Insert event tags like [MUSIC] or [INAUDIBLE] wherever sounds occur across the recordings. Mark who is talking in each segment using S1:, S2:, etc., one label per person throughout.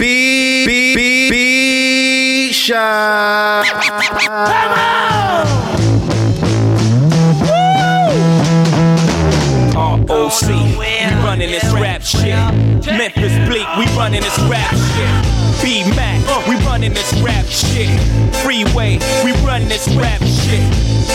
S1: Be, be, be, be shy.
S2: ROC, we running this rap shit. Memphis Bleak, we running this rap shit. B Mac, we running this rap shit. Freeway, we running this rap shit.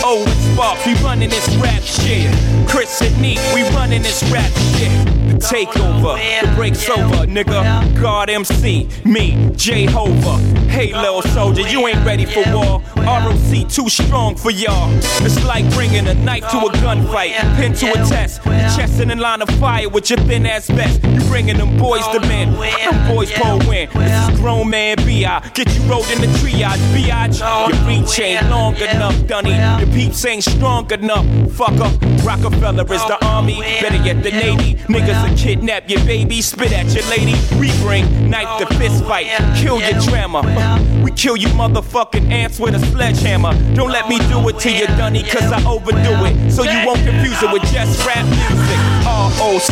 S2: Owen Sparks, we running this rap shit. Chris and Neek, we running this rap shit. The takeover, the break's over, nigga. God MC, me, Jehovah. Hey, little soldier, you ain't ready for war. ROC too strong for y'all. It's like bringing a knife to a gunfight, pin to a test, chest in a line of fire with your thin ass vest. You bringing them boys to men, them boys won't win. This is grown man B.I. Get you rolled in the triage, biatch. Your reach ain't long enough, dunny. Your peeps ain't strong enough, fucker. Rockefeller is the army, better yet the navy. Niggas will kidnap your baby, spit at your lady. We bring knife to fist fight, kill your drama. We kill you motherfucking ants with a sledgehammer. Don't let me do it to you, Dunny, cause I overdo it. So you won't confuse it with just rap music. ROC,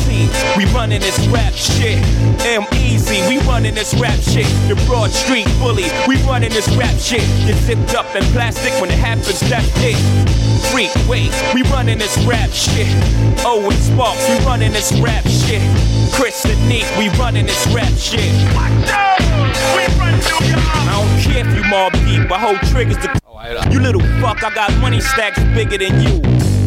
S2: we running this rap shit. M Easy, we running this rap shit. The Broad Street Bully, we running this rap shit. Get zipped up in plastic when it happens, that's it. Freak, wait, we running this rap shit. Owen Sparks, we running this rap shit. Chris and Neek, we running this rap shit. I don't care if you mob deep, I hold triggers to. You little fuck, I got money stacks bigger than you.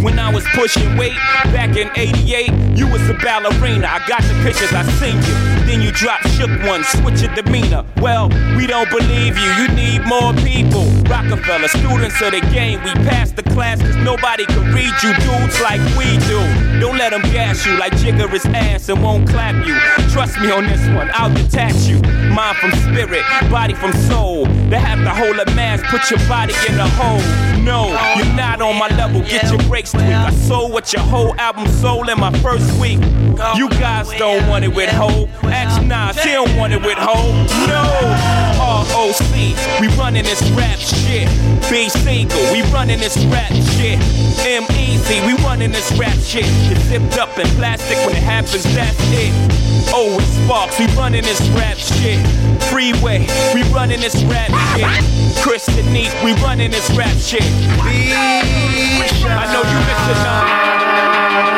S2: When I was pushing weight back in 88, you was a ballerina. I got the pictures, I seen you. Then you dropped shook one, switch your demeanor. Well, we don't believe you, you need more people. Rockefeller, students of the game, we passed the class cause nobody can read you dudes like we do. Don't let them gas you like Jigger his ass and won't clap you. Trust me on this one, I'll detach you. Mind from spirit, body from soul. They have to hold a mass, put your body in a hole. No, you're not on my level, get your breaks tweaked. I sold what your whole album sold in my first week. You guys don't want it with hope. Ask Nas, he don't want it with hope. No, ROC, we running this rap shit. B single, we running this rap shit. M Easy, we running this rap shit. Get zipped up in plastic when it happens, that's it. Owen Sparks, we running this rap shit. Freeway, we running this rap shit. Chris and Neek, we running this rap shit. I know you missing uh, out.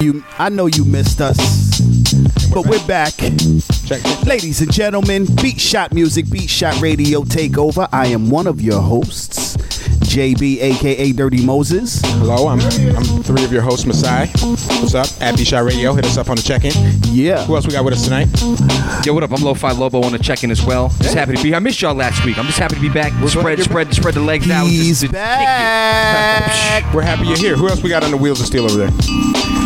S1: You, I know you missed us, but we're back. Ladies and gentlemen, Beat Shot Music, Beat Shot Radio Takeover. I am one of your hosts, JB, aka Dirty Moses.
S3: Hello, I'm I'm three of your hosts, Masai. What's up? At B Shot Radio, hit us up on the check-in.
S1: Yeah.
S3: Who else we got with us tonight?
S4: Yo, what up? I'm Lo-Fi Lobo on the check-in as well. Just happy to be. I missed y'all last week. I'm just happy to be back. spread,
S3: you're
S4: spread, spread the legs out.
S1: He's
S4: Just to
S1: back.
S3: We're happy you're here. Who else we got on the wheels of steel over there?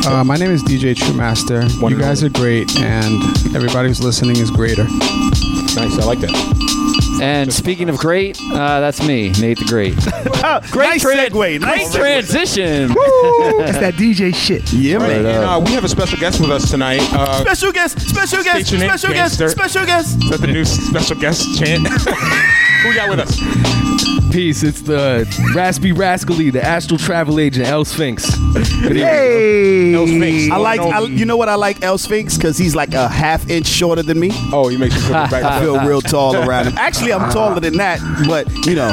S5: Uh, my name is DJ True Master.
S3: One
S5: You
S3: and
S5: guys are great, and everybody who's listening is greater.
S3: Nice, I like that.
S6: And speaking of great, uh, that's me, Nate the
S3: [LAUGHS]
S6: Great.
S1: Great
S6: Nice
S1: segue.
S6: Great
S1: [LAUGHS] Nice
S6: transition.
S7: It's that DJ shit.
S1: Yeah,
S3: Right,
S1: man.
S3: and, uh, we have a special guest with us tonight. Uh,
S1: Special guest, special guest,
S3: State your name,
S1: special guest,
S3: gangster.
S1: special guest.
S3: is that the new special guest chant? [LAUGHS] Who we got with us?
S8: Peace. It's the Raspy Rascally, the astral travel agent, El Sphinx.
S7: Hey.
S3: No Sphinx.
S1: I like,
S3: No-
S1: I, you know what I like, El Sphinx, because he's like a half inch shorter than me.
S3: Oh, you make me feel
S1: [LAUGHS] I
S3: back.
S1: feel real tall around him. Actually, I'm taller than that,
S3: [LAUGHS]
S1: but you [LAUGHS] know,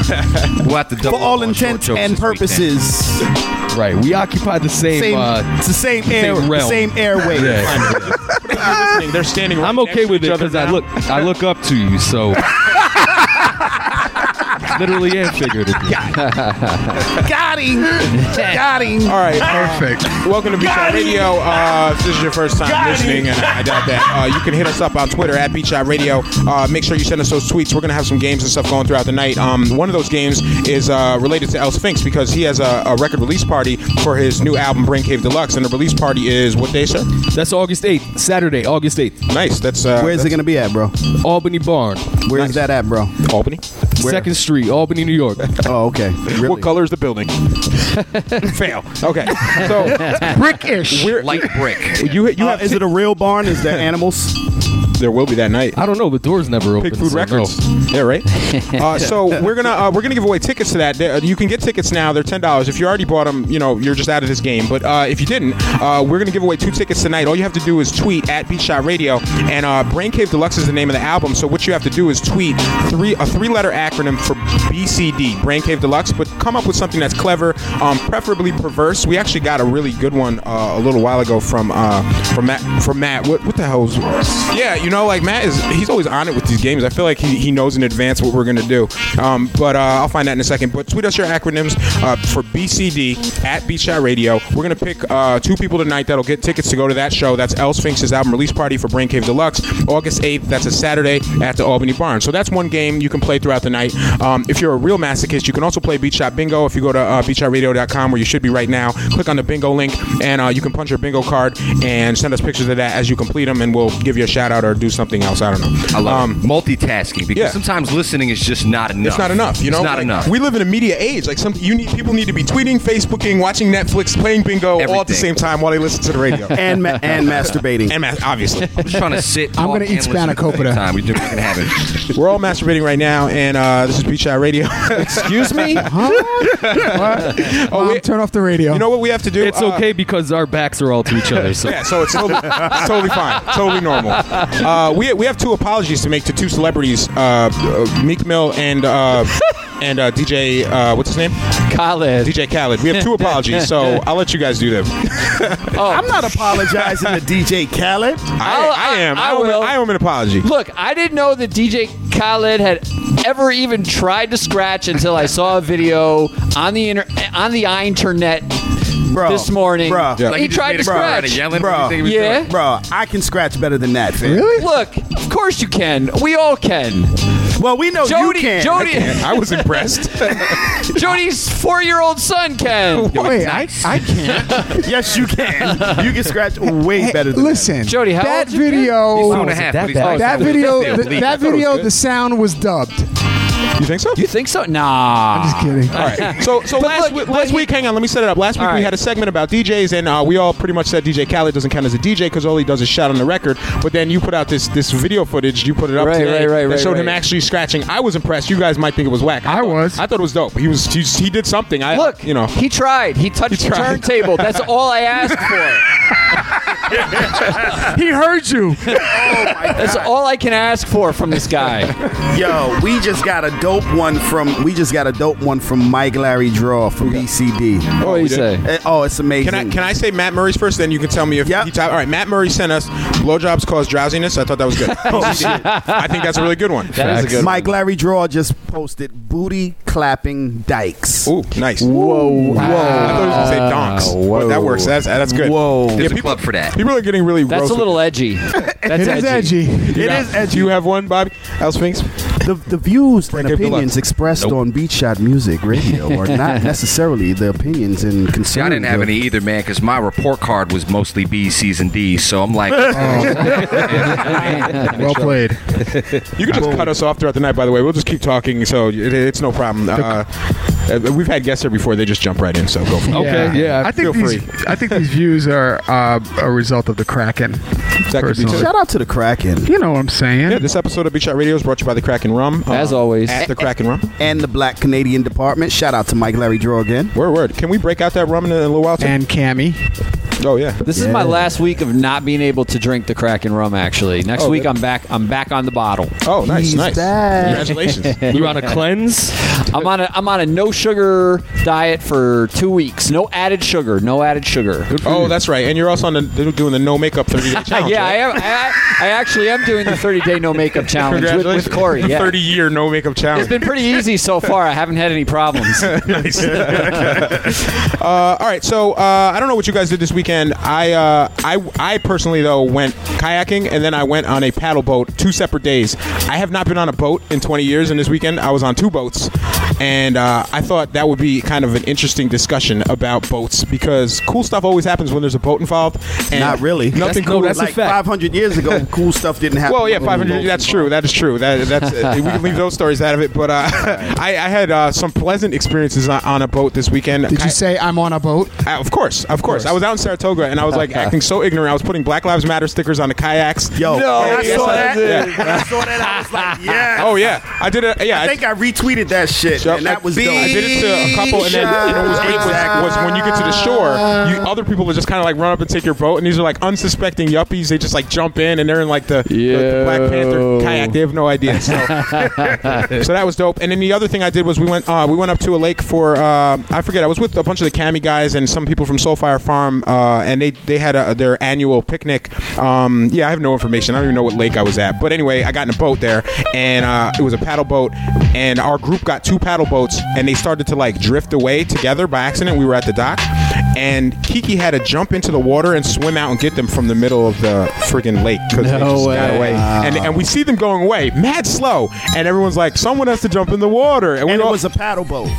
S4: We'll have to double
S1: for
S4: up
S1: all
S4: on short
S1: intents
S4: jokes
S1: and
S4: this week then.
S1: purposes,
S8: Right. We occupy the same.
S1: same,
S8: uh,
S1: it's the same air,
S8: same
S1: the
S8: realm.
S1: same
S8: [LAUGHS]
S1: airway.
S8: yeah.
S3: They're standing. Right
S8: I'm
S3: next
S8: okay
S3: to
S8: with
S3: each
S8: it
S3: other
S8: because I
S3: now.
S8: look, I look up to you. [LAUGHS] So. Literally and figuratively.
S1: Got him, got him.
S3: All right, perfect. welcome to Beach Shot Radio. Uh, if this is your first time listening, and I doubt that, uh, you can hit us up on Twitter at Beach Shot Radio. Uh, make sure you send us those tweets. We're gonna have some games and stuff going throughout the night. Um, one of those games is uh, related to El Sphinx because he has a, a record release party for his new album Brain Cave Deluxe, and the release party is what day, sir?
S8: That's August 8th, Saturday, August 8th,
S3: Nice. That's uh,
S1: Where's it gonna be at, bro?
S8: Albany Barn,
S1: Where's that at, bro?
S3: that's Albany.
S8: 2nd Street, Albany, New York.
S1: [LAUGHS] Oh, okay. Really?
S3: What color is the building?
S1: [LAUGHS]
S3: Fail. Okay. So
S7: Brickish.
S3: we're.
S4: Light brick.
S3: [LAUGHS] you, you
S1: Uh,
S3: have
S1: is it a real barn? Is there animals?
S3: there will be that night.
S8: I don't know. The door's never open.
S3: Pig Food
S8: so no.
S3: Records. Yeah, right. uh, so we're gonna uh, we're gonna give away tickets to that. There- You can get tickets now. They're ten dollars. If you already bought them, you know you're just out of this game. But uh, if you didn't, uh, we're gonna give away two tickets tonight. All you have to do is tweet at Beat Shot Radio and uh, Brain Cave Deluxe is the name of the album. So what you have to do is tweet three a three letter acronym for BCD Brain Cave Deluxe. But come up with something that's clever, um, preferably perverse. We actually got a really good one uh, a little while ago from uh, from Matt. From Matt. What what the hell is? Yeah, you know, like Matt is he's always on it with these games. I feel like he, he knows in advance what we're gonna do. Um, but uh, I'll find out in a second. But tweet us your acronyms uh, for BCD at Beach Shot Radio. We're gonna pick uh, two people tonight that'll get tickets to go to that show. That's El Sphinx's album release party for Brain Cave Deluxe, August 8th. That's a Saturday at the Albany Barn. So that's one game you can play throughout the night. Um, if you're a real masochist, you can also play Beach Shot Bingo. If you go to uh, beachshotradio.com where you should be right now, click on the bingo link and uh, you can punch your bingo card and send us pictures of that as you complete them, and we'll give you a shout out or do something else. I don't know.
S4: I love it. multitasking because
S3: Um, yeah.
S4: sometimes listening is just not enough.
S3: It's not enough, you know.
S4: It's not
S3: Like,
S4: enough.
S3: We live in a media age. Like some, you need people need to be tweeting, Facebooking, watching Netflix, playing bingo all at the
S4: Everything.
S3: same time while they listen to the [LAUGHS]
S5: [LAUGHS]
S3: radio.
S1: and ma- and masturbating.
S3: and math, obviously,
S4: I'm just trying to sit.
S5: I'm
S4: talk,
S5: gonna eat
S4: and listen at the
S5: spanakopita.
S4: same Time we just can have it.
S3: [LAUGHS] we're all masturbating right now, and uh, this is Beach Shot Radio. [LAUGHS]
S8: Excuse me.
S3: [LAUGHS] oh,
S5: Mom,
S3: we,
S5: turn off the radio.
S3: you know what we have to do?
S8: It's
S3: Uh,
S8: okay because our backs are all to each other. So
S3: Yeah, so it's totally,
S4: [LAUGHS]
S3: it's totally fine, totally normal. Uh, we we have two apologies to make to two celebrities, uh, uh, Meek Mill and uh, and uh, DJ uh, what's his name?
S6: Khaled.
S3: DJ Khaled. We have two apologies, so I'll let you guys do them.
S1: I'm not apologizing to DJ Khaled.
S3: I, [LAUGHS] I am. I,
S6: I
S3: owe, him-
S6: will.
S3: I owe him an apology.
S6: Look, I didn't know that DJ Khaled had ever even tried to scratch until I saw a video on the inter- on the internet
S1: Bro,
S6: this morning.
S1: Bro,
S3: Yeah.
S6: He
S4: Like just
S6: tried
S4: made
S6: to
S4: a crowd out of
S6: scratch.
S4: Yelling
S1: Bro.
S4: what do you think he was
S6: Yeah.
S4: doing?
S1: bro, I can scratch better than that, fam.
S6: Look, of course you can. We all can.
S1: Well, we know
S6: Jody,
S1: you can.
S6: Jody,
S3: I was [LAUGHS] impressed.
S6: Jody's four-year-old son can.
S5: Wait, I, I can't.
S1: Yes, you can. You can scratch way better than
S5: Listen,
S6: Jody, how
S5: that
S6: old you been?
S5: video,
S4: He's two and a half.
S8: that
S4: but he's
S8: bad?
S4: like-
S5: that
S4: Oh,
S5: video,
S4: he's
S5: th-
S4: bleak.
S5: that
S3: was
S5: video,
S3: good.
S5: the sound was dubbed.
S3: you think so?
S6: You think so? Nah.
S5: Just kidding.
S3: All right. So, so
S6: But
S3: last,
S6: look,
S3: week,
S6: but
S3: last
S6: he-
S3: week, hang on, let me set it up. Last week
S6: All
S3: we
S6: right.
S3: had a segment about DJs, and uh, we all pretty much said DJ Khaled doesn't count as a DJ because all he does is shout on the record. But then you put out this this video footage, you put it up
S6: Right,
S3: today
S6: right, right,
S3: that
S6: right,
S3: showed him
S6: right.
S3: actually scratching. I was impressed. You guys might think it was whack.
S5: I
S3: thought-
S5: was.
S3: I thought it was dope. He was he, he did something. I
S6: Look,
S3: you know.
S6: he tried. He touched
S3: He
S6: the
S3: tried.
S6: turntable.
S3: [LAUGHS]
S6: That's all I asked for.
S5: He heard
S6: [LAUGHS]
S3: [LAUGHS]
S5: you.
S6: That's all I can ask for from this guy.
S1: that. [LAUGHS] Yo, we just got a dope one from we just got a dope one from Mike Larry Draw from BCD.
S6: What do
S3: we
S6: you
S3: did.
S6: say?
S1: Eh, Oh, it's amazing.
S3: Can I, can I say Matt Murray's first? Then you can tell me if
S1: Yep.
S3: he top. All right, Matt Murray sent us blowjobs cause drowsiness. I thought that was
S6: [LAUGHS]
S3: good. I think that's a really good one.
S6: That is a good.
S1: Mike Larry Draw just posted booty clapping dykes.
S3: Ooh, nice. Whoa, whoa. I thought he was gonna say donks. But Oh that works. That's that's good.
S1: Whoa.
S3: Yeah,
S4: There's a
S3: people-
S4: club for that.
S3: People are getting really
S6: That's a
S3: roasted.
S6: little edgy. That's
S5: It is edgy.
S1: It is
S3: Do you have one, Bobby? Al Sphinx?
S1: The, the views and
S3: Give the
S1: opinions
S3: love.
S1: expressed on Beat Shot Music Radio
S3: [LAUGHS]
S1: are not necessarily the opinions and concerns.
S4: See, I didn't have any either, man, because my report card was mostly B's, C's, and D's. So
S3: [LAUGHS]
S4: I'm like, oh,
S5: [LAUGHS] Well played.
S3: You can just cut us off throughout the night, by the way. We'll just keep talking, so it, it's no problem. Uh, uh, we've had guests here before. They just jump right in, so go for it.
S8: okay, yeah.
S5: I think
S3: Feel
S5: these, I think these views are uh, a result of the Kraken.
S3: That could be
S5: Personally.
S3: too.
S1: Shout out to the Kraken
S5: You know what I'm saying?
S3: Yeah, this episode of Beach Shot Radio is brought to you by the Kraken Rum.
S6: As always.
S3: Uh-huh. At the Kraken Rum.
S1: and the Black Canadian Department. Shout out to Mike Larry Draw again.
S3: Word, word. Can we break out that rum in a little while? too?
S5: and Cammy.
S3: oh, yeah.
S6: This is my last week of not being able to drink the Kraken rum. Actually, next
S3: Oh,
S6: week
S3: good.
S6: I'm back. I'm back on the bottle.
S3: Oh, nice,
S1: He's
S3: nice.
S1: back.
S3: Congratulations.
S1: [LAUGHS]
S8: you on a cleanse?
S6: I'm on a I'm on a no sugar diet for two weeks. No
S3: [LAUGHS]
S6: added sugar. No added sugar.
S3: oh, that's right. And you're also on the, they're doing the no makeup 30 day
S6: [LAUGHS]
S3: challenge.
S6: yeah, I
S3: right?
S6: am. I, I actually am doing the 30 day no makeup challenge with,
S3: Congratulations.
S6: with Corey. Yeah.
S3: 30 year no makeup
S6: It's
S3: challenge.
S6: been pretty easy so far. I haven't had any problems.
S3: [LAUGHS] nice. uh, all right, so uh, I don't know what you guys did this weekend. I, uh, I I personally though went kayaking and then I went on a paddle boat two separate days. I have not been on a boat in 20 years, and this weekend I was on two boats, and uh, I thought that would be kind of an interesting discussion about boats because cool stuff always happens when there's a boat involved. And
S1: Not really.
S3: Nothing
S8: That's- no,
S3: cool.
S8: that's a
S1: like
S8: fact.
S1: 500
S3: [LAUGHS]
S1: years ago, cool stuff didn't happen.
S3: Well, yeah,
S1: with
S3: 500.
S1: boats.
S3: That's true. That is true. That that's uh, we can leave those stories out of it. But uh, [LAUGHS] I, I had uh, some pleasant experiences on, on a boat this weekend.
S9: Did
S3: Ki-
S9: you say I'm on a boat?
S3: Uh, of course, of course. I was out in Saratoga and I was like acting so ignorant. I was putting Black Lives Matter stickers on the kayaks.
S1: Yo, Oh, when I
S3: yes,
S1: saw
S3: I
S1: that,
S3: did.
S1: when I saw that, I was
S3: [LAUGHS]
S1: like, yes.
S3: Oh yeah, I did it. Yeah,
S1: I think I retweeted that shit,
S3: Yep.
S1: and that was dope.
S3: I did it to a couple, and then you know what was great was, was when you get to the shore, you other people would just kind of like run up and take your boat, and these are like unsuspecting yuppies. They just like jump in, and they're in like the, the- the Black Panther
S6: Yo.
S3: kayak.
S9: Oh.
S3: They have no idea. So, so that was dope. And then the other thing I did was we went uh, we went up to a lake for uh, I forget. I was with a bunch of the Cami guys and some people from Soulfire Farm, uh, and they they had a, their annual picnic. Um, yeah, I have no information. I don't even know what lake I was at, but anyway, I got in a boat there, and uh, it was a paddle boat, and our group got two paddle boats, and they started to like drift away together by accident. We were at the dock, and Kiki had to jump into the water and swim out and get them from the middle of the friggin' lake because they just got away. And, and we see them going away, mad slow, and everyone's like, "Someone has to jump in the water." And, we
S1: And it
S3: all,
S1: was a paddle boat.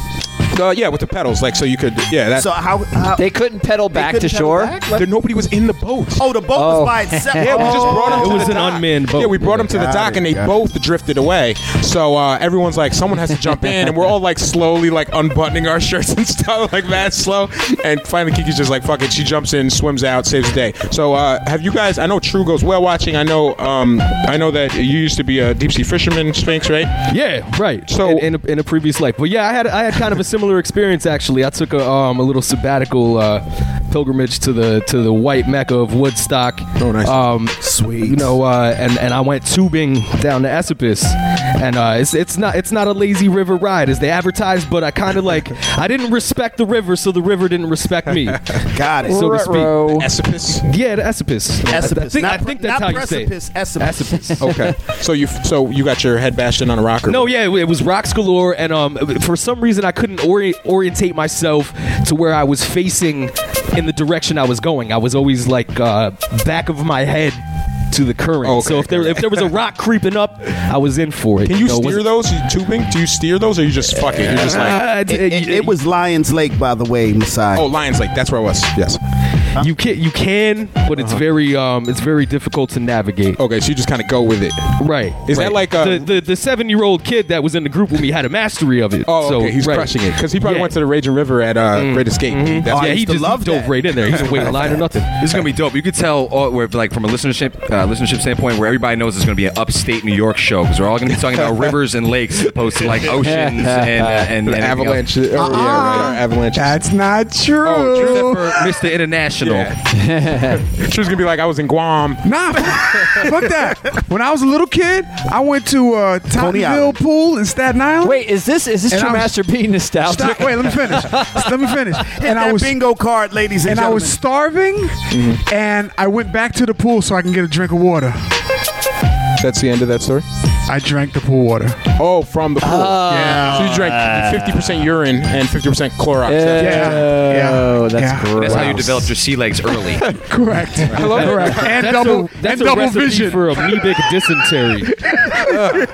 S3: uh, yeah, with the pedals, like so you could, yeah. That,
S1: So how? how
S6: They couldn't pedal back
S1: couldn't
S6: to
S1: pedal
S6: shore.
S1: back?
S3: there, nobody was in the boat.
S1: oh, the boat
S6: Oh.
S1: was by
S6: [LAUGHS]
S1: itself.
S3: Yeah, we just brought them.
S8: It
S3: to
S8: was
S3: the
S8: an
S3: dock.
S8: unmanned boat.
S3: Yeah, we brought them to the
S1: Got
S3: dock,
S1: it,
S3: and they
S1: got it.
S3: both drifted away. So uh, everyone's like, someone has to jump in, and we're all like slowly like unbuttoning our shirts and [LAUGHS] stuff like that, slow. And finally, Kiki's just like, fuck it. She jumps in, swims out, saves the day. So uh, have you guys? I know True goes well watching. I know, um, I know that you used to be a deep sea fisherman, Sphinx, right?
S8: Yeah, right.
S3: So-
S8: in, in, a, in a previous life, but yeah, I had I had kind of a similar experience actually. I took a um, a little sabbatical uh, pilgrimage to the to the white mecca of Woodstock.
S3: Oh, nice.
S8: Um,
S1: Sweet.
S8: you know, uh, and and I went tubing down to Esopus, and uh, it's it's not it's not a lazy river ride as they advertised, but I kind of like I didn't respect the river, so the river didn't
S3: [LAUGHS]
S8: respect me.
S1: Got it.
S8: So to speak.
S3: Esopus.
S8: Yeah, the Esopus. I
S1: Esopus.
S8: think,
S1: not,
S8: I think that's
S1: not
S8: how you say it.
S1: precipice, Esopus. [LAUGHS]
S8: Esopus.
S3: Okay. so you so you got your head bashed in on a rocker.
S8: No, yeah, it was rocks galore, and um, for some reason I couldn't ori- orientate myself to where I was facing in the direction I was going. I was always like uh, back of my head to the current.
S3: Okay,
S8: so if there if there was a rock creeping up, I was in for it.
S3: Can you
S8: know,
S3: steer
S8: it wasn't-
S3: those? You tubing? Do you steer those, or you just fuck it? You're just [LAUGHS] like,
S8: Uh,
S1: It, it- it
S8: was
S1: was Lions Lake, by the way, Masai.
S3: oh, Lions Lake. That's where I was. Yes.
S8: you can you can, but
S3: Uh-huh.
S8: it's very um it's very difficult to navigate.
S3: Okay, so you just kind of go with it.
S8: Right.
S3: Is that
S8: right.
S3: like um, a-
S8: the the, the seven year old kid that was in the group with me had a mastery of it?
S3: Oh,
S8: so,
S3: okay, he's
S8: right.
S3: crushing it because he probably
S8: Yeah. Mm-hmm. Oh,
S3: went to the Raging River at uh, Great Escape. That's
S1: I
S8: yeah, he
S1: used to
S8: just
S1: love
S8: he dove
S1: that.
S8: right in there. He didn't wait in line or nothing.
S4: This is gonna be dope. You could tell, all, where, like from a listenership uh, listenership standpoint, where everybody knows it's gonna be an upstate New York show because we're all gonna be talking about rivers and lakes, as opposed to like
S8: [LAUGHS]
S4: oceans and uh, and, and
S3: the
S4: everything else.
S3: avalanche. Oh, yeah, right,
S5: Uh-uh.
S3: our avalanche. Oh,
S9: That's not true.
S3: [LAUGHS]
S4: Except for Mr. International.
S3: She was gonna be like, I was in
S8: [LAUGHS]
S3: Guam.
S9: Nah, fuck fuck that. When I was a little kid, I went to uh, Tottenville
S1: Island.
S9: Pool in Staten Island.
S6: Wait, is this is this
S9: And
S6: true
S9: I was-
S6: master being nostalgic?
S9: Stop, wait, let me
S6: [LAUGHS]
S9: finish. let me finish.
S1: Hit
S9: And
S1: that
S9: I was
S1: bingo card, ladies and,
S9: and I
S1: gentlemen.
S9: was starving,
S3: Mm-hmm.
S9: and I went back to the pool so I can get a drink of water.
S3: That's the end of that story.
S9: I drank the pool water.
S3: Oh, from the pool.
S6: Ah.
S3: yeah. So you
S4: Uh,
S3: drank fifty percent urine and fifty percent Clorox. That's-
S9: Yeah,
S6: Oh,
S9: yeah,
S6: that's
S9: yeah.
S6: great.
S4: That's how you developed your sea legs early.
S9: Correct. Correct. And double
S8: a, that's
S9: and
S8: a
S9: double
S8: recipe
S9: vision.
S8: for amoebic dysentery.
S3: [LAUGHS]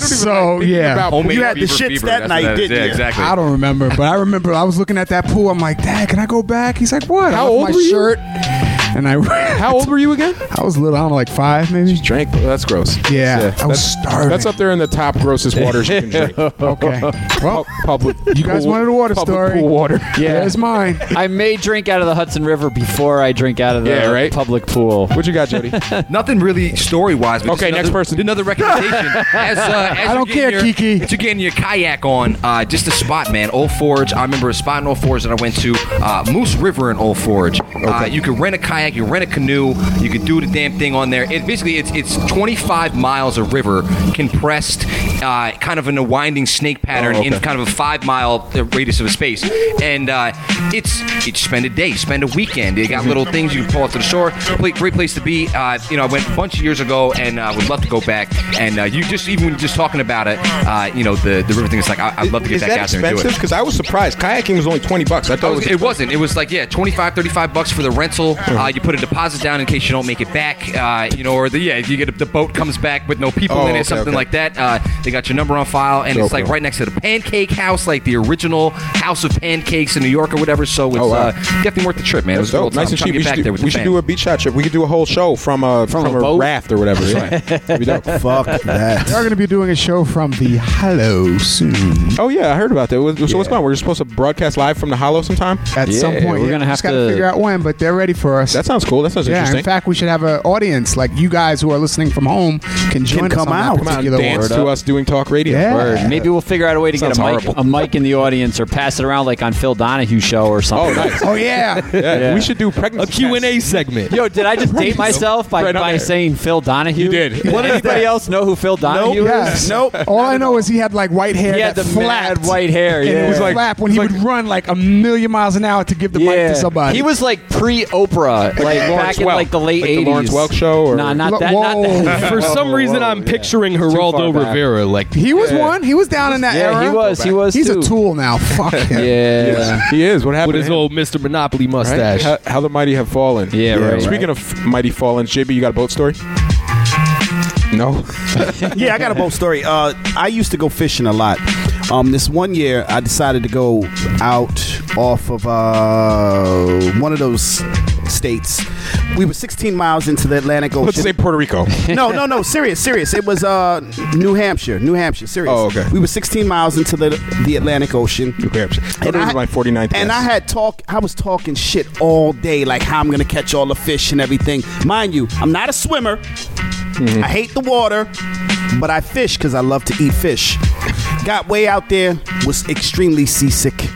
S9: so yeah,
S4: Homemade
S1: You had the
S4: fever,
S1: shits
S4: fever.
S1: that
S4: That's
S1: night,
S4: what that is.
S1: didn't
S4: yeah,
S1: you?
S4: Exactly.
S9: I don't remember, but I remember I was looking at that pool. I'm like, Dad, can I go back? He's like, What?
S3: How
S9: I
S3: old
S9: left my
S3: were you?
S9: shirt, and I [LAUGHS]
S3: How old were you again?
S9: I was little. I don't know, like five maybe.
S3: Drank. That's gross.
S9: Yeah, I was
S3: that's,
S9: starving.
S3: [LAUGHS] That's up there in the top grossest waters [LAUGHS] you can drink.
S9: Okay. Well,
S3: Pub- public.
S9: you guys
S3: pool-
S9: wanted a water
S3: public
S9: story.
S3: Pool
S9: [LAUGHS]
S3: water.
S1: Oh.
S6: Yeah.
S9: There's
S3: [LAUGHS]
S9: mine.
S6: I may drink out of the Hudson River before I drink out of the
S3: Yeah, right?
S6: public pool.
S3: What you got,
S6: [LAUGHS]
S3: Jody?
S4: Nothing really story wise.
S3: Okay, next person.
S4: Another
S3: [LAUGHS]
S4: recommendation. as, uh, as
S9: I don't
S4: you're getting
S9: care,
S4: your,
S9: Kiki.
S4: As you're getting your kayak on, uh, just a spot, man. Old Forge. I remember a spot in Old Forge that I went to, uh, Moose River in Old Forge. Uh, you can rent a kayak, you can rent a canoe, you can do the damn thing on there. It basically it's it's 25 miles of river compressed, uh, kind of in a winding snake
S9: Oh,
S4: pattern in kind of a five mile uh, radius of a space, and uh, it's you just spend a day, spend a weekend. They
S9: Mm-hmm.
S4: got little things you can pull out to the shore. Pla- Great place to be. Uh, you know, I went a bunch of years ago, and I uh, would love to go back. And uh, you just even just talking about it, uh, you know, the the river thing. It's like I, I'd love to get
S3: Is
S4: back
S3: that
S4: out there and do
S3: expensive?
S4: it. Oh,
S3: Because I was surprised. Kayaking was only twenty bucks. I thought
S4: I was-
S3: it was Uh-huh.
S4: it wasn't. It was like yeah, 25, 35 bucks for the rental. Uh, you put a deposit down in case you don't make it back. Uh, you know, or the yeah, you get a, the boat comes back with no people
S3: Oh,
S4: in it,
S3: okay,
S4: something
S3: okay.
S4: like that. Uh, they got your number on file, and it's
S3: Dope,
S4: like
S3: dope.
S4: right next to the Pancake House, like the original House of Pancakes in New York or whatever. So it's
S3: Oh, wow.
S4: uh, definitely worth the trip, man. it was
S3: That's
S4: a good
S3: dope.
S4: old time.
S3: Nice and
S4: Trying to
S3: cheap.
S4: get
S3: We
S4: back
S3: should,
S4: there
S3: do,
S4: with
S3: we
S4: the
S3: should
S4: fam.
S3: do a beach shot trip. We could do a whole show from a from,
S6: a
S3: a,
S6: boat?
S3: raft or whatever. Yeah. That'd be dope.
S1: Fuck that.
S7: We're going to be doing a show from the Hollow soon.
S3: [LAUGHS] Oh yeah, I heard about that. What- So what's going on? We're supposed to broadcast live from the Hollow sometime.
S7: At some
S6: Yeah,
S7: point,
S6: we're gonna
S7: yeah. Just
S6: have
S7: gotta
S6: to-
S7: figure out when, but they're ready for us.
S3: That sounds cool. That sounds
S7: yeah,
S3: interesting.
S7: in fact, we should have an audience like you guys who are listening from home can join us
S1: come
S7: on
S1: out.
S7: that
S1: Come
S3: Come out
S7: particular
S3: and dance
S7: one.
S3: to us doing talk radio.
S7: Yeah.
S6: Word. Maybe we'll figure out a way to
S3: Sounds
S6: get a mic,
S3: horrible.
S6: a mic in the audience or pass it around like on Phil Donahue's show or
S3: Oh,
S6: something.
S3: nice.
S7: Oh yeah,
S3: [LAUGHS] Yeah,
S6: Yeah.
S3: We should do pregnancy.
S8: A Q&A segment.
S6: Yo, did I just date myself by,
S3: Right on
S6: by
S3: air.
S6: saying Phil Donahue? You
S3: did.
S6: Will [LAUGHS] anybody else know who Phil Donahue
S7: yes.
S6: is?
S1: Nope.
S7: All I know is he had like white hair.
S6: He had the
S7: that flapped.
S6: mad white hair.
S7: And
S6: yeah.
S7: it was like flap when he would run like a million miles an hour to give the mic to somebody.
S6: He was like pre Oprah, like back in
S3: Welk.
S6: like the late
S3: Like the
S6: 80s.
S3: Lawrence Welk show or-
S6: Nah, not
S7: Lo-
S6: that. Not [LAUGHS] that.
S7: Whoa.
S8: Oh, For some reason, I'm picturing
S6: far
S8: Geraldo
S6: back.
S8: Rivera. Like,
S7: He was one. He was down in that
S6: Yeah,
S7: era.
S6: he was. He was.
S7: He's
S6: too.
S7: a tool now.
S6: [LAUGHS]
S7: Fuck him.
S6: Yeah.
S3: He is. What happened?
S8: with
S3: to
S8: his
S3: him?
S8: old Mr. Monopoly
S3: Right?
S8: mustache.
S3: How, how the mighty have fallen.
S6: Yeah, right,
S3: Speaking of mighty fallens, JB, you got a boat story? No.
S1: [LAUGHS] yeah, I got a boat story. Uh, I used to go fishing a lot. Um, this one year, I decided to go out off of uh, one of those states. We were 16 miles into the Atlantic Ocean.
S3: Let's say Puerto
S1: [LAUGHS]
S3: Rico.
S1: no,
S3: [LAUGHS]
S1: no, no. Serious, serious. It was uh, New Hampshire, New Hampshire. Serious.
S3: Oh, okay.
S1: We were 16 miles into the the Atlantic Ocean.
S3: New Hampshire. That was my 49th.
S1: And
S3: guess.
S1: I had talk. I was talking shit all day, like how I'm gonna catch all the fish and everything. Mind you, I'm not a swimmer.
S3: Mm-hmm.
S1: I hate the water, but I fish because I love to eat fish. Got way out there, was extremely seasick.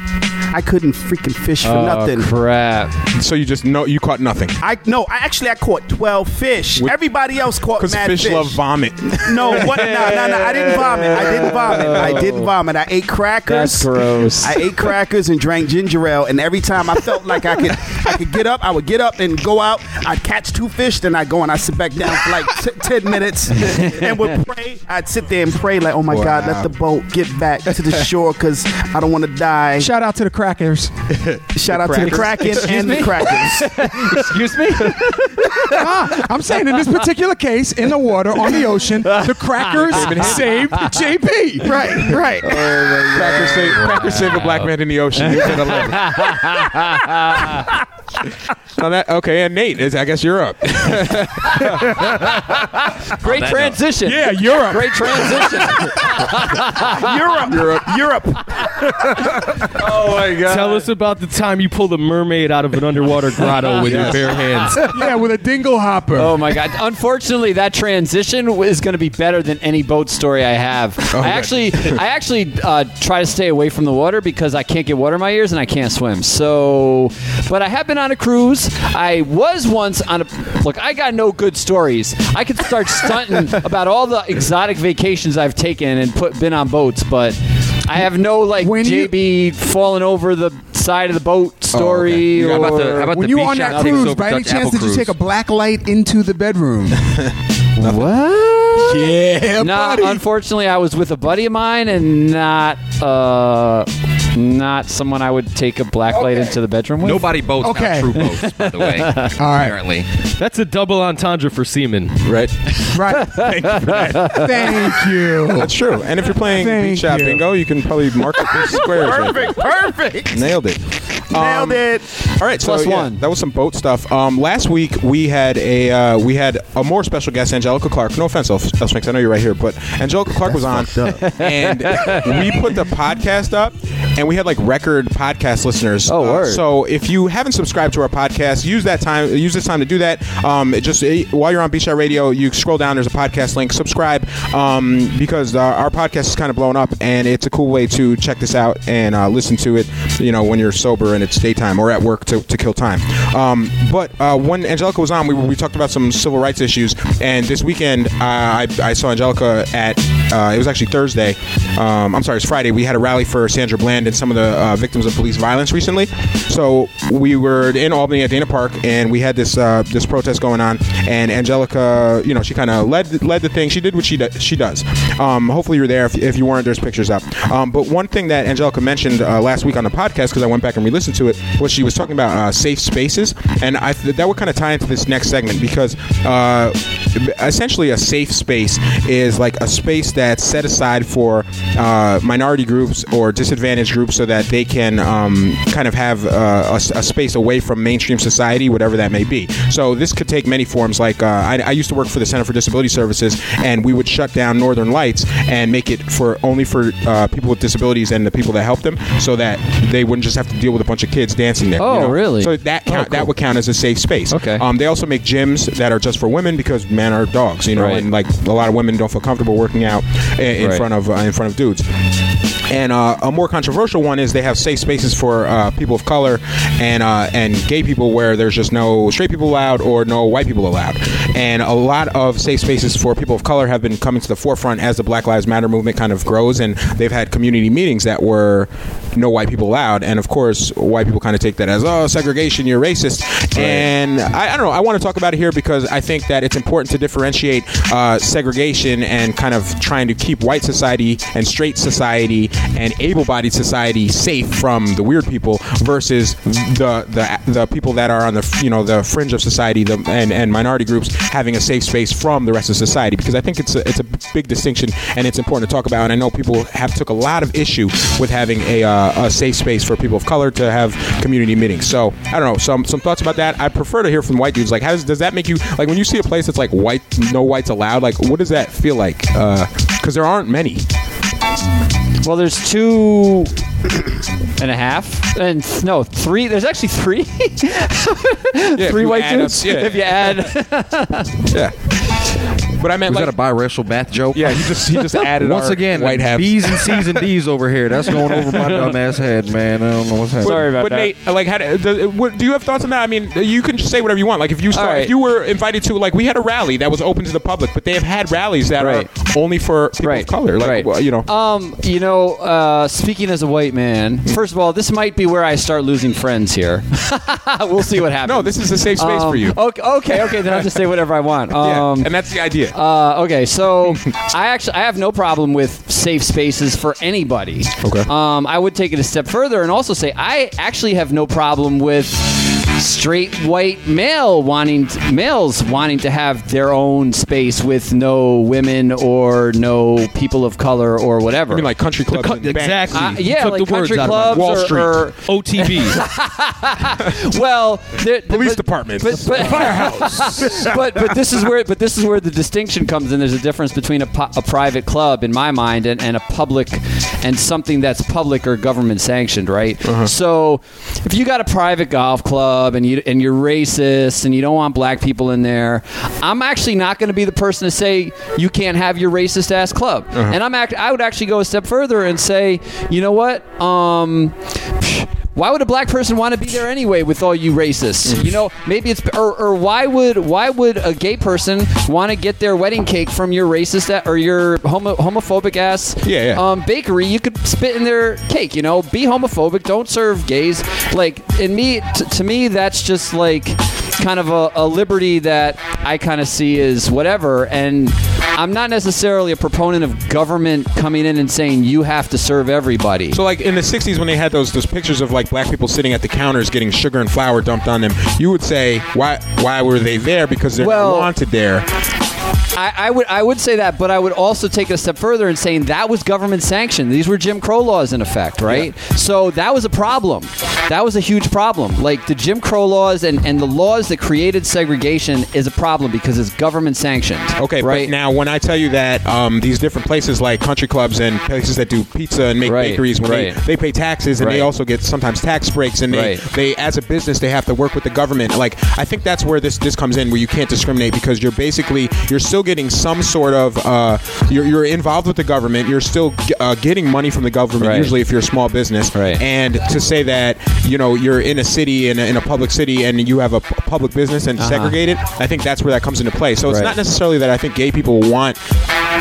S1: I couldn't freaking fish for
S3: Uh,
S8: Uh,
S1: nothing.
S6: Crap.
S3: So you just know you caught nothing.
S1: I no, I actually I caught 12 fish.
S3: With-
S1: Everybody else caught
S3: Because
S1: mad
S3: fish,
S1: fish.
S3: love vomit.
S1: No, what? No, no, no. I didn't vomit. I didn't vomit. I didn't vomit. I ate crackers.
S6: Oh. That's gross.
S1: I ate crackers and drank ginger ale, and every time I felt like I could, I could get up. I would get up and go out. I'd catch two fish, then I'd go and I'd sit back down for like t- ten minutes, and would pray. I'd sit there and pray like, "Oh my God, let the boat get back to the shore, cause I don't want to die."
S7: Shout out to the Crackers.
S1: Shout out to the Kraken and the crackers.
S6: [LAUGHS] Excuse me?
S7: Ah, I'm saying in this particular case, in the water, on the ocean, the
S6: [LAUGHS]
S7: Crackers saved JP. Right,
S8: Oh,
S7: right.
S3: [LAUGHS] Cracker save, cracker save a black man in the ocean. You
S6: [LAUGHS]
S3: said I
S8: [LAUGHS]
S3: love it. Now that- okay, and Nate is. I guess you're up. [LAUGHS]
S6: Great transition.
S3: Yeah, you're up.
S6: Great [LAUGHS] transition.
S1: Europe, Europe, Europe.
S3: Oh my god.
S8: [LAUGHS] Tell us about the time you pulled a mermaid out of an
S6: [LAUGHS]
S8: underwater grotto with your bare hands.
S7: [LAUGHS] Yeah, with a dingle hopper.
S6: Oh my god! Unfortunately, that transition is going to be better than any boat story I
S7: [LAUGHS]
S6: have.
S7: Oh,
S6: I actually, I actually uh, try to stay away from the water because I can't get water in my ears and I can't swim. So, but I have been on a cruise. I was once on a look. I got no good stories. I could
S7: [LAUGHS]
S6: start stunting about all the exotic vacations I've taken and put been on boats, but I have no like
S7: When you-
S6: JB falling over the side of the boat
S4: Oh,
S9: Oh,
S6: story
S4: How about the,
S6: or
S4: how about
S7: when
S4: the
S7: you
S4: beach
S7: were on
S4: shot
S7: that
S4: takes
S7: cruise,
S4: over
S7: by any
S4: Dutch Apple
S7: chance, did you
S4: Cruise?
S7: take a black light into the
S4: [LAUGHS]
S7: bedroom?
S6: what?
S7: yeah,
S6: No, unfortunately, I was with a buddy of mine and not uh, not someone I would take a black light into the bedroom with.
S4: Nobody boats,
S7: Okay.
S4: not true boats, by the
S7: [LAUGHS]
S4: way. Apparently.
S8: That's a double entendre for seamen.
S3: Right.
S6: [LAUGHS]
S7: right. Thank you.
S3: That's true. And if you're playing
S7: Thank
S3: beach shot
S7: you.
S3: bingo, you can probably mark it with squares. Perfect.
S1: Perfect.
S3: Nailed it. Um,
S1: Nailed it.
S3: All right, so
S6: Plus
S3: yeah,
S6: one.
S3: that was some boat stuff. Um, last week we had a uh, we had a more special guest, Angelica Clark. No offense, Elf- Elfsmix, I know you're right here, but Angelica Clark was on, and we put the podcast up, and we had like record podcast listeners. Uh,
S6: Oh, word.
S3: So if you haven't subscribed to our podcast, use that time use this time to do that. Um, it just it- while you're on Beach Shot Radio, you scroll down. There's a podcast link. Subscribe um, because uh, our podcast is kind of blown up, and it's a cool way to check this out and uh, listen to it. You know, when you're sober and it's daytime or at work to, to kill time. Um, but uh, when Angelica was on, we, we talked about some civil rights issues, and this weekend uh, I, I saw Angelica at uh, it was actually Thursday. Um, I'm sorry, it's Friday. We had a rally for Sandra Bland and some of the uh, victims of police violence recently. So we were in Albany at Dana Park, and we had this uh, this protest going on. And Angelica, you know, she kind of led led the thing. She did what she do- she does. Um, hopefully you were there. If, if you weren't, there's pictures up. Um, but one thing that Angelica mentioned uh, last week on the podcast, because I went back and re-listened to it, was she was talking about uh, safe spaces, and I that would kind of tie into this next segment because uh, essentially a safe space is like a space that's set aside for uh, minority groups or disadvantaged groups so that they can um, kind of have uh, a, s- a space away from mainstream society, whatever that may be. So this could take many forms. Like uh, I, I used to work for the Center for Disability Services, and we would shut down Northern Lights and make it for only for uh, people with disabilities and the people that help them, so that they wouldn't just have to deal with a bunch of kids dancing there.
S6: Oh, really?
S3: So that count, that would count as a safe space.
S6: Okay.
S3: Um, they also make gyms that are just for women because men are dogs, you know,
S6: Right.
S3: and like a lot of women don't feel comfortable working out i- in
S6: Right.
S3: front of uh, in front of dudes. And uh, a more controversial one is they have safe spaces for uh, people of color and uh, and gay people where there's just no straight people allowed or no white people allowed. And a lot of safe spaces for people of color have been coming to the forefront as the Black Lives Matter movement kind of grows. And they've had community meetings that were no white people allowed. And of course, white people kind of take that as oh segregation, you're racist. And I, I don't know. I want to talk about it here because I think that it's important to differentiate uh, segregation and kind of trying to keep white society and straight society and able-bodied society safe from the weird people versus the the, the people that are on the you know the fringe of society the, and and minority groups having a safe space from the rest of society because I think it's a, it's a big distinction and it's important to talk about and I know people have took a lot of issue with having a, uh, a safe space for people of color to have community meetings so I don't know some some thoughts about that I prefer to hear from white dudes like how does, does that make you like when you see a place that's like white no whites allowed like what does that feel like because there aren't many
S6: Well, there's [LAUGHS] two [COUGHS] and a half, and no, three. There's actually three, [LAUGHS] three
S3: you
S6: white
S3: add up-
S6: dudes.
S3: yeah.
S6: If you add, [LAUGHS]
S4: [LAUGHS]
S3: yeah but I meant
S4: Was that
S3: like
S4: a biracial bath joke?
S3: yeah, he just he just
S4: [LAUGHS]
S3: added
S4: Once
S3: our
S4: again,
S3: white hats.
S4: B's
S3: [LAUGHS]
S4: and C's and D's over here. That's going over my dumb ass head, man. I don't know what's happening.
S6: sorry about
S3: but
S6: that.
S3: Nate, like, how do, do, what, do you have thoughts on that? I mean, you can just say whatever you want. Like, if you saw,
S6: All right.
S3: if you were invited to, like, we had a rally that was open to the public, but they have had rallies that
S6: Right.
S3: are only for people
S6: Right.
S3: of color. Like,
S6: Right.
S3: well, you know,
S6: Um, you know, uh, speaking as a white man, first of all, this might be where I start losing friends here. [LAUGHS] we'll see what happens.
S3: no, this is a safe space
S6: Um,
S3: for you.
S6: Okay, okay, okay. Then I'll just say whatever I want.
S3: yeah,
S6: Um,
S3: and that's the idea.
S6: Uh, okay, so I actually I have no problem with safe spaces for anybody.
S3: Okay.
S6: Um, I would take it a step further and also say I actually have no problem with straight white male wanting t- males wanting to have their own space with no women or no people of color or whatever.
S3: I mean, like country clubs. and banks.
S8: Exactly.
S6: Uh,
S8: You
S6: yeah,
S8: took
S6: like
S8: the words
S6: country
S8: out of my mouth.
S6: clubs
S3: Wall
S6: or-
S3: Street.
S6: or- [LAUGHS]
S8: OTB.
S6: well, there-
S3: Police
S6: but-
S3: department.
S6: but,
S3: [LAUGHS]
S6: firehouse. [LAUGHS] but but this is where but this is where the distinction comes in. There's a difference between a, pu- a private club, in my mind, and, and a public, and something that's public or government sanctioned, right? So, if you got a private golf club and you and you're racist and you don't want black people in there, I'm actually not going to be the person to say you can't have your racist ass club. And I'm act- I would actually go a step further and say, you know what? Um, why would a black person want to be there anyway with all you
S3: Mm.
S6: racists? You know, maybe it's or, or why would why would a gay person want to get their wedding cake from your racist a- or your homo, homophobic ass
S3: Yeah, yeah.
S6: Um, bakery? You could spit in their cake. You know, be homophobic. Don't serve gays. Like in me, t- to me, that's just like kind of a, a liberty that I kind of see as whatever. And I'm not necessarily a proponent of government coming in and saying you have to serve everybody.
S3: So like in the '60s, when they had those those pictures of like black people sitting at the counters getting sugar and flour dumped on them, you would say, why why were they there? Because they're
S6: Well-
S3: wanted there.
S6: I, I would I would say that, but I would also take it a step further and saying that was government sanctioned. These were Jim Crow laws in effect, right? So that was a problem. That was a huge problem. Like the Jim Crow laws and, and the laws that created segregation is a problem because it's government sanctioned.
S3: Okay,
S6: right
S3: But now, when I tell you that um, these different places like country clubs and places that do pizza and make
S6: Right,
S3: bakeries, when
S6: right.
S3: they, they pay taxes and they
S6: Right.
S3: also get sometimes tax breaks, and they,
S6: Right.
S3: they as a business they have to work with the government. Like I think that's where this this comes in, where you can't discriminate because you're basically you're still getting some sort of uh, you're, you're involved with the government. You're still uh, getting money from the government
S6: Right.
S3: usually if you're a small business.
S6: Right.
S3: And to say that you know you're in a city in a, in a public city and you have a p-
S6: Uh-huh.
S3: public business and segregated, I think that's where that comes into play. So it's
S6: Right.
S3: not necessarily necessarily that I think gay people want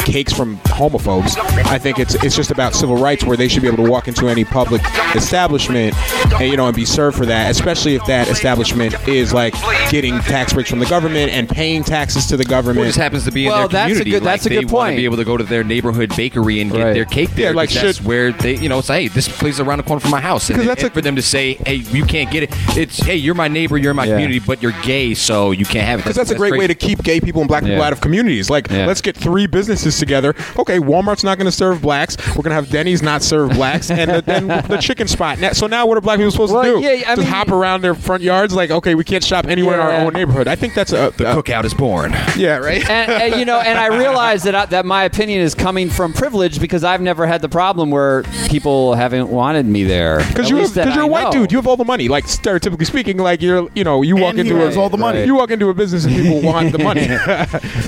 S3: cakes from homophobes. I think it's it's just about civil rights where they should be able to walk into any public establishment and you know and be served for that, especially if that establishment is like getting tax breaks from the government and paying taxes to the
S4: Or
S3: government.
S4: just happens to be in
S6: Well,
S4: their
S6: that's a
S4: community.
S6: good- that's a
S4: like,
S6: good
S4: they want
S6: point.
S4: to be able to go to their neighborhood bakery and get
S6: Right.
S4: their cake there.
S3: Yeah, like,
S4: 'cause that's
S3: should-
S4: where they, you know, it's like, hey, this place is around the corner from my house. And,
S3: Because that's
S4: and
S3: a-
S4: for them to say, hey, you can't get it. It's, hey, you're my neighbor, you're in my
S6: Yeah.
S4: community, but you're gay, so you can't have it.
S3: Because that's, a great way to keep gay people and black people
S6: Yeah.
S3: out of communities. Like,
S6: Yeah.
S3: let's get three businesses together. Okay, Walmart's not going to serve blacks. We're going to have Denny's not serve
S6: [LAUGHS]
S3: blacks, and the, then the chicken spot. Now- So now, what are black people supposed
S6: Well,
S3: to do?
S6: yeah, I
S3: Just
S6: mean-
S3: hop around their front yards? Like, okay, we can't shop anywhere in
S6: Yeah.
S3: our own neighborhood. I think that's a, a-
S4: Cookout is born.
S3: yeah, right.
S6: and, and, you know, and I realize that I, that my opinion is coming from privilege because I've never had the problem where people haven't wanted me there.
S3: Because
S6: At
S3: you
S6: least that
S3: because you're a
S6: I
S3: white
S6: know.
S3: dude, you have all the money. Like stereotypically speaking, like you're you know you walk
S1: And he
S3: into
S1: has
S3: a,
S1: all the money.
S3: You walk into a business and people want the money. [LAUGHS]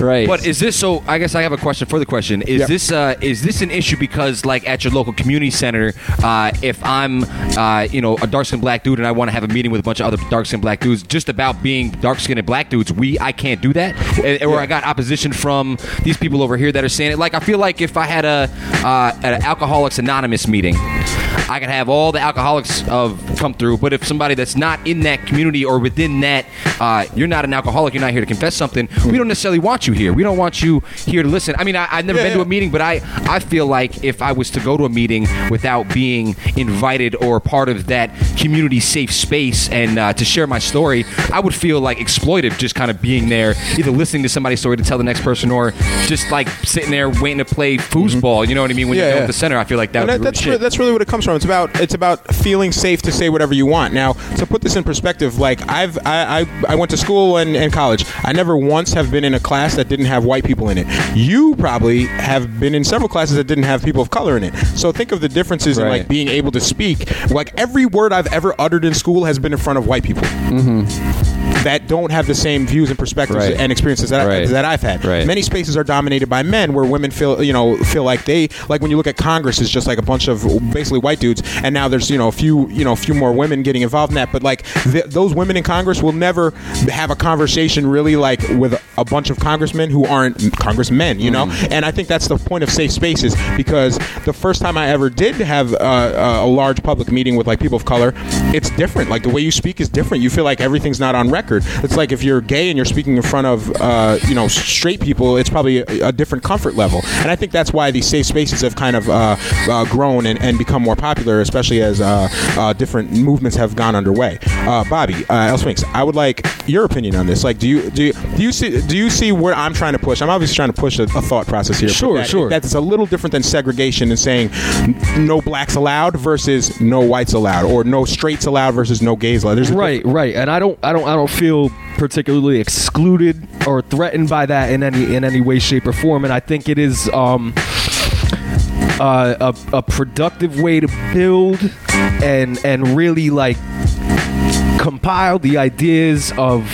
S4: [LAUGHS]
S6: right?
S4: But is this so? I guess I have a question for the question. Is
S3: Yep.
S4: this uh, is this an issue because like at your local community center, uh, if I'm uh, you know a dark skinned black dude and I want to have a meeting with a bunch of other dark skinned black dudes just about being dark skinned and black dudes, we I can't do that, and, or I got opposition from these people over here that are saying it. Like I feel like if I had a uh, an Alcoholics Anonymous meeting, I could have all the alcoholics of come through. But if somebody that's not in that community or within that, uh, you're not an alcoholic, you're not here to confess something. We don't necessarily want you here. We don't want you here to listen. I mean, I, I've never
S3: Yeah,
S4: been to
S3: yeah.
S4: a meeting, but I I feel like if I was to go to a meeting without being invited or part of that community safe space and uh, to share my story, I would feel like exploitive just kind of being there, either listening to somebody's story to tell the next person or just like sitting there waiting to play foosball. You know what I mean? When
S3: Mm-hmm. Yeah,
S4: you're
S3: yeah.
S4: at the center, I feel like that.
S3: And
S4: would
S3: that-
S4: be
S3: that's
S4: shit.
S3: re- that's really what it comes from. It's about it's about feeling safe to say whatever you want. Now, to put this in perspective, like I've I, I, I went to school and, and college. I never once have been in a class that didn't have white people in it. You probably have been in several classes that didn't have people of color in it. So think of the differences in like
S6: Right.
S3: being able to speak. Like every word I've ever uttered in school has been in front of white people
S6: Mm-hmm.
S3: that don't have the same views and perspectives
S6: Right.
S3: and experiences that, I,
S6: Right.
S3: that I've had.
S6: Right.
S3: Many spaces are dominated by men, where women feel you know feel like they like when you look at Congress, it's just like a bunch of basically white dudes, and now there's you know a few you know a few more women getting involved in that. But like th- those women in Congress will never have a conversation really like with a bunch of congressmen who aren't congressmen, you know.
S6: Mm.
S3: And I think that's the point of safe spaces because the first time I ever did have uh, a, a large public meeting with like people of color, it's different. Like the way you speak is different. You feel like everything's not on record. It's like if you're gay and you're speaking in front of uh, you know straight people, it's probably a, a different comfort level. And I think that's why these safe spaces have kind of uh, uh, grown and, and become more popular, especially as uh, uh, different movements have gone underway. Uh, Bobby, uh, L Swinks, I would like your opinion on this. Like, do you do you, do you see do you see where I'm trying to push? I'm obviously trying to push a, a thought process here. but
S8: Sure,
S3: that-
S8: sure.
S3: That's a little different than segregation and saying n- no blacks allowed versus no whites allowed, or no straights allowed versus no gays allowed. There's a
S8: right right and i don't i don't i don't feel particularly excluded or threatened by that in any in any way shape or form and i think it is um uh, a, a productive way to build and and really like compile the ideas of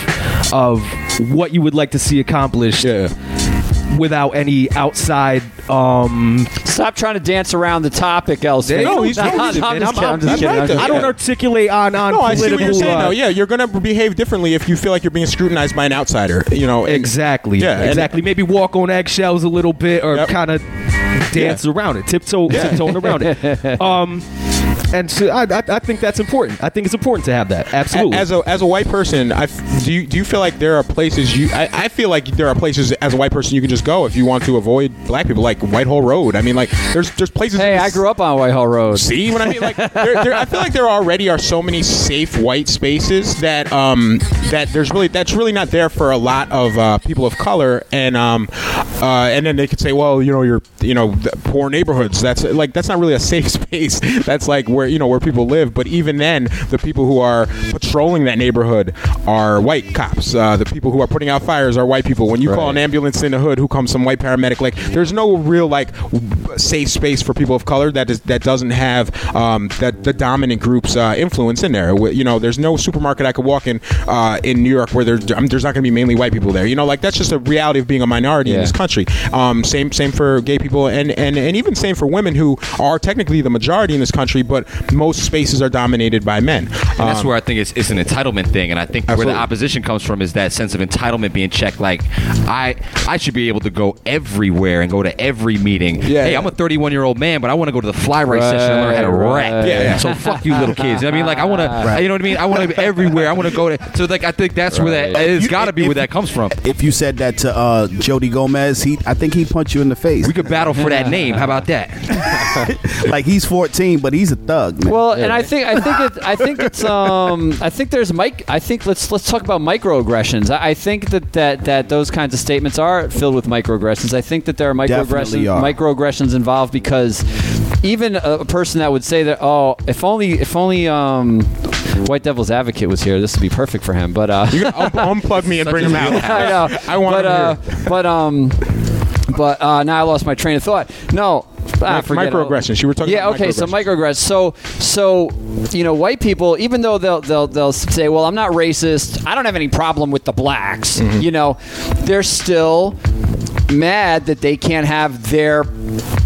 S8: of what you would like to see accomplished
S3: Yeah.
S8: without any outside um
S6: Stop trying to dance around the topic, Elsie.
S8: No,
S3: he's- no,
S6: I'm
S3: he's-
S6: just
S8: I'm-
S6: kidding. I'm just
S3: I'm
S6: kidding.
S3: right
S6: I'm just
S3: there.
S8: I don't
S3: Yeah.
S8: articulate on on
S3: No, I see
S8: political
S3: what you're saying.
S8: uh,
S3: though. Yeah, you're gonna behave differently if you feel like you're being scrutinized by an outsider. You know, and-
S8: Exactly.
S3: Yeah, and-
S8: Exactly. Maybe walk on eggshells a little bit, or
S3: Yep.
S8: kind of dance around it, tiptoe, tiptoeing
S6: [LAUGHS]
S3: [LAUGHS]
S8: around it. Um, and so I, I, I think that's important. I think it's important to have that.
S3: A-
S8: Absolutely.
S3: As a as a white person, I f- do you, do you feel like there are places you I, I feel like there are places as a white person you can just go if you want to avoid black people, like Whitehall Road. I mean, like there's there's places.
S6: Hey, I grew up on Whitehall Road.
S3: See what I mean? Like, there, there, I feel like there already are so many safe white spaces that um that there's really that's really not there for a lot of uh, people of color, and um uh, and then they could say, well, you know, you're you know the poor neighborhoods. That's like that's not really a safe [LAUGHS] space. That's like where you know where people live. But even then, the people who are patrolling that neighborhood are white cops. Uh, the people who are putting out fires are white people. When you call an ambulance in the hood, who comes some white paramedic? Like, there's no real like w- safe space for people of color that is that doesn't have um, that the dominant group's uh, influence in there. Wh- You know, there's no supermarket I could walk in uh, in New York where there, I mean, there's not going to be mainly white people there. You know, like that's just a reality of being a minority in
S6: Yeah.
S3: this country. Um, same same for gay people and, and and even same for women who are technically the majority in this country country, but most spaces are dominated by men.
S4: And that's
S3: Um,
S4: where I think it's, it's an entitlement thing, and I think where
S3: Absolutely.
S4: the opposition comes from is that sense of entitlement being checked. Like, I I should be able to go everywhere and go to every meeting.
S3: Yeah,
S4: hey,
S3: yeah.
S4: I'm a 31 year old man, but I want to go to the fly right, session and learn how to
S6: Right,
S4: rap.
S3: Yeah, yeah.
S4: So fuck you, little kids. You know what I mean, like I want to, you know what I mean. I want to be everywhere. I want to go to. So like, I think that's where that it's got to be where that comes from.
S1: If you said that to uh, Jody Gomez, he I think he punch you in the face.
S4: We could battle for that name. How about that?
S1: [LAUGHS] like he's 14, but he's a thug. Man.
S6: Well, and I think I think it, I think it's um I think there's mic I think let's let's talk about microaggressions. I, I think that, that that those kinds of statements are filled with microaggressions. I think that there are
S1: Definitely
S6: microaggressions
S1: are.
S6: microaggressions involved because even a, a person that would say that oh if only if only um White Devil's Advocate was here this would be perfect for him. But uh,
S3: You're gonna un- unplug me and bring him out.
S6: [LAUGHS] I know.
S3: I want
S6: but,
S3: him
S6: uh, but um, but uh, now I lost my train of thought. No. Ah,
S3: Mi-
S6: forget it.
S3: microaggressions. You were talking
S6: Yeah.
S3: about
S6: okay. So
S3: microaggressions.
S6: microaggress. So so you know, white people, even though they'll they'll they'll say, "Well, I'm not racist. I don't have any problem with the blacks."
S3: Mm-hmm.
S6: You know, they're still mad that they can't have their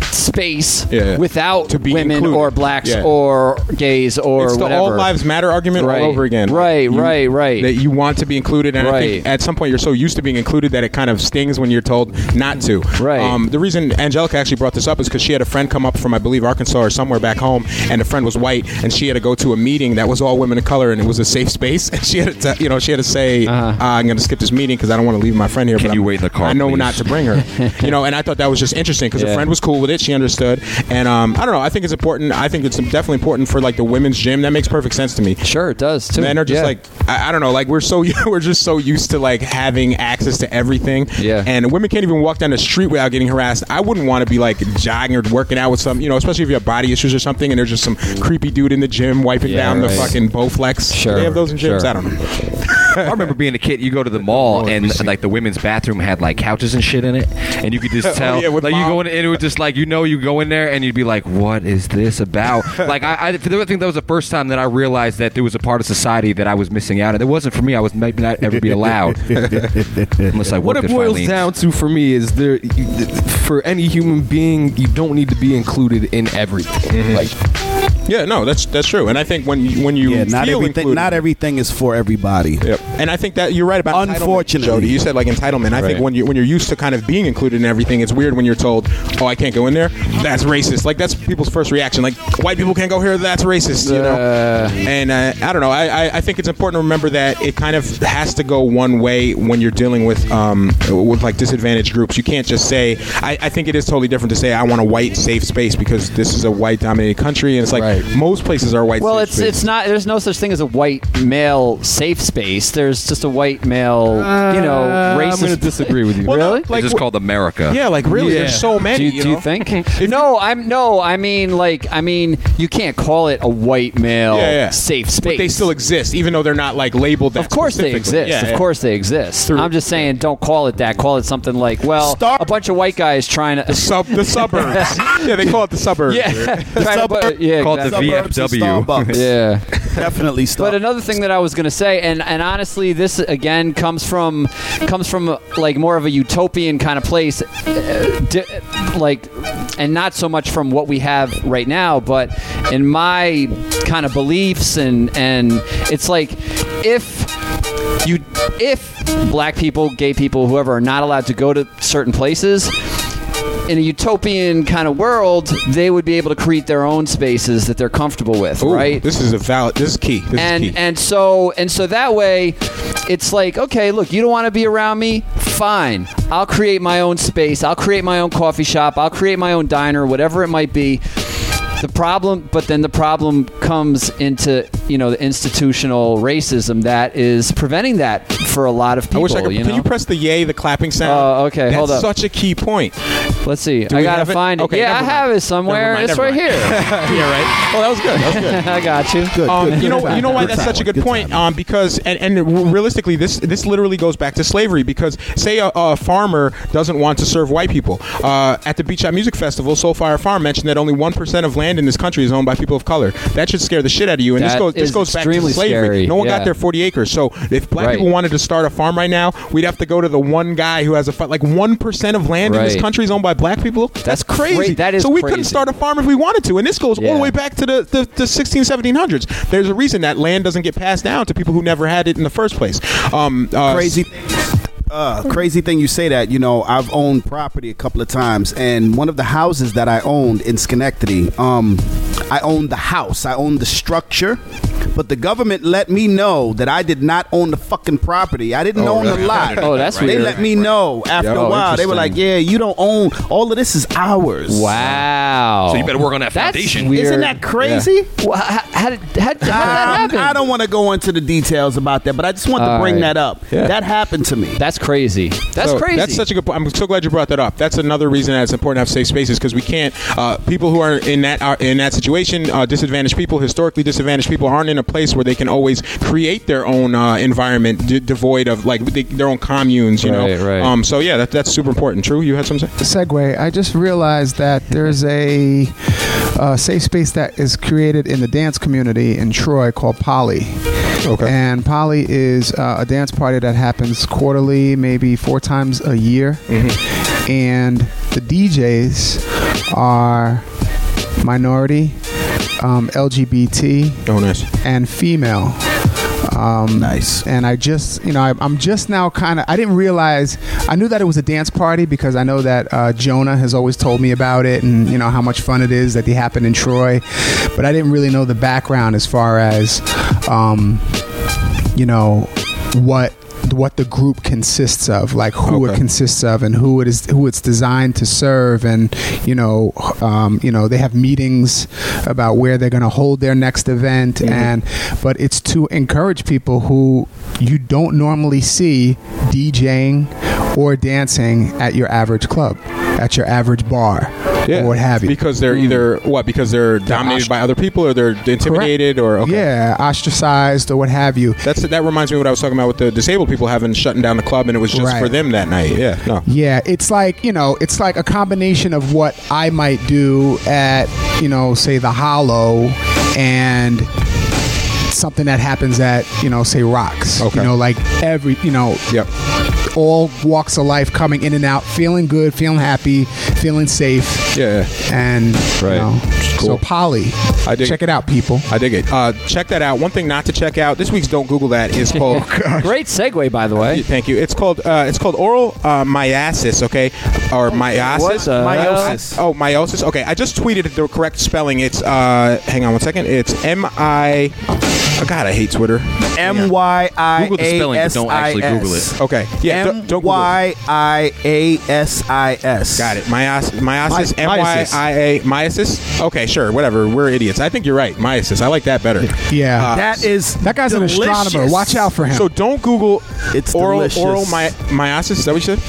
S6: space
S3: Yeah, yeah.
S6: without
S3: To be
S6: women
S3: included.
S6: or blacks
S3: Yeah.
S6: or gays or
S3: it's the
S6: whatever.
S3: all lives matter argument
S6: Right.
S3: all over again.
S6: Right,
S3: You-
S6: right, right.
S3: That you want to be included, and I think
S6: Right.
S3: at some point you're so used to being included that it kind of stings when you're told not to.
S6: Right.
S3: Um, the reason Angelica actually brought this up is because she had a friend come up from I believe Arkansas or somewhere back home, and the friend was white, and she had to go to a meeting that was all women of color, and it was a safe space, [LAUGHS] and she had to, t- you know, she had to say, uh, "I'm going to skip this meeting because I don't want to leave my friend here."
S4: Can
S3: but
S4: you
S3: I'm-
S4: wait in the car,
S3: I know
S4: please?"
S3: not to bring her. you know, and I thought that was just interesting because her friend was cool with it. She understood, and um, I don't know. I think it's important. I think it's definitely important for like the women's gym. That makes perfect sense to me.
S6: Sure, it does too.
S3: Men are just
S6: Yeah.
S3: like I, I don't know, like we're so [LAUGHS] we're just so used to like having access to everything.
S6: Yeah.
S3: And women can't even walk down the street without getting harassed. I wouldn't want to be like jogging or working out with some, you know, especially if you have body issues or something, and there's just some creepy dude in the gym wiping
S6: Yeah,
S3: down
S6: right.
S3: the fucking Bowflex.
S6: Sure,
S3: They have those in gyms.
S6: sure.
S3: I don't know.
S4: [LAUGHS] I remember being a kid. You go to the mall and like the women's bathroom had like couches and shit in it, and you could
S3: [LAUGHS]
S4: just tell.
S3: Oh, yeah, with
S4: like you
S3: mom.
S4: go in, and it was just like you know you go in there and you'd be like, "What is this
S3: [LAUGHS]
S4: about?" like I, I, I think that was the first time that I realized that there was a part of society that I was missing out, and it wasn't for me. I was maybe not ever be
S3: [LAUGHS]
S4: allowed unless I
S8: What
S4: worked
S8: it
S4: at
S8: boils
S4: Filene's.
S8: down to for me is there, you, for any human being, you don't need to be included in everything. Like,
S3: Yeah, no, that's that's true. And I think when you, when you
S1: yeah, not
S3: feel
S1: everything.
S3: included-
S1: Not everything is for everybody.
S3: Yep. And I think that you're right about entitlement,
S1: Unfortunately.
S3: Jody. You said like entitlement. I think when you when you're used to kind of being included in everything, it's weird when you're told, "Oh, I can't go in there. That's racist." Like that's people's first reaction. Like white people can't go here. That's racist. You know. and uh, I don't know. I, I I think it's important to remember that it kind of has to go one way when you're dealing with um with like disadvantaged groups. You can't just say. I, I think it is totally different to say I want a white safe space because this is a white dominated country, and it's like
S8: Right.
S3: most places are white.
S6: Well,
S3: safe
S6: it's
S3: spaces.
S6: it's not. There's no such thing as a white male safe space. There's just a white male, you know,
S8: Uh, I'm
S6: racist.
S8: gonna
S6: [LAUGHS]
S8: disagree with you.
S3: Well, no,
S6: really?
S4: It's just called America.
S3: Yeah, like really,
S8: Yeah.
S3: there's so many.
S6: do you, do you
S3: know?
S6: think?
S3: [LAUGHS]
S6: no, I'm no. I mean, like, I mean, you can't call it a white male
S3: Yeah, yeah.
S6: safe space.
S3: But they still exist, even though they're not like labeled. That
S6: Of course they
S3: specifically.
S6: exist.
S3: Yeah,
S6: of
S3: yeah.
S6: course they exist.
S3: Through-
S6: I'm just saying, don't call it that. Call it something like, well,
S1: Star-
S6: a bunch of white guys trying to.
S3: Sub the
S6: [LAUGHS]
S3: suburbs. yeah, they call it the suburbs.
S6: yeah, trying to
S1: suburb-
S6: put- yeah,
S4: Called the
S6: exactly.
S1: Suburbs and
S4: VFW.
S1: Starbucks.
S6: yeah.
S1: definitely.
S6: But
S1: Stop.
S6: another thing that I was going to say, and, and honestly, this again comes from comes from like more of a utopian kind of place, uh, di- like, and not so much from what we have right now, but in my kind of beliefs and and it's like if you if black people, gay people, whoever are not allowed to go to certain places, in a utopian kind of world, they would be able to create their own spaces that they're comfortable with,
S3: Ooh,
S6: right?
S3: This is a valid. This is key. This
S6: and
S3: is key.
S6: and so and so that way it's like okay look you don't want to be around me fine i'll create my own space i'll create my own coffee shop i'll create my own diner whatever it might be the problem but then the problem comes into you know the institutional racism that is preventing that for a lot of people
S3: I wish I could.
S6: you
S3: Can
S6: know
S3: you press the yay, the clapping sound?
S6: Oh, okay,
S3: That's
S6: hold up.
S3: Such a key point.
S6: let's see
S3: we
S6: i gotta
S3: have it?
S6: find it
S3: Okay,
S6: yeah i
S3: never
S6: have
S3: mind.
S6: it somewhere
S3: Never mind,
S6: it's
S3: never
S6: right
S3: mind.
S6: here
S3: [LAUGHS] yeah, right. Well, that was good. That was
S6: [LAUGHS]
S3: good.
S6: i got you
S1: Good,
S3: Um,
S1: good,
S3: you
S1: good
S3: know, you know why
S1: timing,
S3: that's such a good
S1: timing.
S3: point. Um, because and, and realistically, this this literally goes back to slavery. Because say a, a farmer doesn't want to serve white people uh, at the Beach Out Music Festival, Soulfire Farm mentioned that only one percent of land in this country is owned by people of color. That should scare the shit out of you. And
S6: That
S3: this goes goes this
S6: is
S3: goes back to
S6: extremely
S3: slavery.
S6: scary.
S3: No one
S6: Yeah.
S3: got their 40 acres. So if black
S6: Right.
S3: people wanted to start a farm right now, we'd have to go to the one guy who has a fa- like one percent of land in
S6: Right.
S3: this country is owned by black people. That's, crazy.
S6: cra- that is
S3: so we couldn't
S6: crazy.
S3: start a farm if we wanted to. And this goes all
S6: Yeah.
S3: the way back to the, the, the 16, 1700s. There's a reason that land doesn't get passed down to people who never had it in the first place. Um, uh,
S1: crazy uh, crazy thing you say that you know i've owned property a couple of times and one of the houses that i owned in schenectady um, i owned the house i owned the structure but the government let me know that i did not own the fucking property i didn't
S6: [LAUGHS]
S1: own the lot
S6: Oh, that's
S1: they
S6: weird.
S1: let me know after
S6: Yeah.
S1: a
S6: Oh,
S1: while they were like
S6: interesting.
S1: yeah you don't own all of this is ours
S6: Wow.
S4: So you better work on that
S6: That's
S4: foundation.
S6: weird.
S1: isn't that crazy
S6: Wha- how, how did, how, did- how did that
S1: Um,
S6: happen?
S1: I don't want to go into the details about that, but I just want to
S6: All
S1: bring
S6: right.
S1: that up. That happened to me.
S6: That's crazy. That's
S3: So
S6: crazy.
S3: That's such a good point. I'm so glad you brought that up. That's another reason that it's important to have safe spaces because we can't. Uh, people who are in that are in that situation, uh, disadvantaged people, historically disadvantaged people, aren't in a place where they can always create their own uh, environment d- devoid of like th- their own communes. You
S6: Right,
S3: know.
S6: right.
S3: Um. So yeah, that, that's super important. True. You had something. to say?
S9: segue. I just realized that there's a uh, safe space that is created in the dance community in Troy called Polly.
S3: Okay.
S9: And Polly is uh, a dance party that happens quarterly, maybe four times a year.
S7: Mm-hmm.
S9: And the DJs are minority, um, LGBT,
S3: Oh, nice.
S9: and female. Um,
S1: Nice.
S9: And I just, you know, I, I'm just now kind of. I didn't realize. I knew that it was a dance party because I know that uh, Jonah has always told me about it, and you know how much fun it is that they happen in Troy. But I didn't really know the background as far as, um, you know, what what the group consists of, like who it
S3: Okay.
S9: consists of, and who it is who it's designed to serve, and you know, um, you know, they have meetings about where they're going to hold their next event, and but it's to encourage people who you don't normally see DJing or dancing at your average club, at your average bar, or what have you. Mm.
S3: Because they're either what? Because they're dominated
S9: ostr-
S3: by other people, or they're intimidated, or okay.
S9: yeah, ostracized or what have you.
S3: That's that reminds me of what I was talking about with the disabled people having shutting down the club, and it was just
S9: Right.
S3: for them that night. Yeah. No.
S9: Yeah, it's like, you know, it's like a combination of what I might do at, you know, say the hollow and something that happens at, you know, say rocks.
S3: Okay.
S9: You know, like every, you know,
S3: Yep.
S9: all walks of life coming in and out, feeling good, feeling happy, feeling safe.
S3: Yeah.
S9: And,
S3: Right.
S9: you know,
S3: Cool.
S9: so Polly,
S3: I dig
S9: check
S3: it.
S9: it out, people.
S3: I dig it. Uh, check that out. One thing not to check out this week's Don't Google That
S1: [LAUGHS]
S3: is called.
S1: Oh,
S6: Great segue, by the way.
S3: Thank you. It's called uh, it's called oral uh, myiasis. Okay, or myiasis.
S6: What the-
S1: Meiosis.
S3: Oh, meiosis. Okay, I just tweeted the correct spelling. It's uh, hang on one second. It's M I. Oh, God, I hate Twitter.
S1: M Y I
S4: Google the spelling,
S1: A
S4: but
S1: S
S4: don't
S1: I
S4: actually Google it.
S1: S.
S3: Okay, yeah, don't-
S1: M
S3: don't Google it.
S1: Y I A S I S.
S3: Got it. Myiasis. Myiasis. M
S8: My-
S3: Y I A. Myiasis. Okay, sure. Whatever. We're idiots. I think you're right. Myiasis. I like that better. Uh,
S9: Yeah.
S1: That is
S9: that guy's an
S1: delicious.
S9: astronomer. Watch out for him.
S3: So don't Google
S1: It's
S3: oral
S1: delicious.
S3: oral my, myiasis. Is that what you said?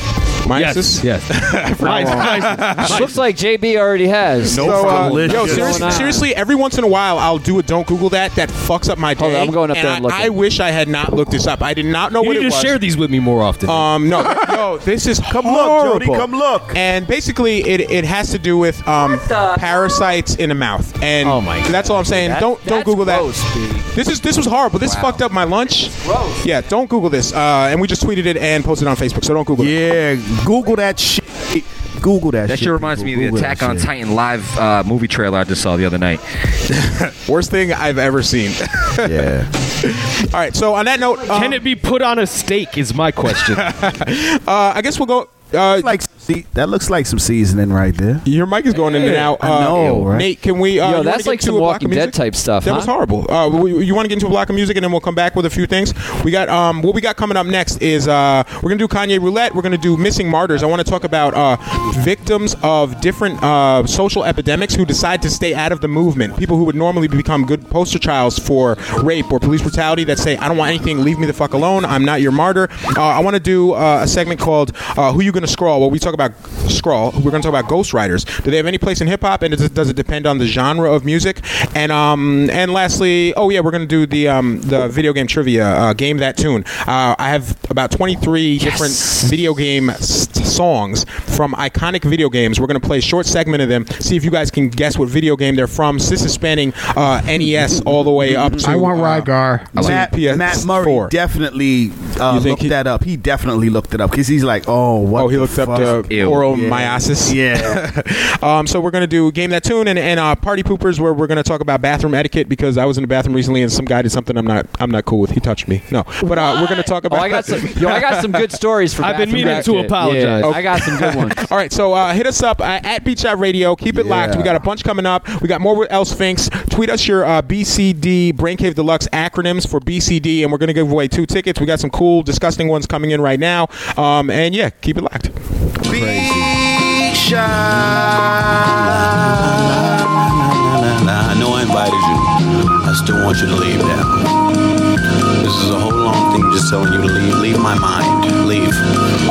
S3: Myiasis.
S8: Yes.
S3: [LAUGHS]
S8: uh,
S6: Looks like JB already has.
S1: No
S3: So, uh,
S1: problem.
S3: yo,
S6: What's going
S3: seriously,
S6: on?
S3: seriously, every once in a while, I'll do a don't Google that. That fucks up my day.
S6: Hold on, I'm going up there and looking.
S3: I, I wish I had not looked this up. I did not know
S8: You
S3: what
S8: need
S3: it
S8: to
S3: was.
S8: share these with me more often.
S3: um,
S1: [LAUGHS]
S3: no, no, this is come
S1: look, Jody,
S3: horrible.
S1: come look.
S3: And basically, it, it has to do with um, parasites in the mouth. And
S6: Oh my God.
S3: that's all I'm saying.
S6: That-
S3: don't don't
S6: that's
S3: Google
S6: gross,
S3: that.
S6: B.
S3: This is this was horrible. This fucked up my lunch.
S6: gross.
S3: Yeah, don't Google this. Uh, and we just tweeted it and posted it on Facebook. So don't Google it.
S1: Yeah, Google that shit. Google that.
S4: That
S1: shit,
S4: shit reminds me of
S1: people.
S4: the
S1: Google
S4: Attack
S1: that
S4: on
S1: shit.
S4: Titan live uh, movie trailer I just saw the other night.
S3: [LAUGHS] Worst thing I've ever seen.
S1: Yeah.
S3: all right. So on that note, um,
S8: Can it be put on a steak? Is
S4: [LAUGHS]
S8: my question.
S3: uh, I guess we'll go. Uh,
S1: Like, see, that looks like some seasoning right there.
S3: Your mic is going in and out.
S1: I know,
S3: Ew.
S1: right?
S3: Nate, can we? Uh, you
S6: Yo,
S3: wanna
S6: that's
S3: get
S6: like
S3: to
S6: some
S3: a block
S6: Walking
S3: of music?
S6: Dead type stuff,
S3: That
S6: huh?
S3: was horrible. Uh, we, you want to get into a block of music, and then we'll come back with a few things. We got um, what we got coming up next is uh, we're gonna do Kanye Roulette. We're gonna do Missing Martyrs. I want to talk about uh, victims of different uh, social epidemics who decide to stay out of the movement. People who would normally become good poster childs for rape or police brutality that say, "I don't want anything. Leave me the fuck alone. I'm not your martyr." Uh, I want to do uh, a segment called uh, "Who You Gonna." in a scrawl, well, we talk about scrawl. We're going to talk about ghostwriters. Do they have any place in hip hop? And does it, does it depend on the genre of music? And um, and lastly, oh yeah, we're going to do the um, the video game trivia uh, game that tune. Uh, I have about 23 different video game s- songs from iconic video games. We're going to play a short segment of them. See if you guys can guess what video game they're from. This is spanning uh, NES all the way up to
S9: I want
S3: uh,
S9: Rygar.
S3: to
S1: Matt,
S3: PS4.
S1: Matt Murray definitely uh,
S3: You think
S1: looked
S3: he-
S1: that up. He definitely looked it up because he's like, oh, what?
S3: Oh, he
S1: the
S3: looked
S1: fuck?
S3: up the
S4: Ew.
S3: oral
S1: Yeah.
S3: meiosis. [LAUGHS]
S1: Yeah.
S3: um, so we're gonna do game that tune and, and uh, party poopers where we're gonna talk about bathroom etiquette because I was in the bathroom recently and some guy did something I'm not I'm not cool with. He touched me. No, but uh, we're gonna talk
S6: Oh,
S3: about.
S6: I
S3: [LAUGHS]
S6: got some. Yo, I got some good stories for.
S8: I've been
S6: bathroom
S8: meaning
S6: etiquette.
S8: to apologize.
S6: Yeah, I got some good ones.
S3: [LAUGHS] All right, so uh, hit us up uh, at Beach Out Radio. Keep it locked. We got a bunch coming up. We got more with L Sphinx. Tweet us your uh, BCD Brain Cave Deluxe acronyms for BCD, and we're gonna give away two tickets. We got some cool, disgusting ones coming in right now. Um, and yeah, keep it locked.
S1: Be
S6: Ah.
S1: shy.
S10: Now, I know I invited you. I still want you to leave now. This is a whole long thing just telling you to leave. Leave my mind. Leave. I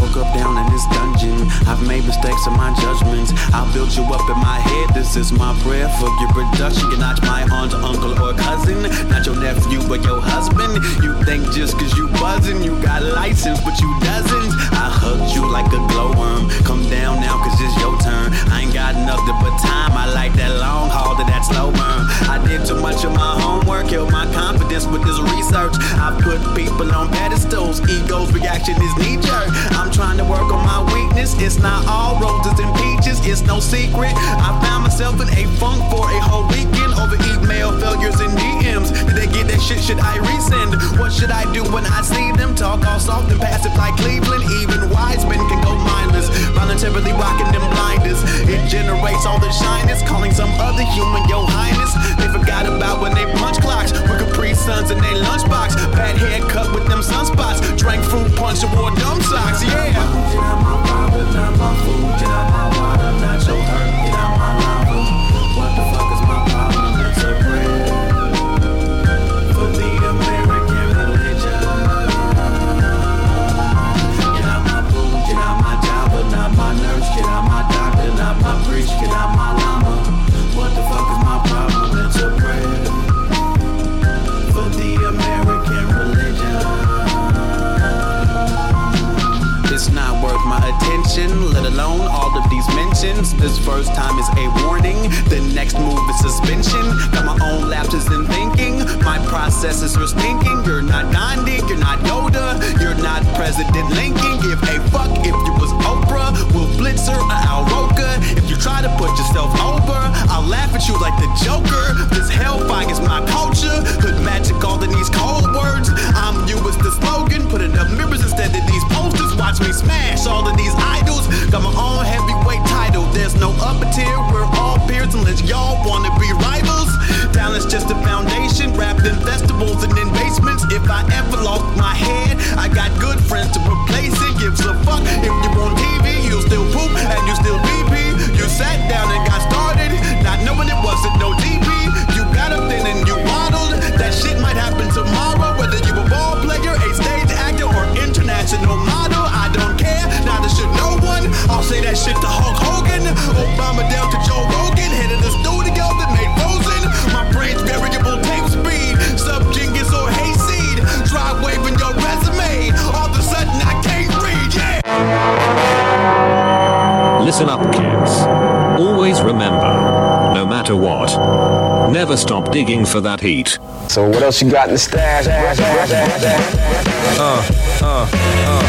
S10: woke up down in this dungeon. I've made mistakes in my judgments. I built you up in my head. This is my prayer for your production. You're not my aunt, uncle, or cousin. Not your nephew, but your husband. You think just cause you buzzing, you got license, but you doesn't. I hugged you like a glowworm. Come down now, cause it's your turn. I ain't got nothing but time. I like that long haul to that slow burn. I did too much of my homework, killed my confidence with this research. I put people on pedestals, egos, reaction is knee jerk. I'm trying to work on my weakness. It's not all roses and peaches, it's no secret. I found myself in a funk for a whole weekend over email failures and DMs. Did they get that shit? Should I resend? What should I do when I see them? Talk all soft and passive like Cleveland. Even wise men can go mindless, voluntarily rocking them blinders. It generates all the shyness, calling some other human your highness. They forgot about when they punch clocks, with Capri Suns in their lunchbox. Bad haircut with them sunspots, drank fruit punch and wore dumb socks. Yeah. Get out my Bible, get out my food, get out my water, not your hurt, get out my lava. What the fuck is my problem? It's a prayer for the American religion. Get out my boo, get out my job, but not my nurse, get out my doctor, not my priest, get out my llama. What the fuck is my problem? It's a prayer for the American religion. It's not worth my attention, let alone all of these mentions. This first time is a warning, the next move is suspension. Got my own lapses in thinking, my processes are stinking. You're not Gandhi, you're not Yoda, you're not President Lincoln. Give a fuck if you was Oprah, Will Blitzer, or Al Roker. If you try to put yourself over, I'll laugh at you like the Joker. This hellfire is my culture, hood magic all in these cold words. I'm you is the slogan, putting up mirrors instead of these posters. Watch me smash all of these idols. Got my own heavyweight title. There's no upper tier. We're all peers unless y'all wanna be rivals. Talent's just a foundation, wrapped in festivals and in basements. If I ever lost my head, I got good friends to replace it. Gives a fuck if you on TV, you still poop and you still BP. You sat down and got started, not knowing it wasn't no DP. You got up then and you waddled. That shit might happen tomorrow, whether you a ball player, a stage actor, or international model. I don't care, neither should no one. I'll say that shit to Hulk Hogan, Obama down to Joe Rogan, head of the studio that made Rosen. My brain's variable tape speed, sub Genghis or hayseed. Try waving your resume, all of a sudden I can't read. Yeah.
S11: Listen up, kids. Always remember, no matter what, never stop digging for that heat.
S2: So what else you got in the stash?
S11: Uh,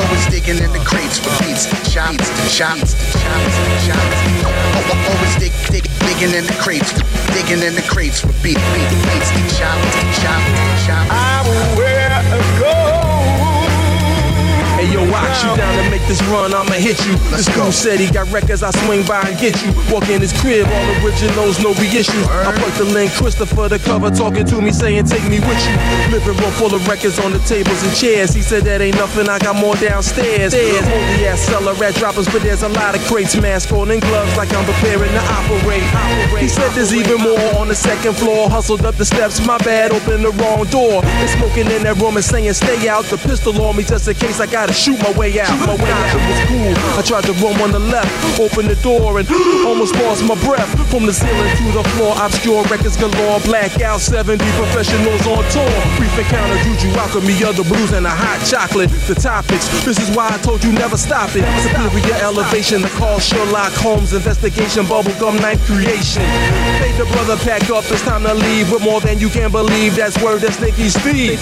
S12: Always digging in the crates for beats, shots, shots, shots, shots. Always dig, dig, digging in the crates, digging in the crates for beat, beat, beats, shop, shop, shop.
S2: Hey yo, Rock,
S13: Knock you down and make this run, I'ma hit you. This dude said he got records, I swing by and get you. Walk in his crib, all originals, no reissue. I fucked the link, Christopher the cover, talking to me, saying take me with you. Living room full of records on the tables and chairs. He said that ain't nothing, I got more downstairs. There's holy ass cellar rat droppers, but there's a lot of crates, mask on and gloves, like I'm preparing to operate. He said there's even more on the second floor. Hustled up the steps, my bad, opened the wrong door. They smoking in that room and saying stay out. The pistol on me just in case I gotta shoot my way out. My way out. It was cool. I tried to roam on the left, opened the door and [GASPS] almost lost my breath. From the ceiling to the floor, obscure records galore. Blackout 70 professionals on tour. Brief encounter, juju, alchemy, other blues, and a hot chocolate. The topics. This is why I told you never stop it. Superior elevation, the call Sherlock Holmes investigation, bubblegum knife creation. Fade the brother, pack up. It's time to leave with more than you can believe. That's word. That's Nicky Steve.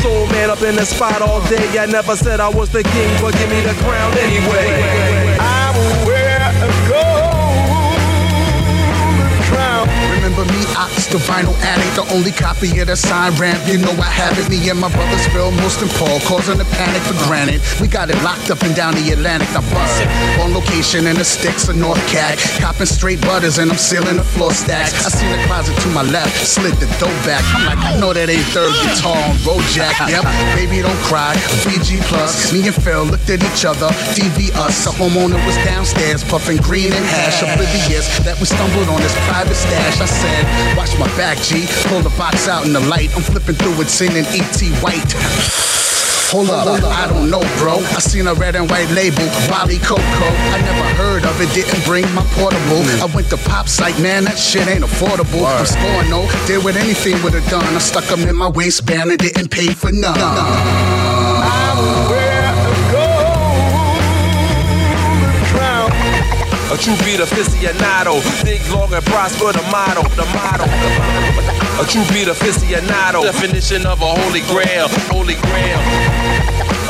S13: Soul man up in the spot all day. I never said I was the king, but give me the crown anyway. I will wear a
S12: Remember me, Ox, the vinyl addict, the only copy of the sign ramp. You know I have it. Me and my brothers Phil, Most and Paul, causing the panic for granted. We got it locked up and down the Atlantic. I bust it on location in the sticks of North Cat, copping straight butters and I'm sealing the floor stacks. I see the closet to my left, slid the dope back. I'm like, I know that ain't third guitar on Rojack. Yep, baby, don't cry. BG plus. Me and Phil looked at each other, DV us. The homeowner was downstairs, puffing green and hash, oblivious that we stumbled on this private stash. I said, watch my back, G. Pull the box out in the light. I'm flipping through it, singing E.T. White. Hold up, I don't know, bro. I seen a red and white label, Wally Coco. I never heard of it, didn't bring my portable. I went to pop site, man, that shit ain't affordable. I'm scoring, no, did what anything would've done. I stuck them in my waistband and didn't pay for none.
S11: uh.
S13: A true beat of aficionado. Dig long and prosper the motto. The motto. A true beat of aficionado. Definition of a holy grail. Holy grail.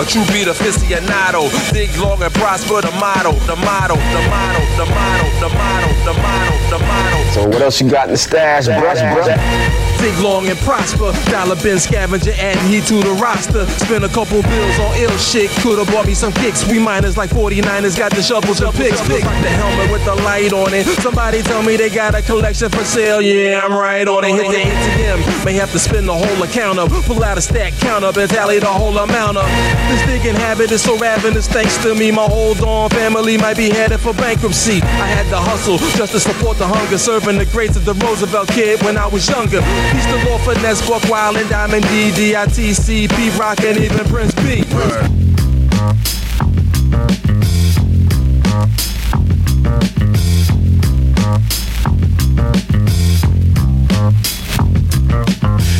S13: A true beat of aficionado. Dig long and prosper the motto. The motto. The motto. The motto. The motto. The motto. The motto.
S14: So what else you got in the stash, bruh?
S13: Dig long and prosper. Dollar bin scavenger, adding heat to the roster. Spend a couple bills on ill shit. Coulda bought me some kicks. We miners like 49ers got the shovels and picks. Pick the helmet with the light on it. Somebody tell me they got a collection for sale. Yeah, I'm right on it. Hit the ATM. May have to spend the whole account up. Pull out a stack, count up, and tally the whole amount up. This digging habit is so ravenous. Thanks to me, my whole darn family might be headed for bankruptcy. I had to hustle just to support the hunger. Serving the greats of the Roosevelt kid when I was younger. He's the law finesse, Buck Wild, and Diamond D, D-I-T-C, P-Rock, and even Prince B.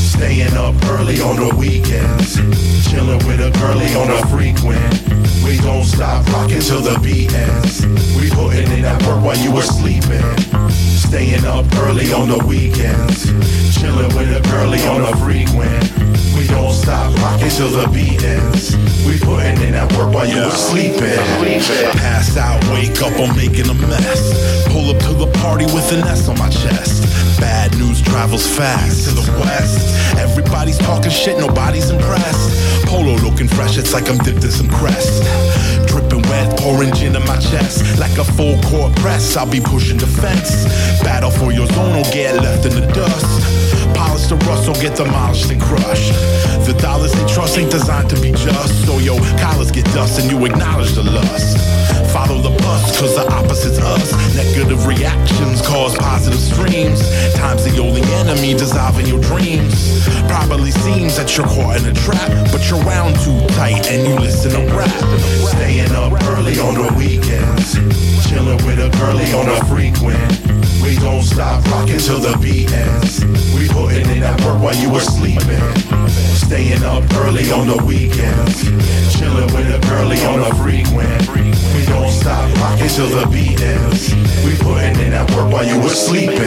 S15: Staying up early on the weekends, chilling with a girlie on a frequent. We don't stop rocking till the beat ends. We putting in that work while you were sleeping. Staying up early on the weekends, chilling with a girlie on a frequent. We don't stop rocking till the beat ends. We putting in that work while you were sleeping. Pass out, wake up, I'm making a mess. Pull up to the party with an S on my chest. Bad news travels fast to the west. Everybody's talking shit, nobody's impressed. Polo looking fresh, it's like I'm dipped in some crest. Dripping wet, pouring gin in my chest. Like a full court press, I'll be pushing the fence. Battle for your zone will get left in the dust. Polish the rust, will get demolished and crushed. The dollars they trust ain't designed to be just. So your collars get dust and you acknowledge the lust. Follow the bus, cause the opposite's us. Negative reactions cause positive streams. Time's the only enemy dissolving your dreams. Probably seems that you're caught in a trap, but you're wound too tight and you listen to rap. Staying up early on the weekends, chilling with a girlie on a frequent. We don't stop rocking till the beat ends. We putting in that work while you were sleeping. Staying up early on the weekends. Chilling with a girlie on a frequent. We don't stop rocking till the beat ends. We putting in that work while you were sleeping.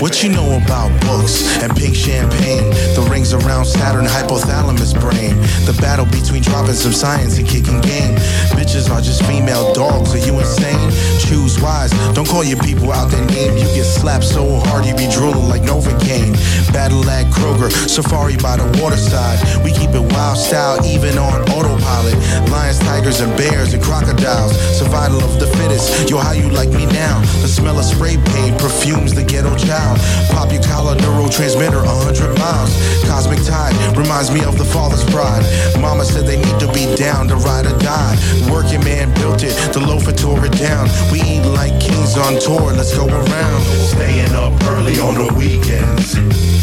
S16: What you know about books and pink champagne? The rings around Saturn hypothalamus brain. The battle between dropping some science and kicking game. Bitches are just female dogs. Are you insane? Choose wise. Don't Call your people out their name, you get slapped so hard you be drooling like Novocaine. Battle at Kroger, safari by the waterside. We keep it wild style, even on autopilot. Lions, tigers, and bears and crocodiles. Survival of the fittest, yo, how you like me now? The smell of spray paint perfumes the ghetto child. Pop your collar, neurotransmitter, 100 miles. Cosmic tide reminds me of the father's pride. Mama said they need to be down to ride or die. Working man built it, the loafer tore it down. We eat like kings on tour, let's go around.
S15: Staying up early on the weekends.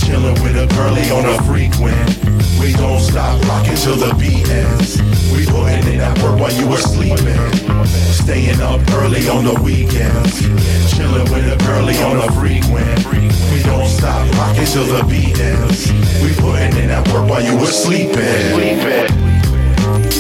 S15: Chilling with a girlie on a frequent. We don't stop rocking till the beat ends. We putting in that work while you were sleeping. Staying up early on the weekends. Chilling with a girlie on a frequent. We don't stop rocking till the beat ends. We putting in that work while you were sleeping. Sleeping.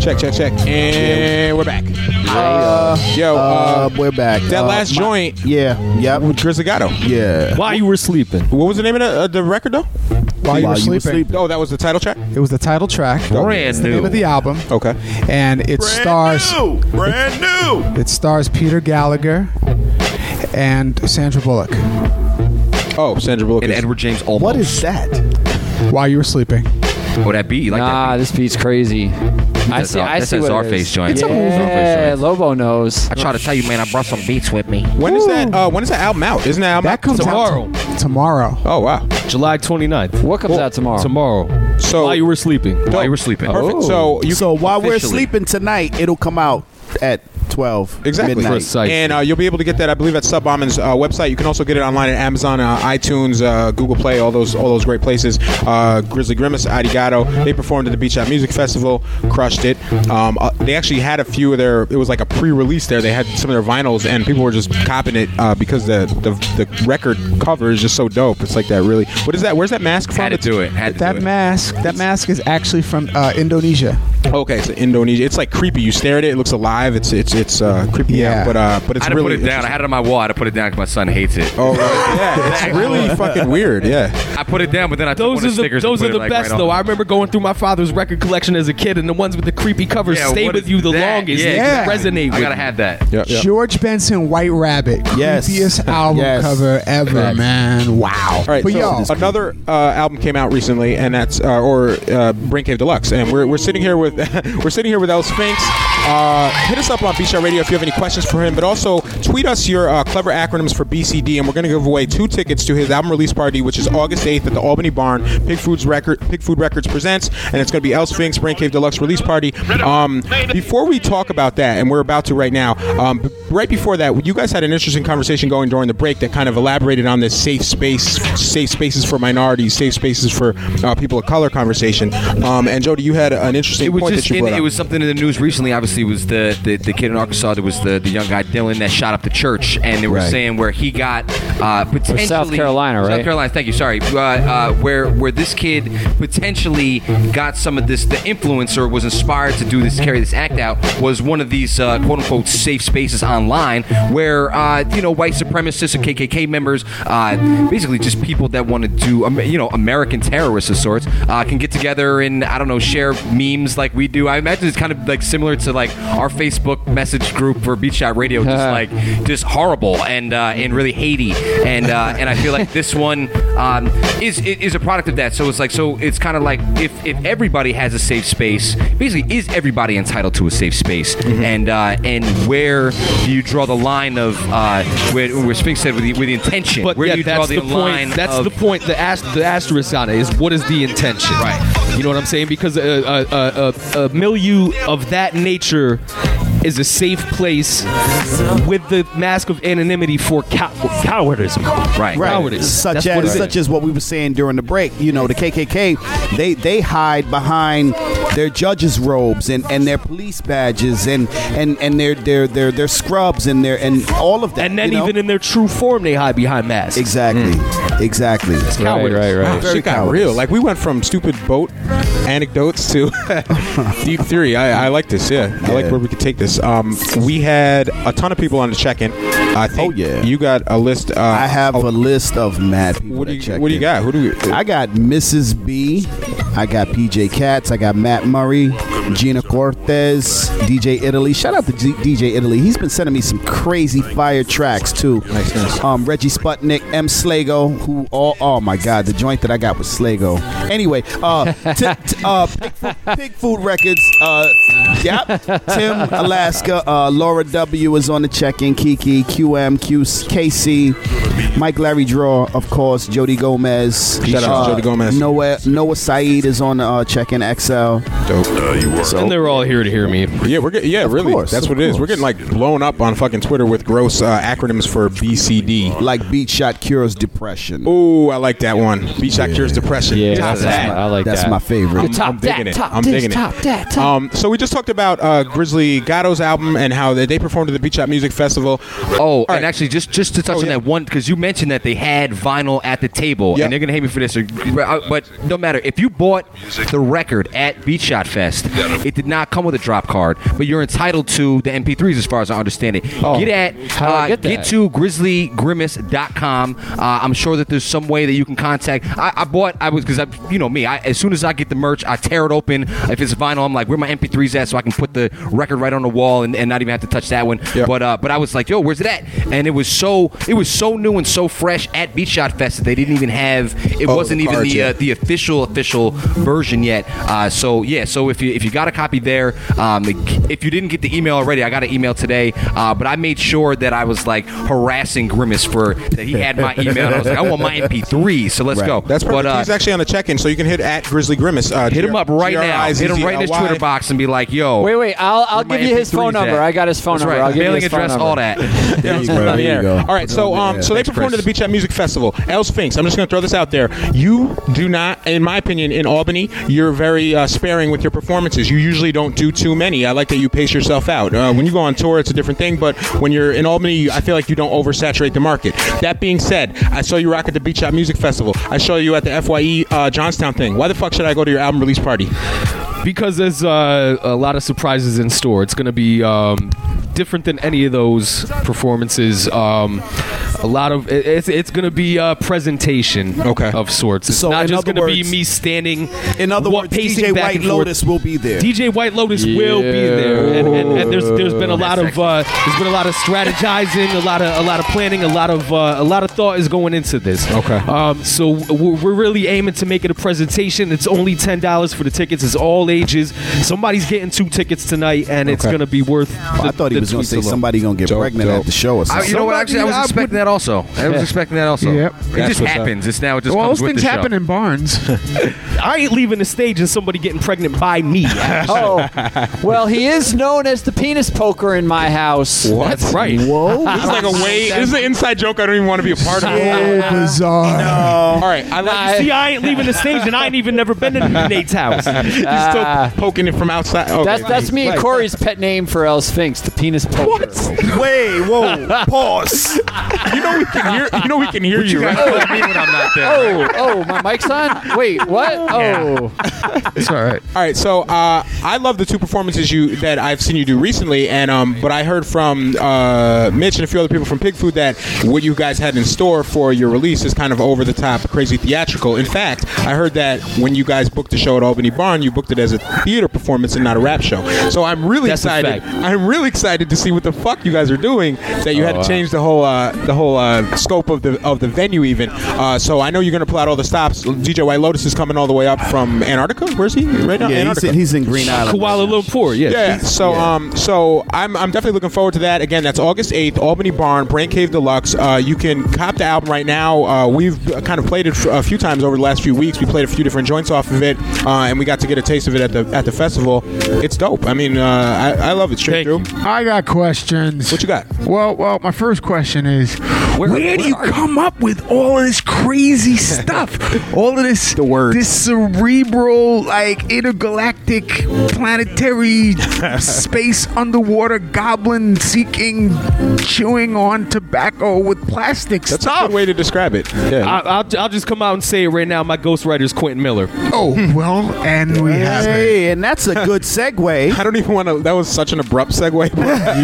S3: Check, check, check. And we're back. Yo, uh,
S1: we're back.
S3: that
S1: Uh,
S3: last
S1: my-
S3: joint.
S1: Yeah, yeah.
S3: With Chris Legato.
S1: Yeah.
S3: While you were sleeping. What was the name of the, uh, the record though?
S9: While You Were While You Were Sleeping. Sleeping.
S3: Oh, that was the title track.
S9: It was the title track.
S3: Brand
S9: It's the
S3: new.
S9: name of the album.
S3: Okay.
S9: And it stars
S15: Brand new.
S9: It stars Peter Gallagher and Sandra Bullock.
S3: [LAUGHS] Oh, Sandra Bullock
S4: and Edward James Olmos.
S9: What is that? While you were sleeping.
S4: Oh, that beat. You like
S6: nah, ah, this beat's crazy. I
S4: That's
S6: see.
S4: our-
S6: I
S4: that's
S6: see
S4: that
S6: what it
S4: Czarface
S6: is.
S4: joint. It's a
S6: yeah,
S4: movie. Czarface
S6: Lobo knows.
S4: I try to tell you, man, I brought some beats with me.
S3: When is that? Uh, when is that album out? Isn't that album out tomorrow?
S9: tomorrow.
S3: Oh wow,
S8: July 29th.
S6: What comes out tomorrow?
S8: Tomorrow.
S3: So
S8: while you were sleeping. Oh.
S1: While you were
S4: sleeping.
S1: Perfect. So you so while we're sleeping tonight, it'll come out at twelve.
S3: Exactly.
S1: midnight.
S3: And uh, you'll be able to get that, I believe, at Sub Bombin's uh, website. You can also get it online at Amazon, uh, iTunes, uh, Google Play, all those all those great places. Uh, Grizzly Grimace, Adigato, they performed at the Beach Out Music Festival, crushed it. Um, uh, they actually had a few of their, it was like a pre-release there. They had some of their vinyls, and people were just copping it uh, because the, the the record cover is just so dope. It's like that really. What is that? Where's that mask from? Had to do
S4: it. Had
S9: That mask. That mask is actually from uh, Indonesia.
S3: Okay, it's Indonesia. It's like creepy. You stare at it. It looks alive. It's it's it's uh, creepy. Yeah, but uh,
S4: I
S3: but it's
S4: had to
S3: really
S4: put it down. I had it on my wall. I had to put it down because my son hates it. [LAUGHS]
S3: Oh, yeah, it's really fucking weird. Yeah.
S4: I put it down, but then I took
S8: Those
S4: one
S8: are
S4: of the
S8: the
S4: stickers. and
S8: those
S4: put
S8: are
S4: it,
S8: the
S4: like,
S8: best
S4: right on.
S8: though. I remember going through my father's record collection as a kid, and the ones with the creepy covers
S4: Yeah,
S8: stay
S4: what
S8: with
S4: is
S8: you the
S4: that?
S8: longest.
S4: Yeah,
S8: They
S4: yeah.
S8: resonate.
S4: I
S8: with
S4: gotta
S8: you.
S4: have that.
S9: George Benson, White Rabbit.
S3: Yes. [LAUGHS]
S9: Creepiest album
S3: Yes.
S9: cover ever,
S3: Facts.
S9: man. Wow.
S3: All right,
S9: but
S3: so
S9: y'all,
S3: another uh, album came out recently, and that's uh, or uh, Brain Cave Deluxe, and we're, we're sitting here with [LAUGHS] we're sitting here with El Sphinx. Uh, hit us up on Beach Out Radio if you have any questions for him, but also tweet us your uh, clever acronyms for BCD, and we're going to give away two tickets to his album release party, which is August eighth at the Albany Barn. Pig Foods Record Pig Food Records presents, and it's going to be El Sphinx Brain Cave Deluxe release party. Um, before we talk about that, and we're about to right now, um, b- right before that, you guys had an interesting conversation going during the break that kind of elaborated on this safe space, safe spaces for minorities, safe spaces for uh, people of color conversation. Um, and Jody, you had an interesting
S4: It was
S3: point
S4: just
S3: that you
S4: in,
S3: brought
S4: it
S3: up.
S4: was something in the news recently. Obviously, was the, the, the kid in Arkansas that was the, the young guy Dylan that shot up the church, and they were
S6: Right.
S4: saying where he got uh, potentially
S6: Carolina,
S4: South
S6: right?
S4: Carolina. Thank you. Sorry, uh, uh, where where this kid potentially got some of this. The influencer was inspired to do this, carry this act out. Was one of these uh, quote unquote safe spaces online where uh, you know white supremacists and KKK members, uh, basically just people that want to do um, you know American terrorists of sorts, uh, can get together and I don't know share memes like we do. I imagine it's kind of like similar to like our Facebook message group for Beach Shot Radio,
S8: [LAUGHS]
S4: just like just horrible and uh, and really Haiti and uh, and I feel like this one um, is is a product of that. So it's like so it's kind of like if if everybody has a safe space, basically is everybody entitled to a safe space?
S8: Mm-hmm.
S4: And uh, and where do you draw the line of uh, where, where Sphinx said with the, with the intention?
S8: But
S4: where
S8: yeah,
S4: do you draw
S8: that's
S4: the,
S8: the,
S4: line?
S8: point. That's
S4: of,
S8: the point. The, ast- the asterisk on it is what is the intention? Right. You know what I'm saying? Because uh, a, a, a, a milieu of that nature is a safe place with the mask of anonymity for cow- cowardice. Right. Cowardice.
S1: Such
S8: That's what it
S1: as
S8: is.
S1: such as what we were saying during the break. You know, the KKK, they they hide behind their judges' robes and, and their police badges and, and, and their, their their their scrubs and their and all of that.
S8: And then even in their true form, they hide behind masks. Mm.
S1: Exactly, exactly.
S3: Cowardice. Wow,
S1: Very
S3: shit got
S1: cowardice.
S3: real. Like we went from stupid boat anecdotes to [LAUGHS] deep theory. I, I like this. Yeah. I like where we could take this. Um, we had a ton of people on the check-in. I think oh yeah, you got a list. Uh, I
S1: have a list of mad people.
S3: What do you What do you got? Who do we?
S1: I got Mrs. B. I got PJ Katz. I got Matt Murray, Gina Cortez, DJ Italy. Shout out to G- DJ Italy. He's been sending me some crazy fire tracks too. Um, Reggie Sputnik, M. Slago, who all. Oh my God, the joint that I got was Slago. Anyway, uh, t- t- uh, Pig, Food, Pig Food Records. Uh, yep. Tim Alaska. Uh, Laura W is on the check-in. Kiki QM Q KC. Mike Larry Draw, of course. Jody Gomez.
S3: Shout out to
S1: Uh,
S3: Jody Gomez.
S1: Noah Noah Saeed is on the uh, check-in. XL.
S3: Dope.
S8: Uh,
S3: you were.
S1: And
S8: they're all here to hear me.
S3: Yeah, we're get, yeah, really.
S1: course,
S3: That's
S1: of
S3: what it is. We're
S1: course.
S3: getting like blown up on fucking Twitter with gross uh, acronyms for BCD.
S1: Like beat shot cures depression.
S3: Oh, I like that one. Beat shot cures depression.
S1: Yeah,
S3: Top
S1: that's- I like That's that. my favorite.
S3: I'm,
S1: Top
S3: I'm digging
S1: that,
S3: it.
S1: top
S3: I'm
S1: this,
S3: digging it.
S1: top that, top.
S3: Um, so we just talked about uh, Grizzly Gatto's album and how they, they performed at the Beach Shot Music Festival. Oh,
S4: Oh, and actually, just just to touch on that one, because you mentioned that they had vinyl at the table,
S3: Yeah.
S4: and they're gonna hate me for this, or- but no matter if you bought the record at Beat Shot Fest, it did not come with a drop card, but you're entitled to the MP3s, as far as I understand it.
S8: Oh,
S4: get at
S8: how do I
S4: uh,
S8: get that?
S4: to grizzlygrimace.com. Uh, I'm sure that there's some way that you can contact. I, I bought, I was because I, you know me. I, as soon as I get the merch, I tear it open. If it's vinyl, I'm like, where my MP3s at, so I can put the record right on the wall and, and not even have to touch that one. But uh, but I was like, yo, where's it at? And it was so it was so new and so fresh at Beat Shot Fest that they didn't even have. It
S3: Oh,
S4: wasn't
S3: the
S4: even
S3: cards,
S4: the
S3: yeah.
S4: uh, the official official version yet. Uh, so yeah, so if you if you got a copy there, um, if you didn't get the email already, I got an email today, uh, but I made sure that I was like harassing Grimace for that he had my email. And I was like, I want my
S1: [LAUGHS]
S4: MP3, so let's
S3: Right.
S4: go.
S3: That's perfect.
S4: But, uh,
S3: He's actually on the check-in, so you can hit at Grizzly Grimace. Uh,
S4: Hit him up right now. Hit him right in his
S3: G-R-I-Z-Z-L-Y.
S4: Twitter box and be like, "Yo,
S6: Wait, wait. I'll I'll
S4: where
S6: give
S4: my
S6: you his
S4: MP3s
S6: phone number.
S4: at?
S6: I got his phone
S4: That's
S6: number.
S4: right.
S6: I'll give
S4: Mailing
S6: you his
S4: address,
S6: phone
S4: all
S6: number. [LAUGHS]
S4: that.
S3: Yeah, it's on the air. All right, so um, so they performed at the Beach at Music Festival. Els Finks, I'm just going to throw this out there. You do not, in my opinion, in Albany, you're very uh, sparing with your performances. You usually don't do too many. I like that you pace yourself out. Uh, when you go on tour, it's a different thing, but when you're in Albany, you, I feel like you don't oversaturate the market. That being said, I saw you rock at the Beach at Music Festival. I saw you at the FYE uh, Johnstown thing. Why the fuck should I go to your album release party?
S8: because there's uh, a lot of surprises in store. It's going to be um, different than any of those performances. Um, a lot of it- it's, it's going to be a presentation of sorts. It's
S1: So,
S8: not
S1: in
S8: just
S1: other
S8: going to be
S1: words-
S8: me standing.
S1: In other
S8: wa-
S1: words,
S8: pacing
S1: DJ
S8: back
S1: White
S8: and forth.
S1: Lotus will be there.
S8: DJ White Lotus will be there, and, and, and there's there's been a lot of uh, there's been a lot of strategizing, a lot of a lot of planning, a lot of uh, a lot of thought is going into this. Okay. Um, so we're, we're really aiming to make it a presentation. It's only ten dollars for the tickets. It's all ages. Somebody's getting two tickets tonight, and it's
S1: Okay.
S8: gonna be worth.
S1: I thought he was gonna say somebody gonna get pregnant at the show or something.
S4: you know what? Actually, I was expecting that also. I was
S8: Yeah.
S4: expecting that also.
S8: Yep.
S4: It
S8: That's
S4: just
S8: what's up.
S4: happens. It's now it just
S8: Well,
S4: comes
S8: those
S4: with the
S8: things happen
S4: show.
S8: in barns. [LAUGHS] I ain't leaving the stage and somebody getting pregnant by [LAUGHS] me.
S3: [LAUGHS]
S6: Oh, well, he is known as the penis poker in my house.
S8: What? That's right.
S6: Whoa.
S3: [LAUGHS] This is like a
S6: [LAUGHS]
S3: way. This is an inside joke. I don't even want to be a part of.
S9: So bizarre.
S3: All right, I like.
S8: You see, I ain't leaving the stage, and I ain't even never been to Nate's house.
S3: [LAUGHS] He's still poking it from outside. Okay.
S6: Ah. that's that's me and
S3: Right.
S6: Corey's pet name for El Sphinx, the penis poker. [LAUGHS]
S3: [LAUGHS]
S1: Wait, whoa, pause.
S3: You know we can hear. You know we can hear
S6: What
S3: you.
S6: you
S3: right?
S6: got?
S4: me when I'm not there.
S6: Oh, oh, my mic's on. Wait, what? Oh,
S3: It's all right. All right. So uh, I love the two performances you that I've seen you do recently, and um, but I heard from uh, Mitch and a few other people from Pig Food that what you guys had in store for your release is kind of over the top, crazy theatrical. In fact, I heard that when you guys booked the show at Albany Barn, you booked it as a theater performance and not a rap show. So I'm really
S8: That's a
S3: excited.
S8: fact.
S3: I'm really excited to see what the fuck you guys are doing. That you
S8: Oh,
S3: had to
S8: wow.
S3: change the whole uh, the whole uh, scope of the of the venue even. Uh, so I know you're gonna pull out all the stops. DJ White Lotus is coming all the way up from Antarctica. Where's he right now?
S1: Yeah, he's
S3: Antarctica.
S1: in- he's in Green Island
S8: Kuala Lumpur. Yeah.
S3: Yeah. So um, so I'm, I'm definitely looking forward to that. Again, that's August 8th, Albany Barn, Brain Cave Deluxe. Uh, you can cop the album right now. Uh, we've kind of played it f- a few times over the last few weeks. We played a few different joints off of it, uh, and we got to get a taste of it at the at the festival. It's dope. I mean, uh, I, I love it straight through.
S9: I got questions. What
S3: you got?
S9: Well, well, my first question is,
S17: Where, do you come up with all of this
S3: [LAUGHS]
S17: crazy stuff? all of this the word. this cerebral, like intergalactic,
S3: [LAUGHS]
S17: planetary space underwater goblin seeking chewing on tobacco with plastic
S3: That's
S17: stuff.
S3: a good way to describe
S4: Uh,
S3: it. Yeah.
S8: I, I'll, I'll just come out and say it right now. My ghostwriter is Quentin Miller.
S17: Oh well, and we have.
S1: Hmm. Hey, and that's a good segue.
S3: [LAUGHS] I don't even want to. That was such an abrupt segue.
S1: [LAUGHS]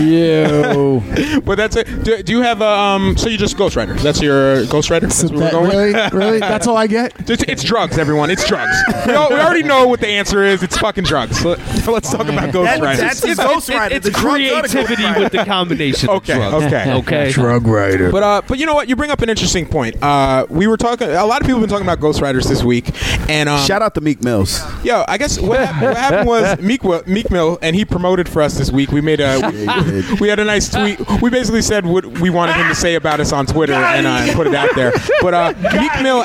S1: yeah.
S3: [LAUGHS] but that's it. Do, do you have a? Um, so you just ghostwriter? That's your ghostwriter? That's where
S7: that- really? Really?
S3: [LAUGHS]
S7: That's all I get?
S3: It's, it's drugs, everyone. It's drugs. we, all, we already know what the answer is. It's fucking drugs. Let, us talk about ghostwriters.
S1: That- that's his ghostwriter.
S8: It's
S1: The drugs are the
S8: creativity
S1: ghostwriter.
S8: with the combination. of
S3: Okay,
S8: drugs.
S3: okay,
S8: [LAUGHS] okay.
S17: Drug writer.
S3: But uh, but you know what? You bring up an interesting point. Uh, we were talking. A lot of people have been talking about ghostwriters this week, and um,
S1: Shout out to Meek Mills.
S3: Yo, I guess what happened, what happened was
S1: [LAUGHS]
S3: Meek, wa- Meek Mill, and he promoted for us this week. We made a [LAUGHS] we, we had a nice tweet. We basically said what we wanted him to say about us on Twitter and uh, put it out there. But uh, Meek Mill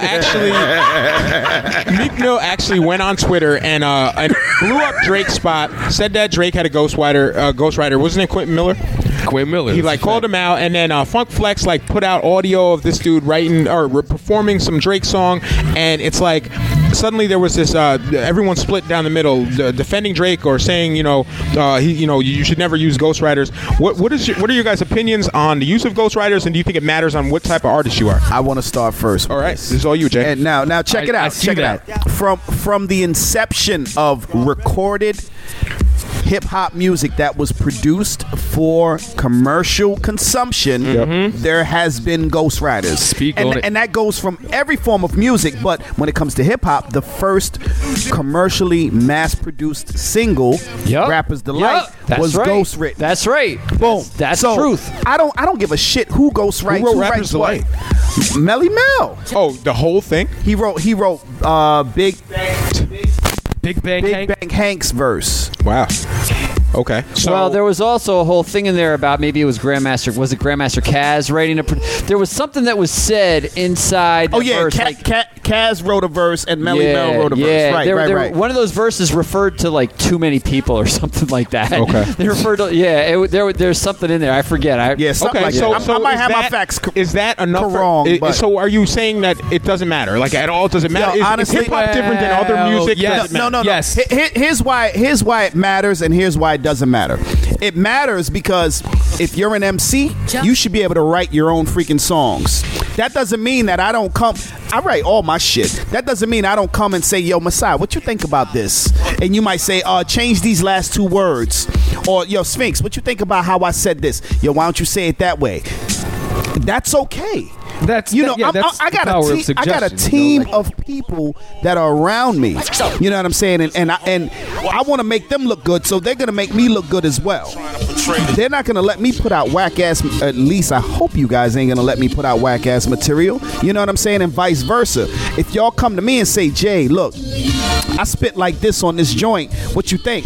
S3: actually Meek Mill actually went on Twitter and uh, and blew up Drake's spot. Said that Drake had a ghostwriter. Uh, ghostwriter wasn't it Quentin Miller?
S8: Quentin Miller.
S3: He like called him out, and then uh, Funk Flex like put out audio of this dude writing or re- performing some Drake song, and it's like suddenly there was this uh, everyone split down the middle, d- defending Drake or saying you know uh, he you know you should never use ghostwriters. What what is your, what are your guys' opinions on the use of ghostwriters, and do you think it matters on what type of artist you are?
S1: I want to start first.
S3: All right, this is all you, Jay.
S1: And now, now check
S3: I-
S1: it
S3: I
S1: out.
S3: see
S1: check
S3: that.
S1: it out. From from the inception of recorded hip hop music that was produced for commercial consumption, there has been ghostwriters. Speak and,
S8: on it.
S1: and that goes from every form of music, but when it comes to hip hop, the first commercially mass produced single, Rappers Delight,
S6: Yup. That's
S1: was
S6: right.
S1: ghostwritten.
S6: That's right.
S1: Boom.
S6: That's
S1: so,
S6: truth.
S1: I don't I don't give a shit who ghostwrites.
S3: Who wrote
S1: who
S3: Rappers
S1: writes what.
S3: Delight?
S1: Melly Mel.
S3: Oh, the whole thing.
S1: He wrote. He wrote. Uh, big.
S8: Big Bang.
S1: Big Bang Hank's verse.
S3: Wow. Okay. So
S6: well, there was also a whole thing in there about maybe it was Grandmaster. Was it Grandmaster Kaz writing a? Pro- there was something that was said inside.
S1: Oh
S6: the
S1: yeah,
S6: verse,
S1: Ca-
S6: like-
S1: Ca- Kaz wrote a verse and Melly
S6: yeah,
S1: Mel wrote a verse.
S6: yeah.
S1: Right,
S6: There-
S1: right,
S6: there-
S1: right.
S6: One of those verses referred to like too many people or [LAUGHS] something like that.
S3: Okay.
S6: they referred to yeah. It, there, there's something in there. I forget. I yeah.
S1: something like
S3: so,
S1: that.
S3: so
S1: I might
S3: is
S1: have my
S3: that-
S1: facts co-
S3: Is that enough? for-
S1: wrong,
S3: i-
S1: but-
S3: so are you saying that it doesn't matter? Like at all? Does it matter?
S1: Yo,
S3: is
S1: honestly,
S3: hip hop different than other music? Does it
S1: No,
S3: matter?
S1: no, no. Yes. here's why. Here's why it matters, and here's why it doesn't matter. It matters because if you're an MC, you should be able to write your own freaking songs. That doesn't mean that I don't come. I write all my shit. That doesn't mean I don't come and say, "Yo, Masai, what you think about this?" And you might say, "Uh, change these last two words," or "Yo, Sphinx, what you think about how I said this?" Yo, why don't you say it that way? That's okay.
S8: That's
S1: you know
S8: yeah,
S1: I'm-
S8: that's
S1: I, I
S8: the
S1: got
S8: power
S1: a
S8: of
S1: te- I got a
S8: suggestion, you
S1: team of people that are around me. You know what I'm saying? And and I, and I want to make them look good, so they're gonna make me look good as well. They're not gonna let me put out whack ass. At least I hope you guys ain't gonna let me put out whack ass material. You know what I'm saying? And vice versa. If y'all come to me and say, Jay, look, I spit like this on this joint. What you think?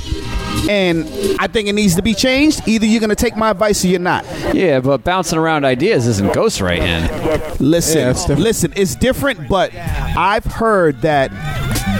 S1: And I think it needs to be changed. Either you're gonna take my advice or you're not.
S6: Yeah, but bouncing around ideas isn't ghostwriting.
S1: Listen, listen, it's different, but I've heard that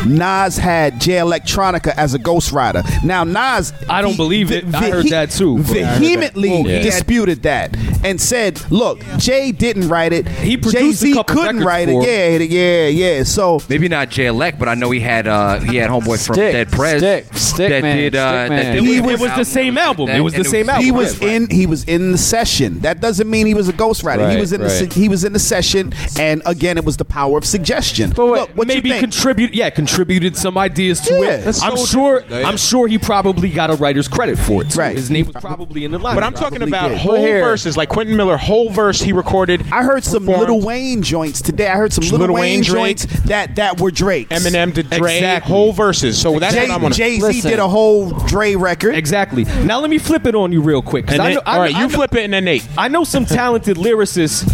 S1: Nas had Jay Electronica as a ghostwriter. Now Nas,
S8: I don't believe it. I heard that too. Yeah, I heard that.
S1: Vehemently
S8: Oh, yeah.
S1: disputed that and said, "Look, Jay didn't write it. He
S8: produced a
S1: Jay-Z
S8: couple
S1: couldn't
S8: records
S1: write it.
S4: for
S1: Yeah,
S4: him.
S1: yeah, yeah. So
S4: Maybe not Jay Elect, but I know he had uh, he had homeboy from
S1: Stick,
S4: Dead Prez
S1: Stick,
S6: Stick
S4: that
S1: Man,
S4: did uh,
S1: Stick Man.
S4: that did
S1: He
S4: an
S1: was- it was the
S8: same album.
S4: and-
S8: It was the
S4: and
S8: same album.
S1: He was in. He was in the session. That doesn't mean he was a ghostwriter.
S8: Right,
S1: he was in.
S8: right.
S1: The, he was in the session, and again, it was the power of suggestion. But Look, what
S8: maybe
S1: you think?
S8: contribute. Yeah, contributed some ideas to
S1: Yeah.
S8: it.
S1: That's
S8: I'm
S1: so
S8: sure.
S1: different, though, yeah.
S8: I'm sure he probably got a writer's credit for it. Right. His name was probably in the line.
S3: But I'm talking about whole verses, like Quentin Miller, whole verse he recorded.
S1: I heard some
S3: performed.
S1: Little Wayne joints today. I heard some Little,
S3: Lil
S1: Wayne,
S3: Wayne
S1: joints that that were Drake's.
S3: Eminem did Dre
S1: Exactly.
S3: whole verses. So that's
S1: Jay-
S3: what I'm on.
S1: Jay-Z did a whole Dre record.
S8: Exactly. Now let me flip it on you real quick. 'cause
S3: And
S8: I
S3: then-
S8: know- I
S3: all right,
S8: know-
S3: you
S8: I know-
S3: flip it and then Nate.
S8: I know some talented lyricists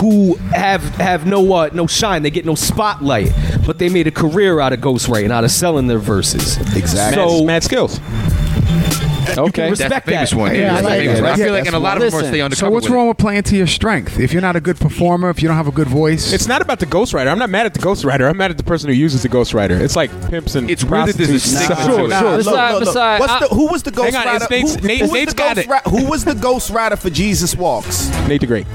S8: who have have no uh, no shine. They get no spotlight, but they made a career out of ghostwriting, out of selling their verses.
S1: Exactly.
S8: So
S3: mad skills.
S8: You can
S4: That's
S8: respect
S4: the biggest
S8: that.
S4: one. Yeah, that's the biggest one. I feel like, and a lot of them are stay undercover.
S9: So what's
S4: with it.
S9: wrong with playing to your strength? If you're not a good performer, if you don't have a good voice,
S3: It's not about the ghostwriter. I'm not mad at the ghostwriter. I'm mad at the person who uses the ghostwriter. It's like pimps and It's
S4: weird that there's a stigma
S1: Sure, sure. Look, look, look. What's the- who was the Ghost
S3: Hang on,
S1: Rider?
S3: it's Nate's-
S1: who,
S3: Nate-
S1: who was
S3: Nate's
S1: the
S3: got
S1: Ghost
S3: it.
S1: Ri- who was the Ghost Rider for Jesus Walks?
S3: [LAUGHS]
S1: [LAUGHS]
S3: Nate the Great.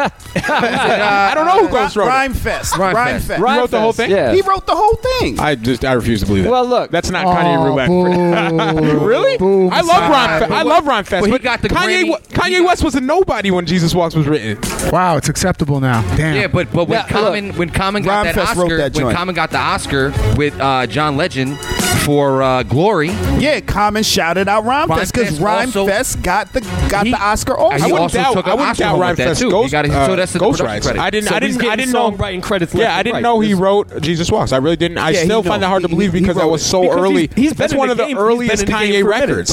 S1: I
S3: don't know who Ghost wrote it.
S1: uh, Rhyme Fest.
S3: Rhymefest.
S1: Rhyme Fest.
S3: He wrote the whole thing? Yeah.
S1: He wrote the whole thing.
S3: I just I refuse to believe that.
S1: Well, look.
S3: that's not Kanye
S1: Oh,
S3: [LAUGHS] Roulette. really? I love Ron. Fe- I love Ron Fest. But, Kanye Wa- Kanye West was a nobody when Jesus Walks was written.
S9: Wow, it's acceptable now. Damn.
S4: Yeah, but but when Common when Common got that
S9: Fest wrote
S4: Oscar,
S9: that
S4: when
S9: joint.
S4: Common got the Oscar with uh, John Legend for uh, Glory,
S1: yeah, Common shouted out Rhyme Fest because
S4: Fest
S1: Rhyme
S4: also-
S1: Fest got the got the Oscar also.
S4: he also took an Oscar home with that too. He got his- so that's the
S3: Ghost
S4: production
S3: Rides.
S4: credit.
S3: I didn't.
S4: So
S3: I
S4: he's
S3: didn't. I
S4: getting
S3: didn't know
S8: songwriting credits left
S3: Yeah, I
S8: and
S3: didn't
S8: right.
S3: know he
S8: This-
S3: wrote Jesus Walks. I really didn't. I
S8: Yeah, he
S3: still
S8: know-
S3: find that hard to
S8: he-
S3: believe
S8: he
S3: because that
S8: wrote
S3: was
S8: it.
S3: so
S8: Because he's-
S3: early.
S8: he's been
S3: That's
S8: in
S3: one
S8: the
S3: of the
S8: game. He's been
S3: earliest
S8: in the game
S3: Kanye
S8: for minutes.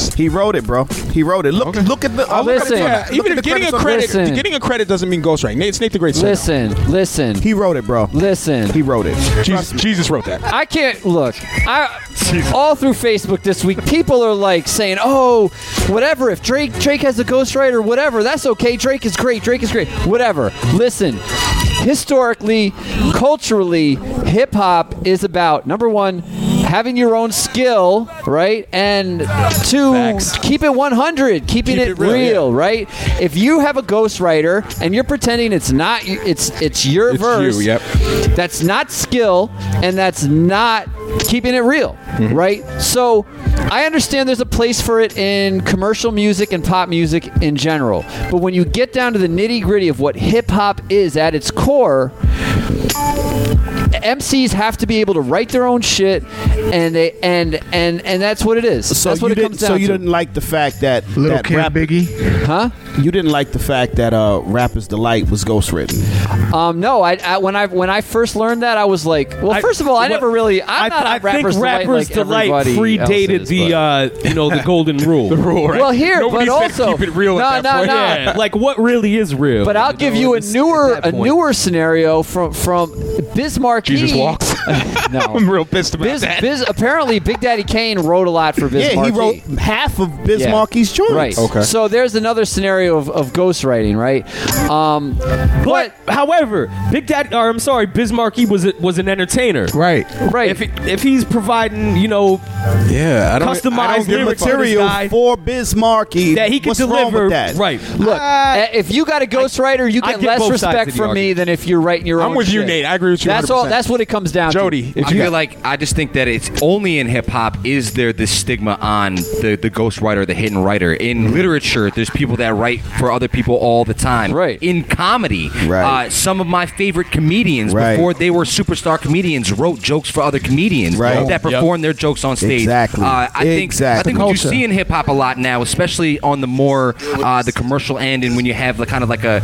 S3: records.
S1: He wrote it, bro. He wrote it. Look, look at the.
S3: I'll Oh, look at the-
S1: listen,
S3: yeah, even if getting a credit,
S6: Listen.
S3: getting a credit doesn't mean ghostwriting. Nate, Nate the Great. said that.
S6: Listen, listen.
S1: He wrote it, bro.
S6: Listen.
S1: He wrote it.
S3: Jesus, Jesus wrote that.
S6: I can't look. I all through Facebook this week, people are like saying, "Oh, whatever. If Drake Drake has a ghostwriter, whatever, that's okay. Drake is great. Drake is great. Whatever." Listen, historically, culturally, hip hop is about number one, having your own skill, right, and two, keep it one hundred, keeping
S8: Keep
S6: it,
S8: it
S6: real,
S8: real,
S6: right? If you have a ghostwriter and you're pretending it's not, it's it's your verse,
S3: you, yep.
S6: that's not skill and that's not keeping it real,
S3: Mm-hmm.
S6: right? So I understand there's a place for it in commercial music and pop music in general. But when you get down to the nitty gritty of what hip hop is at its core, MCs have to be able to write their own shit, and they and and and that's what it is.
S1: So
S6: that's what
S1: you
S6: it comes
S1: didn't.
S6: down
S1: So you
S6: to.
S1: didn't like the fact that
S6: Little
S1: that
S6: Kid
S1: Biggie,
S6: huh?
S1: You didn't like the fact that uh, Rapper's Delight was ghostwritten.
S6: Um, no, I, I when I when I first learned that, I was like, well, first of all, I,
S8: well,
S6: never really. I'm not
S8: I
S6: on Rappers
S8: think
S6: Delight
S8: Rappers
S6: like
S8: Delight
S6: everybody else
S8: predated
S6: is,
S8: the
S6: but-
S8: uh, you know [LAUGHS] the golden rule. the
S3: rule,
S6: right? Well, here,
S8: Nobody
S6: but
S8: said
S6: also-
S8: keep it real
S6: No,
S8: at
S6: no,
S8: that point.
S6: no.
S8: Yeah, like what really is real?
S6: But I'll give you a newer a newer scenario from from Bismarck.
S8: Jesus walks.
S6: [LAUGHS]
S8: [LAUGHS]
S6: no,
S3: I'm real pissed about
S6: Biz,
S3: that.
S6: Biz, apparently, Big Daddy Kane wrote a lot for
S1: Yeah,
S6: Bismarck.
S1: he wrote half of Bismarck's joints.
S6: Right.
S1: Okay.
S6: So there's another scenario of, of ghostwriting, right? Um,
S8: but however, Big Daddy, or I'm sorry, Bismarcky was a, was an entertainer,
S9: right?
S8: Right. If, he, if he's providing, you know,
S3: yeah, I
S1: don't-
S8: customized
S1: I don't give
S8: lyrics
S1: material
S8: to this guy,
S1: for Bismarcky
S8: that he can
S1: What's
S8: deliver,
S1: wrong with that?
S8: right?
S6: Look, uh, if you got a ghostwriter, you
S8: I
S6: get
S8: get
S6: less
S8: both sides
S6: respect
S8: of the
S6: from me
S8: argument.
S6: than if you're writing your own.
S3: I'm with you,
S6: shit.
S3: Nate. I agree with you
S6: That's all.
S3: 100%.
S6: That's what it comes down to.
S3: Jody, if
S4: I
S3: you
S4: feel like I just think that it's only in hip hop is there this stigma on the the ghostwriter, the hidden writer. In literature, there's people that write for other people all the time. Right. In comedy, right. Uh, some of my favorite comedians
S1: Right.
S4: before they were superstar comedians wrote jokes for other comedians
S1: Right.
S4: that
S1: Yep.
S4: performed their jokes on stage.
S1: Exactly.
S4: Uh, I think I
S1: Exactly.
S4: think what you
S1: Culture.
S4: see in hip hop a lot now, especially on the more uh, the commercial end, and when you have the kind of like a,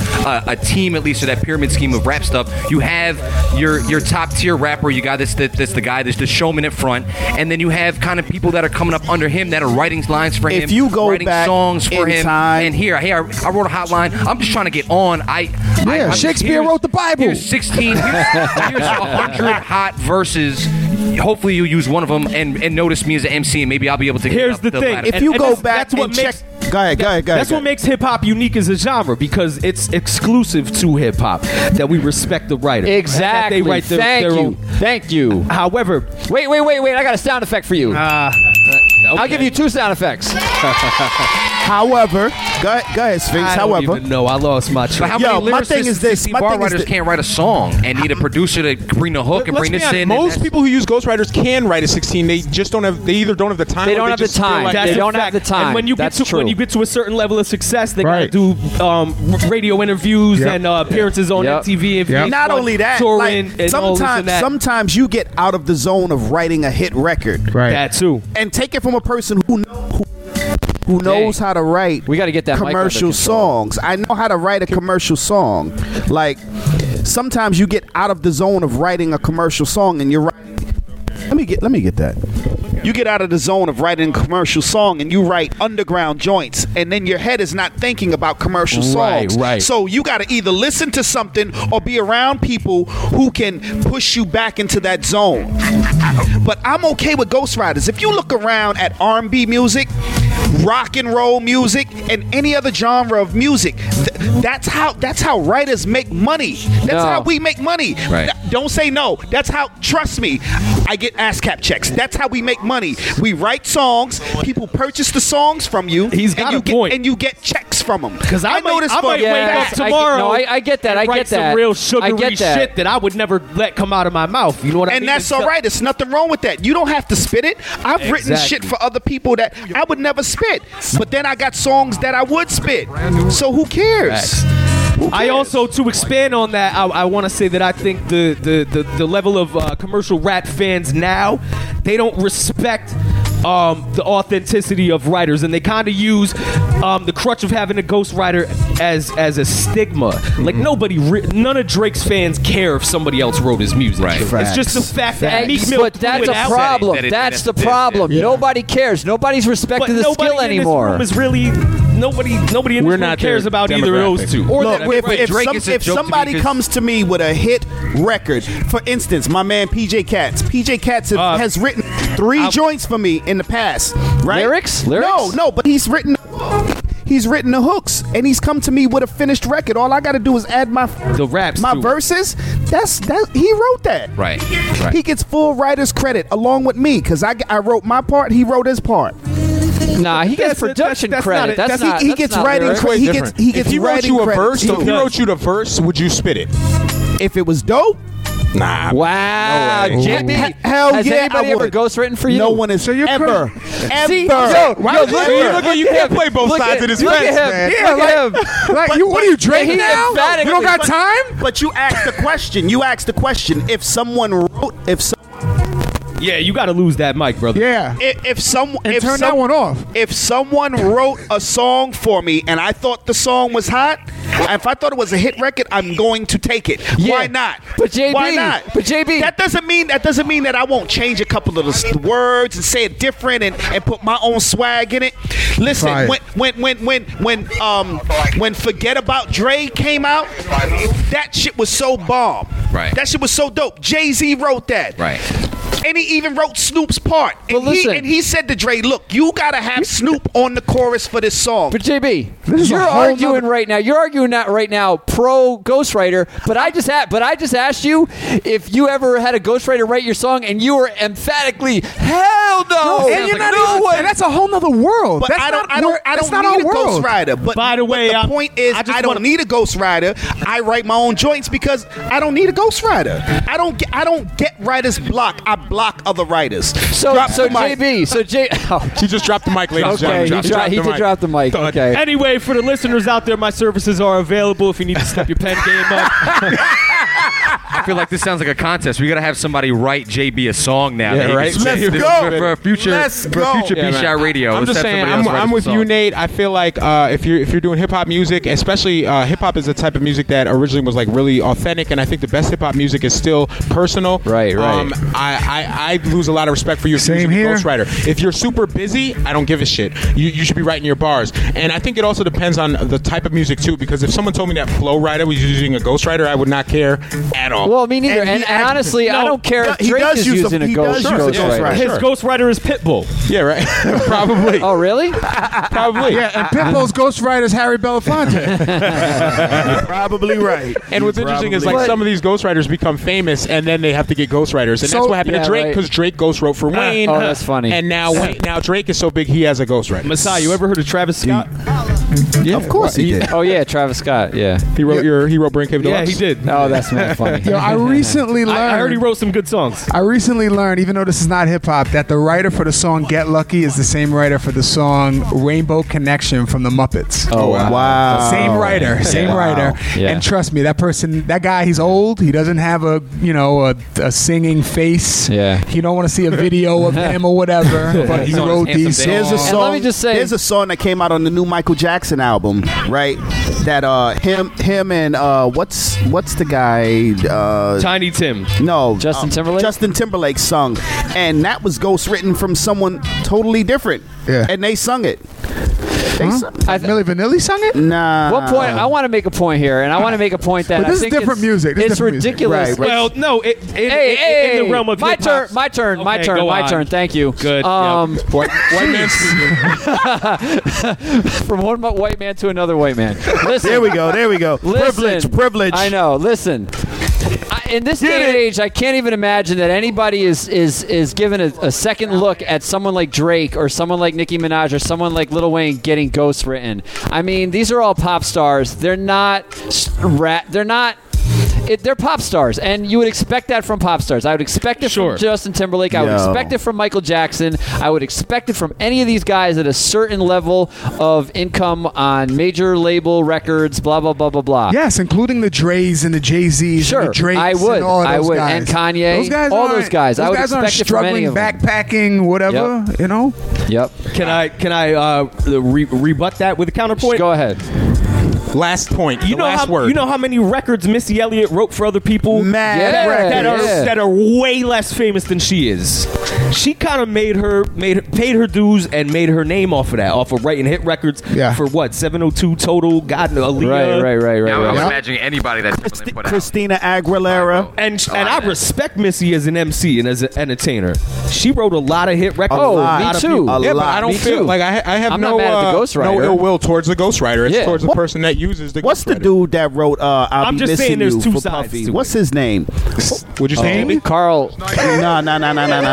S4: a a team at least or that pyramid scheme of rap stuff, you have your your top tier rapper. You got this that that's the guy that's the showman at front, and then you have kind of people that are coming up under him that are writing lines for
S1: If
S4: him,
S1: you go
S4: writing
S1: back
S4: songs for
S1: in
S4: him,
S1: time-
S4: and here here I, I wrote a hotline. I'm just trying to get on. I I-
S17: Yeah,
S4: I'm-
S17: Shakespeare
S4: here's-
S17: wrote the Bible.
S4: Here's
S9: [LAUGHS]
S4: 16. Here's, here's 100 hot verses. Hopefully you use one of them and, and notice me as an MC, and maybe I'll be able to. get
S8: Here's
S4: up
S8: the thing.
S4: ladder.
S1: If you
S8: And
S1: go
S8: that's-
S1: back
S8: that's what
S1: and
S8: makes-
S1: check, go ahead, go ahead, go ahead.
S8: That's
S1: go
S8: what
S1: ahead.
S8: makes hip hop unique as a genre because it's exclusive to hip hop that we respect the writer. and that
S6: Exactly.
S8: they write their,
S6: Thank
S8: their
S6: you.
S8: own.
S6: Thank you.
S8: However,
S6: wait, wait, wait, wait. I got a sound effect for you. Uh, I'll give you two sound effects. [LAUGHS]
S1: However, go ahead, go ahead Sphinx.
S8: I don't
S1: However,
S8: even know. I lost my.
S4: But how
S1: Yo,
S4: many
S1: my
S4: lyricists
S1: thing is this.
S4: see
S1: My
S4: bar
S1: thing is
S4: writers
S1: thi-
S4: can't write a song and need a producer to bring the hook and
S3: Let's
S4: bring
S3: be
S4: this
S3: honest,
S4: in.
S3: most people who use ghostwriters can write a 16. They just don't have. They either don't have the time.
S6: They
S3: or
S6: don't have the
S3: just feel
S6: time.
S3: like-
S6: They
S8: That's a
S6: don't have
S8: fact.
S6: the time.
S8: And when you
S6: That's
S8: get to
S6: true.
S8: when you get to a certain level of success, they
S1: Right.
S8: gotta do um, r- radio interviews and uh, appearances on
S6: Yep.
S8: MTV. And VH1,
S1: Not only that,
S8: touring and
S1: like,
S8: all this and
S1: sometimes
S8: that.
S1: sometimes you get out of the zone of writing a hit record,
S9: right?
S8: that too.
S1: And take it from a person who know, who, who knows how to write.
S6: We got to get that mic under
S1: commercial
S6: control.
S1: songs. I know how to write a commercial song. Like sometimes you get out of the zone of writing a commercial song, and you're writing. Let me get. Let me get that. You get out of the zone of writing a commercial song, and you write underground joints, and then your head is not thinking about commercial
S8: Right,
S1: songs.
S8: right.
S1: So you got to either listen to something or be around people who can push you back into that zone. But I'm okay with Ghost Riders. If you look around at R&B music, rock and roll music, and any other genre of music. Th- that's how that's how writers make money. That's
S2: No.
S1: how we make money.
S2: Right.
S1: Th- Don't say no. That's how. Trust me, I get ASCAP checks. That's how we make money. We write songs. People purchase the songs from you. He's got and you a get, point. And you get checks from them. Because
S8: I, might,
S1: noticed
S8: I might
S1: for a
S8: wake up
S1: fact-
S8: tomorrow.
S6: no, I- I get that,
S8: and
S6: I get
S8: write
S6: that.
S8: Some real
S6: I
S8: sugary
S6: get that.
S8: shit that I would never let come out of my mouth. You know what I
S1: and
S8: mean?
S1: that's all right. It's nothing wrong with that. You don't have to spit it. I've written
S8: Exactly.
S1: shit for other people that I would never spit, but then I got songs that I would spit. So who cares?
S8: I also, to expand on that, I, I want to say that I think the the the, the level of uh, commercial rap fans now, they don't respect. Um, the authenticity of writers, and they kind of use um, the crutch of having a ghostwriter as as a stigma. Like
S1: Mm-hmm.
S8: nobody, re- none of Drake's fans care if somebody else wrote his music. It's just the fact that Meek Mill
S6: but
S8: threw
S6: that's
S8: it
S6: a
S8: out.
S6: problem. that's the problem. Nobody cares. Nobody's
S8: But
S6: respecting the
S8: nobody
S6: skill
S8: in this
S6: anymore.
S8: room is really nobody. Nobody in this room cares about either of those two.
S1: Or
S8: Look,
S1: that- if, if some- if somebody comes to me with a hit record, for instance, my man PJ Katz. PJ Katz have-
S8: Uh,
S1: has written 3 joints for me in the past, right? Lyrics? Lyrics? No, no, but he's written. He's written the hooks and he's come to me with a finished record. All I got to do is add my
S8: the raps,
S1: my verses. That's that he wrote that.
S4: Right.
S1: He gets full writer's credit along with me because I, I wrote my part, he wrote his part.
S6: Nah, he gets production credit. that's not.
S1: he, he
S6: that's
S1: gets
S6: not
S1: writing
S6: lyrics.
S1: credit. He gets he gets
S3: if he wrote
S1: writing
S3: you a
S1: credit.
S3: verse, if he wrote you the verse, would you spit it?
S1: If it was dope,
S3: nah.
S6: Wow,
S3: no way.
S6: JB,
S1: He- hell
S6: has
S1: yeah,
S6: anybody
S1: I
S6: ever
S1: would.
S6: ghostwritten for you?
S1: No one has ever, [LAUGHS] ever.
S6: See,
S1: ever.
S6: yo, yo, look at him. Look at him. Look at- look at him. Yeah, like- like, you- what are you, Drake
S1: But-
S6: now? You don't got
S1: but-
S6: time?
S1: But you asked the question. You asked the question. If someone wrote, if some,
S8: yeah, you got to lose that mic, brother.
S1: Yeah. If, if someone if
S8: turn
S1: some-
S8: that one off.
S1: If someone wrote a song for me and I thought the song was hot, if I thought it was a hit record, I'm going to take it. Why not?
S6: But JB,
S1: why not?
S6: but JB,
S1: that doesn't mean that doesn't mean that I won't change a couple of the s- words and say it different and, and put my own swag in it. Listen,
S2: Right.
S1: when when when when when um when Forget About Dre came out, that shit was so bomb.
S4: Right.
S1: That shit was so dope. Jay Z wrote that.
S4: Right.
S1: And he even wrote Snoop's part. And, he, and he said to Dre, look, you
S6: [LAUGHS]
S1: gotta have Snoop on the chorus for this song.
S6: But JB,
S1: is
S6: you're
S1: a whole
S6: arguing right now. You're arguing that right now pro ghostwriter. But I just a- but I just asked you if you ever had a ghostwriter write your song, and you were emphatically hell no.
S17: No, and you're not even- and that's a whole nother world.
S1: But
S17: that's
S1: I don't,
S17: not,
S1: I don't,
S17: where-
S1: I
S17: that's
S1: don't
S17: not
S1: need a
S17: our world.
S1: ghost rider. But
S8: By the
S1: but
S8: way, I-
S1: the point is,
S8: I
S1: I,
S8: just
S1: don't
S8: wanna-
S1: need a ghost rider. I write my own joints because I don't need a ghost rider. I don't, get, I don't get writer's block. I block other writers.
S6: So, so JB, so J. [LAUGHS]
S3: He just dropped the mic, ladies
S6: Okay,
S3: and
S6: he,
S3: gentlemen.
S6: dro- he did drop the mic. Okay.
S8: Anyway, for the listeners out there, my services are available if you need to step your pen game up.
S4: I feel like this sounds like a contest. We gotta have somebody write JB a song now.
S3: Yeah,
S4: that he can
S3: right?
S4: spit. [LAUGHS]
S3: Let's
S4: This
S6: [LAUGHS]
S4: is
S3: go.
S4: for, for a future.
S3: Let's
S4: for a
S3: go.
S4: future
S3: Yeah,
S4: B
S3: man.
S4: Shot Radio.
S3: I'm
S4: Let's
S3: just
S4: have
S3: saying,
S4: somebody
S3: I'm,
S4: else write
S3: I'm
S4: us a
S3: with
S4: song.
S3: you, Nate. I feel like uh, if you're if you're doing hip hop music, especially uh, hip hop is the type of music that originally was like really authentic, and I think the best hip hop music is still personal. Right,
S8: right.
S3: Um, I, I I lose a lot of respect for your
S8: Same here.
S3: ghostwriter. If you're super busy, I don't give a shit. You you should be writing your bars, and I think it also depends on the type of music too. Because if someone told me that Flow Rider was using a ghostwriter, I would not care at all.
S6: Well, me neither. And, and, honestly, I don't care if Drake is using a ghost, ghostwriter.
S8: His ghostwriter is Pitbull.
S4: [LAUGHS]
S3: [LAUGHS] Yeah, right. Probably.
S6: Oh, really?
S3: Probably.
S17: Yeah, and Pitbull's ghostwriter is Harry
S3: [LAUGHS]
S17: Belafonte.
S1: Probably right.
S3: And what's interesting is like
S17: But-
S3: some of these ghostwriters become famous, and then they have to get ghostwriters, and
S17: So-
S3: that's what happened
S17: Yeah,
S3: to Drake
S17: right.
S3: because Drake ghost wrote
S8: Ah.
S3: for Wayne.
S17: Oh, that's funny.
S3: And now Wayne, now Drake is so big he has a ghostwriter.
S8: Masai, you ever heard of Travis Scott?
S3: Yeah,
S6: Of course
S3: well,
S6: he did. Oh yeah, Travis Scott. Yeah,
S3: he wrote your he wrote Brain Cave
S8: Yeah,
S3: Deluxe.
S8: he did.
S6: Oh, that's not funny.
S17: Yo, I recently learned.
S8: I, I heard he wrote some good songs.
S17: I recently learned, even though this is not hip hop, that the writer for the song "Get Lucky" is the same writer for the song "Rainbow Connection" from the Muppets.
S6: Oh, wow. Wow.
S17: Same writer, same
S6: Yeah.
S17: writer.
S6: Yeah.
S17: And trust me, that person, that guy, he's old. He doesn't have a you know a, a singing face.
S6: Yeah.
S17: You don't want to see a video of him or whatever. But he wrote these songs.
S1: There's a song. there's a song that came out on the new Michael Jackson album, right? That uh, him, him, and uh, what's what's the guy? Uh,
S8: Tiny Tim.
S1: No,
S8: Justin
S1: Timberlake. Justin Timberlake sung, and that was ghost written from someone totally different.
S17: Yeah.
S1: and they sung it.
S9: Huh? Millie Vanilli sung it?
S1: Nah.
S6: What point? I want to make a point here, and I want to make a point that
S9: But
S6: I
S9: this is
S6: think
S9: different
S6: it's,
S9: music. This is
S6: it's
S9: different music.
S6: ridiculous.
S9: Right, right. Well,
S8: no, it,
S6: hey,
S8: in-
S6: hey,
S8: in the realm of
S6: my
S8: hip-hop.
S6: turn, my turn, my
S8: Okay,
S6: turn,
S8: go
S6: my
S8: on.
S6: turn. Thank you.
S8: Good,
S6: Um,
S8: yeah. White- white man
S6: [LAUGHS] From one mu- white man to another white man. Listen,
S1: There we go. There we go.
S6: Listen,
S1: Privilege. Privilege.
S6: I know. Listen. I- In this day and age, I can't even imagine that anybody is is is given a, a second look at someone like Drake or someone like Nicki Minaj or someone like Lil Wayne getting ghostwritten. I mean, these are all pop stars. They're not s- rat. They're not. It, they're pop stars, and you would expect that from pop stars. I would expect it
S8: Sure.
S6: from Justin Timberlake. I would
S8: Yo.
S6: expect it from Michael Jackson. I would expect it from any of these guys at a certain level of income on major label records. Blah blah blah blah blah.
S9: Yes, including the Dre's and the Jay Z's
S6: Sure,
S9: and the Drakes
S6: I would,
S9: and all those
S6: I would,
S9: guys.
S6: and Kanye,
S9: Those guys
S6: all
S9: aren't-
S6: those guys.
S9: Those
S6: I would
S9: guys aren't
S6: expect it from any
S9: struggling,
S6: of them.
S9: backpacking, whatever. You know.
S6: Yep.
S8: Can I can I uh, re- rebut that with a counterpoint?
S6: Go ahead.
S3: Last point.
S8: You
S3: the
S8: know
S3: last
S8: how
S3: word.
S8: you know how many records Missy Elliott wrote for other people
S1: Mad
S8: that,
S1: records.
S8: that are
S1: Yeah.
S8: that are way less famous than she is. She kind of made her made her, paid her dues and made her name off of that, off of writing hit records for what seven hundred two total. God, Aaliyah.
S6: Right, right, right, right,
S4: Now, I was imagining anybody that's willing to put out.
S1: Christina Aguilera.
S8: And and I respect Missy as an MC and as an entertainer. She wrote a lot of hit records.
S3: A
S8: for Oh, a
S3: lot.
S8: lot of
S3: Yeah,
S8: people.
S3: but I don't feel like I, I have no uh, no ill will towards the ghostwriter. It's
S1: Yeah.
S3: towards the person that uses the.
S1: What's the dude that wrote uh, "I'll
S3: I'm
S1: Be
S3: just
S1: Missing
S3: saying there's
S1: You"
S3: two
S1: for
S3: sides
S1: Puffy?
S3: to it.
S1: What's his name?
S3: Would you say Amy?
S6: Carl?
S1: No, no, no, no, no, no, no,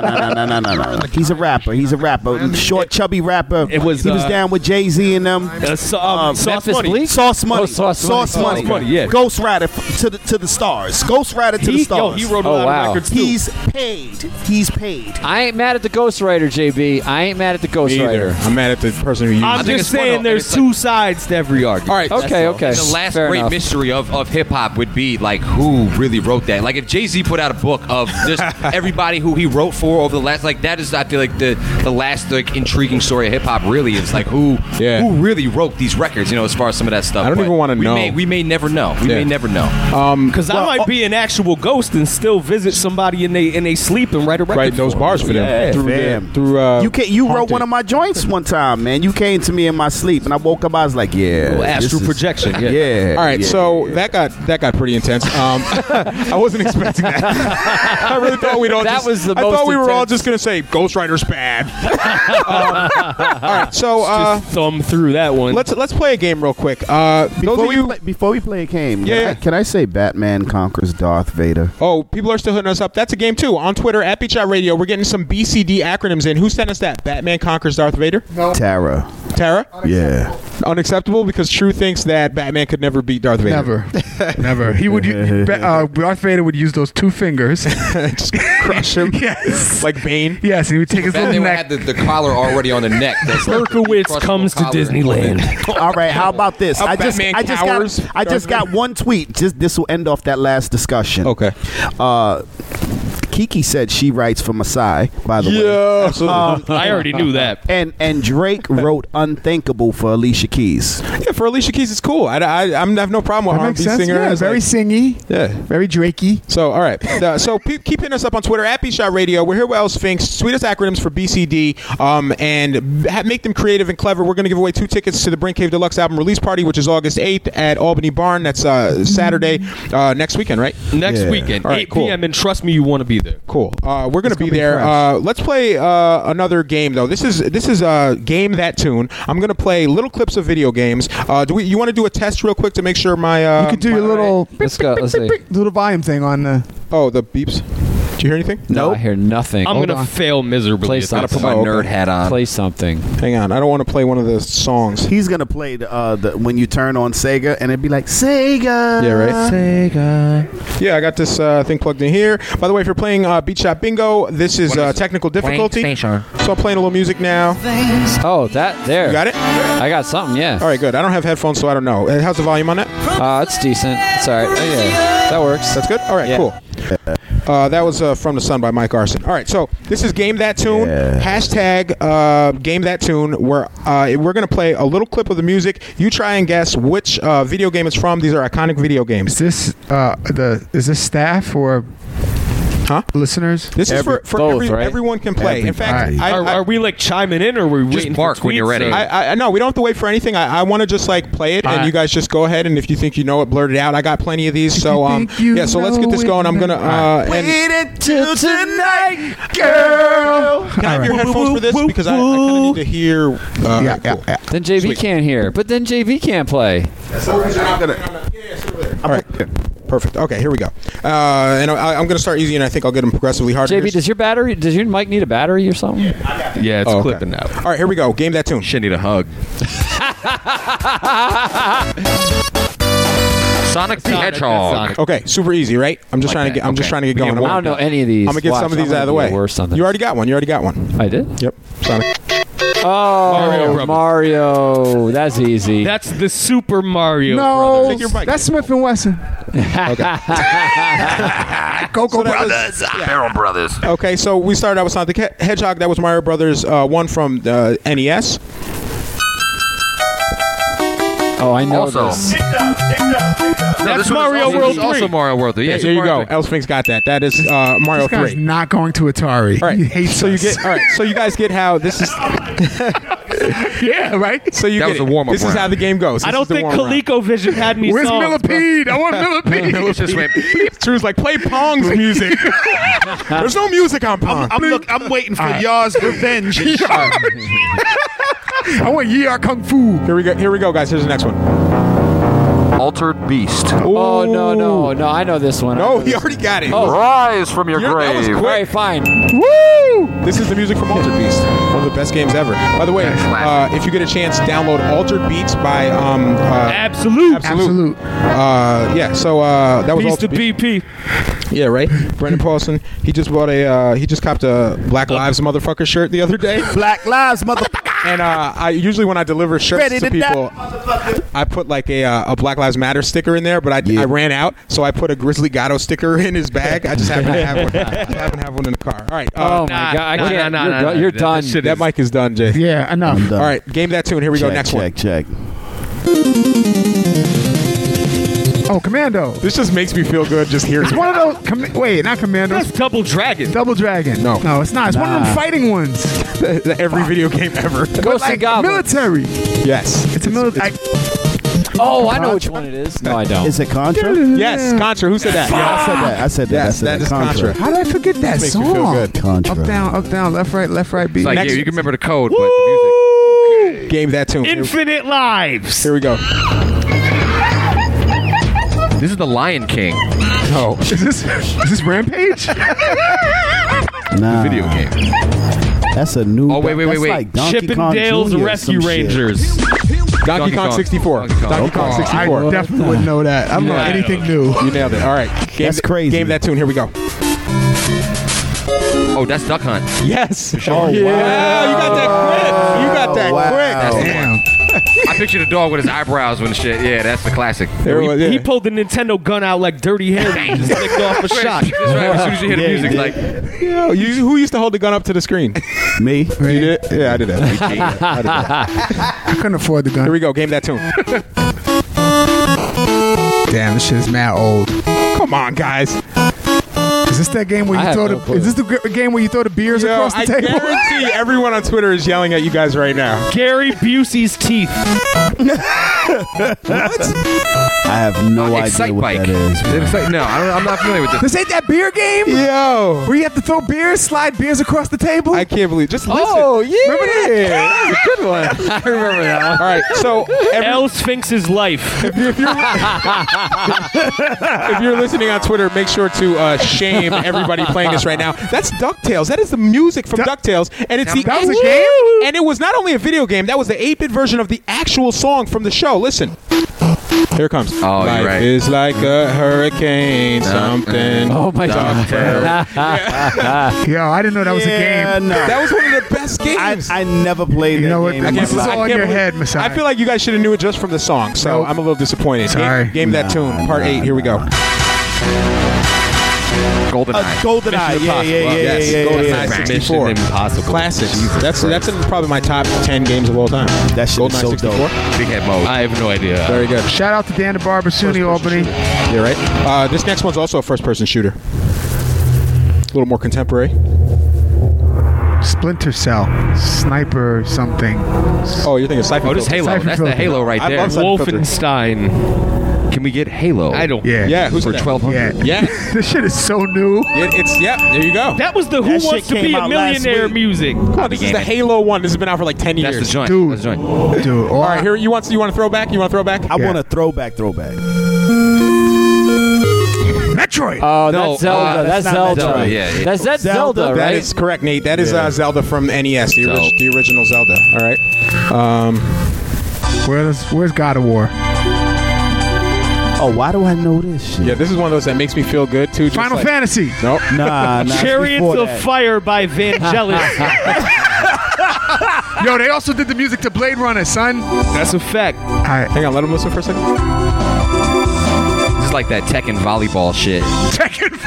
S1: no, no, no, no, no. He's a rapper. He's a rapper. Short, chubby rapper.
S8: It was,
S1: He was
S8: uh,
S1: down with Jay Z and them.
S8: Uh, so, um,
S1: Um,
S8: Sauce Money.
S1: Sauce money.
S8: Oh, Sauce Money.
S1: money.
S8: Sauce Money, yeah.
S1: Ghost Rider f- to the to the stars. Ghost Rider to
S8: He-
S1: the
S8: yo,
S1: stars.
S8: he wrote a Oh, lot of wow. records, too.
S1: He's paid. He's paid.
S6: I ain't mad at the ghostwriter, JB. I ain't mad at the
S3: Me either.
S6: ghostwriter.
S3: I'm mad at the person who used.
S8: I'm
S3: it.
S8: just saying there's two sides to every argument.
S4: All right. The last great mystery of, of hip hop would be like who really wrote that. Like if Jay Z put out a book of just everybody who he wrote for over the last like that is I feel like the the last like intriguing story of hip hop really is like who who really wrote these records. You know, as far as some of that stuff. I don't even want to know. May, we may never know. We may never know.
S3: Um,
S8: Because I might
S4: uh,
S8: [LAUGHS] be an actual ghost and still visit somebody in they in they sleep and write a record.
S3: Write those
S8: for
S3: bars for them.
S8: Yeah.
S3: Through the-
S1: Fam.
S3: through uh,
S1: You can, you wrote
S3: Haunted.
S1: one of my joints one time, man. You came to me in my sleep, and I woke up. I was like, yeah,
S3: Well,
S1: this
S3: astral
S1: is-
S3: projection, yeah.
S1: [LAUGHS] yeah.
S3: All right,
S1: yeah.
S3: so that got that got pretty intense. Um, [LAUGHS] I wasn't expecting that. [LAUGHS] I really thought we'd all.
S6: That
S3: just,
S6: was the
S3: I thought
S6: most
S3: we were all
S6: intense.
S3: just gonna say
S6: [LAUGHS]
S3: Ghostwriter's bad. Um, all right, so uh,
S8: thumb through that one.
S3: Let's let's play a game real quick. Uh, those
S1: Before
S3: of
S1: we,
S3: you,
S1: play, before we play a game,
S3: Yeah,
S1: can,
S3: yeah.
S1: I, can I say Batman conquers Darth Vader?
S3: oh, people are still hitting us up. That's a game too on Twitter at Beach Out Radio. We're getting some BCD acronyms in. Who sent us that? Batman conquers Darth Vader.
S1: Tara.
S3: Tara.
S1: Yeah.
S3: Unacceptable because True thinks that Batman could never beat Darth Vader. [LAUGHS]
S9: Never, never. He would. u- ba- Uh, Darth Vader would use those two fingers. Just
S3: crush
S9: [LAUGHS]
S3: him.
S9: yes.
S3: Like Bane.
S9: Yes, he would take his
S4: Batman
S9: little
S4: would
S9: neck.
S4: have the, the collar already on the neck. That's like,
S8: Berkowitz comes to
S4: [LAUGHS]
S8: Disneyland.
S1: All right, how about this?
S3: How
S1: I just,
S3: Batman
S1: I just
S3: cowers,
S1: got, I just
S3: Darth
S1: got one tweet. Just this will end off that last discussion.
S3: Okay.
S1: Uh, Kiki said she writes for Masai. By the
S3: Yeah.
S1: [LAUGHS] way, Um,
S3: Absolutely. [LAUGHS]
S8: I already knew that.
S1: And and Drake wrote "Unthinkable" for Alicia Keys.
S3: Yeah, for Alicia Keys, it's cool. I, I, I'm, I have no problem
S9: That
S3: with
S9: makes
S3: R&B
S9: sense.
S3: singer.
S9: Yeah,
S3: It's
S9: very
S3: like-
S9: singy.
S3: Yeah.
S9: Very Drakey.
S3: So, all right. Uh, so, pe- keep hitting us up on Twitter at Shot Radio. We're here with El Sphinx. Tweet us acronyms for BCD um, and ha- make them creative and clever. We're going to give away two tickets to the Brain Cave Deluxe album release party, which is August 8th at Albany Barn. That's uh, Saturday uh, next weekend, right?
S8: Next weekend,
S3: All right,
S8: 8
S3: cool.
S8: p.m. And trust me, you want to be there.
S3: Cool. Uh, we're gonna be there. Uh, let's play uh, another game though. This is this is a uh, game that tune. I'm gonna play little clips of video games. Uh, do we? You want to do a test real quick to make sure my? Uh,
S9: You could do your little
S6: Let's go. Let's see.
S9: little volume thing on the.
S3: Oh, the beeps. Do you hear anything?
S6: No, I hear nothing.
S8: I'm
S6: Hold
S8: gonna
S6: on.
S8: fail miserably.
S6: Play
S8: at that.
S6: something.
S3: put my Oh, okay. nerd
S6: hat on. Play something.
S3: Hang on. I don't want to play one of the songs.
S1: He's gonna play the, uh, the when you turn on Sega, and it'd be like Sega. Yeah,
S3: right.
S1: Sega.
S3: Yeah, I got this uh, thing plugged in here. By the way, if you're playing uh, Beat Shot Bingo, this is
S4: What
S3: uh,
S4: is-
S3: technical
S4: Playing
S3: difficulty. So
S4: station.
S3: I'm playing a little music now.
S6: Oh, that there.
S3: You got it?
S6: I got something. Yeah.
S3: All right, good. I don't have headphones, so I don't know. Uh, How's the volume on that?
S6: Uh, it's decent. It's all right. Yeah. That works.
S3: That's good. All right,
S6: Yeah.
S3: cool. Uh, that was uh, From the Sun by Mike Arson. All right, so this is Game That Tune. Hashtag uh, Game That Tune, where uh, we're going to play a little clip of the music. You try and guess which uh, video game it's from. These are iconic video games.
S9: Is this uh, the? Is this staff or
S3: Huh?
S9: Listeners?
S3: This is for, for every- everyone can play. In fact, I,
S8: are,
S3: I-
S8: are we like chiming in, or are we waiting for tweets, or-
S3: I, I no, we don't have to wait for anything. I, I want to just like play it, and
S8: Alright.
S3: you guys just go ahead, and if you think you know it, blurt it out. I got plenty of these, so um,
S17: think you
S3: yeah. So let's get this
S17: know
S3: going. I'm
S17: it,
S3: gonna uh, and
S17: Wait until tonight, girl.
S3: can I have your headphones for this because I, I kind of need to hear. Uh, yeah,
S6: Then JV can't hear, but then JV can't play.
S3: All right, perfect. Okay, here we go. Uh, and I, I'm gonna start easy, and I think I'll get them progressively harder.
S6: JV, does your battery? Does your mic need a battery or something?
S3: Yeah, it's clipping now. All right, here we go. Game that tune.
S4: Shit, need a hug. Sonic the Hedgehog.
S3: Okay, super easy, right? I'm just trying to get. I'm just
S4: Okay.
S3: trying to get
S4: We
S3: going.
S4: get
S3: I'm
S4: one.
S3: gonna-
S4: I don't know
S6: any of these.
S3: I'm gonna get
S6: Watch,
S3: some of
S6: I'm
S3: these
S6: gonna
S3: out of the
S6: be
S3: way.
S6: worse on this.
S3: You already got one. You already got one.
S6: I did.
S3: Yep. Sonic.
S6: Oh, Mario, that's easy.
S8: That's the Super Mario.
S9: No, that's Smith and Wesson.
S3: [LAUGHS] Coco Brothers.
S4: Barrel Brothers.
S3: Okay, so we started out with Sonic the He- Hedgehog. That was Mario Brothers uh, one from uh, NES.
S6: Oh, I know
S3: Also- this.
S4: No, this one is also- this is Also Mario World 3. Yeah,
S3: Yeah,
S4: it's
S3: there you
S4: Mario
S3: go.
S4: three.
S3: Elsphinx got that. That is uh, Mario
S9: this guy's
S3: Three.
S9: not going to Atari.
S3: All right.
S9: He hates
S3: so you
S9: us.
S3: get all right. So you guys get how this
S8: [LAUGHS]
S3: is.
S9: yeah, right.
S3: So you
S9: That
S3: get it.
S9: was a warm-up
S3: This
S9: round.
S3: is how the game goes.
S8: I
S3: This
S8: don't
S3: is the
S8: think
S3: warm-up round.
S8: ColecoVision had me.
S9: Where's
S8: songs, bro.
S9: Millipede? I want
S8: [LAUGHS]
S9: Millipede.
S8: It just went-
S3: [LAUGHS] Drew's like, play Pong's music. There's no music on Pong.
S17: I'm, look, I'm waiting for
S3: All right.
S17: y'all's
S3: [LAUGHS]
S17: revenge.
S3: I want Yee Kung Fu. Here we go. Here we go, guys. Here's the next one.
S6: Altered Beast. Oh no no no! I know this one. I
S3: No,
S6: know
S3: he
S6: this
S3: already got it.
S6: Oh.
S4: Rise from your
S3: You're- that was
S4: grave.
S3: quick.
S6: Alright, fine.
S3: Woo! This is the music from Altered Beast, one of the best games ever. By the way, uh, if you get a chance, download Altered Beats by um, uh,
S8: Absolute.
S3: Absolute. Uh, yeah. So uh, that was
S8: Peace
S3: Altered
S8: to
S3: Beats.
S8: BP.
S3: Yeah, right. Brendan Paulson. He just bought a. Uh, he just copped a Black Lives motherfucker shirt the other day.
S1: Black Lives motherfucker.
S3: And uh, I usually when I deliver shirts
S1: Ready
S3: to
S1: to die,
S3: people, I put like a, uh, a Black Lives Matter sticker in there, but I, I ran out, so I put a Grizzly Gatto sticker in his bag. I just happen to have one. [LAUGHS] I happen to have one in the car. All right. uh,
S6: Oh, my Nah, God. I nah, can't. nah, You're nah, done- nah. you're That- that done. shit is-
S3: That mic is done, Jay.
S9: Yeah, enough.
S3: All right, game that tune. Here we go.
S1: Check,
S3: Next
S1: check,
S3: one.
S1: Check.
S9: Oh, Commando.
S3: This just makes me feel good just hearing.
S9: It's one of those. Com- wait, not Commando. It's
S8: Double Dragon.
S9: Double Dragon.
S3: No.
S9: no, it's not. It's one of
S3: Nah.
S9: them fighting ones.
S3: [LAUGHS] Every video game ever.
S9: But
S6: Ghosts and
S9: like
S6: Goblins.
S9: military.
S3: Yes.
S9: It's a military.
S6: Oh, I know which one it is. No, I don't.
S1: Is it Contra?
S3: Yes, Contra. Who said that?
S1: Yeah, I said that. I said that. I
S3: Yes,
S1: said
S3: that is Contra.
S9: How did I forget that
S3: This makes me feel
S9: song?
S3: good.
S1: Contra.
S9: Up down, up down, left right, left right.
S4: It's
S9: Beat.
S4: like, yeah,
S9: Next-
S4: you can remember the code, but the
S3: Game that tune. Here-
S8: Infinite lives.
S3: Here we go.
S4: music. This is the Lion King. [LAUGHS]
S3: No.
S9: Is this is this Rampage?
S1: Nah.
S4: Video game.
S1: That's a new.
S4: Oh, wait, wait,
S1: that's
S4: wait, wait.
S1: Like Donkey
S8: Chip and
S1: Kong
S8: Dale's
S1: Jr. or
S8: Rescue
S1: some shit.
S8: Rangers.
S3: Donkey, Kong, 64. Donkey Kong,
S9: Oh,
S3: 64.
S9: I definitely wouldn't know that. I don't know
S3: Yeah.
S9: anything new.
S3: You nailed it. All right. Game
S1: That's
S3: th-
S1: crazy.
S3: Game that tune. Here we go.
S4: Oh, that's Duck Hunt.
S3: Yes.
S1: Oh,
S3: Yeah, you got that quick. You got that
S1: Wow.
S3: quick.
S9: Damn.
S4: [LAUGHS] I pictured a dog with his eyebrows and shit. Yeah, that's the classic.
S3: There it was, yeah.
S8: He pulled the Nintendo gun out like Dirty Harry. and just licked off a
S4: Right,
S8: shot.
S4: that's right. As soon as you hear the music, like
S3: Yeah, you- who used to hold the gun up to the screen?
S1: Me.
S3: You did? Yeah, I
S6: [LAUGHS]
S3: did that. I did that.
S9: I couldn't afford the
S3: Here
S9: gun.
S3: we go. Game that tune.
S9: Damn, this shit is mad old.
S3: Come on, guys.
S9: Is this that game where
S6: I
S9: you
S6: have
S9: throw
S6: no
S9: the?
S6: clue.
S9: Is this the g- game where you throw the beers
S3: Yo,
S9: across the
S3: I
S9: table?
S3: guarantee everyone on Twitter is yelling at you guys right now.
S8: Gary Busey's teeth.
S1: I have no idea
S4: Excite
S1: what
S4: Bike.
S1: that is. bro.
S4: It's like- no, I don't, I'm not familiar with this.
S9: [LAUGHS] This ain't that beer game
S3: Yo.
S9: where you have to throw beers, slide beers across the table.
S3: I can't believe. Just listen.
S6: Oh yeah.
S3: Remember that? That's a good one.
S6: I remember that one.
S3: All right. So every,
S8: L
S3: [LAUGHS]
S8: Sphinx's
S3: [LAUGHS]
S8: life. [LAUGHS]
S3: if you're listening on Twitter, make sure to uh, shame everybody playing this right now. That's DuckTales. That is the music from DuckTales. And it's the
S4: That
S9: was a
S3: game? And it was not only a video game, that was the 8 bit version of the actual song from the show. Listen. Here it comes.
S4: Oh, you're
S3: Life
S4: right. Uh-huh.
S3: is like a hurricane, something.
S6: Oh my god.
S3: [LAUGHS]
S9: Yo, I didn't know that was a
S1: Yeah,
S9: game.
S1: no.
S3: That was one of the best
S1: I,
S3: games.
S1: I never played
S9: You
S1: that
S9: know what?
S1: game. in my
S9: This is
S1: life.
S9: all in
S3: can't
S9: your
S3: believe-
S9: head, Messiah.
S3: I feel like you guys should have knew it just from the song, so
S9: Nope.
S3: I'm a little disappointed.
S9: Sorry.
S3: Game, game that tune, part eight. Here we go.
S4: Golden
S1: Uh, GoldenEye. Yeah, yeah, yeah, yeah,
S3: Yes,
S1: yeah, yeah,
S3: GoldenEye
S1: yeah.
S4: Mission
S3: 64.
S4: Impossible.
S3: Classic. That's that's in probably my top ten games of all time.
S1: That shit is
S3: GoldenEye
S1: so
S3: 64.
S1: dope.
S4: Big head mode.
S8: I have no idea.
S3: Very good.
S9: Shout out to Dan the Barber, SUNY Albany.
S3: Yeah, right. Uh, this next one's also a first-person shooter. little more contemporary.
S9: Splinter Cell, Sniper something. [LAUGHS]
S3: Oh, you're thinking Siphon
S4: Oh, this Halo. That's the Halo right there. Wolfenstein. Can we get Halo? I
S8: don't.
S9: Yeah.
S3: Yeah, who's
S4: for
S3: that?
S4: twelve hundred?
S3: Yeah.
S9: this shit is so new.
S3: It, it's yep. There you go.
S8: That was the Who Wants to Be a Millionaire music.
S3: Oh, this is the Halo one. This has been out for like ten years.
S4: That's the joint.
S9: Dude.
S4: That's the joint.
S9: Dude,
S3: All right, here you want you want to throw back? You want to throw back?
S1: I want a throwback, throwback.
S9: Metroid.
S3: Uh,
S6: Oh,
S8: uh,
S6: that's Zelda. that's, Zelda. That's that's Zelda, right?
S3: That is correct, Nate. That is uh, Zelda from NES, the, orig- the original Zelda. All right. Um,
S9: where's Where's God of War?
S1: Oh, why do I know this?
S3: Yeah, this is one of those that makes me feel good too. Just
S9: Final
S3: like,
S9: Fantasy.
S3: Nope.
S1: Nah, nah.
S8: Chariots
S1: before
S8: of
S1: that.
S8: Fire by Vangelis.
S9: [LAUGHS] Yo, they also did the music to Blade Runner, son.
S8: That's a fact.
S3: Hang on, let him listen for a second.
S4: This is like that Tekken volleyball shit.
S3: [LAUGHS]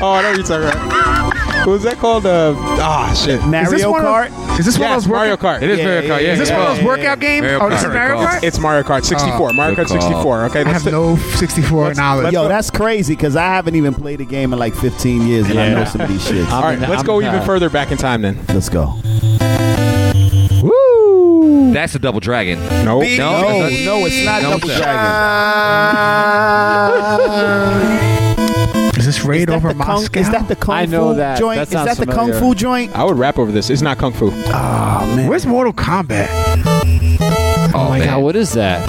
S3: Oh, I know what you're talking about. What was that called? Uh, ah, shit.
S1: Mario Kart.
S9: Is this one
S3: yes,
S9: of those
S3: Mario
S9: workout?
S3: Kart?
S4: It is Mario Kart. Yeah.
S9: Is this
S4: yeah.
S9: one of those workout games?
S4: Mario
S9: Oh, this is
S4: Kart.
S9: Mario Kart.
S3: It's Mario Kart 64. Mario
S4: good
S3: Kart
S4: call.
S3: 64. Okay,
S9: I
S3: that's
S9: have
S3: the,
S9: no 64 knowledge.
S1: Yo, that's crazy because I haven't even played a game in like 15 years and I know some of these shits.
S3: all right. Let's go even further back in time then.
S1: Let's go.
S4: That's a double dragon.
S3: No.
S4: No,
S1: No,
S4: that's
S1: Oh, no, it's not
S4: No,
S1: Double
S4: sir.
S1: Dragon.
S9: [LAUGHS] Is this
S1: Is
S9: raid
S1: that,
S9: over
S1: the kung,
S9: Moscow?
S1: is that the kung
S6: I
S1: fu
S6: know that.
S1: joint?
S6: That
S1: is that
S6: sounds
S1: the kung
S6: familiar.
S1: fu joint?
S3: I would rap over this. It's not kung fu.
S1: Oh man,
S9: Where's Mortal Kombat?
S6: Oh my god, what is that?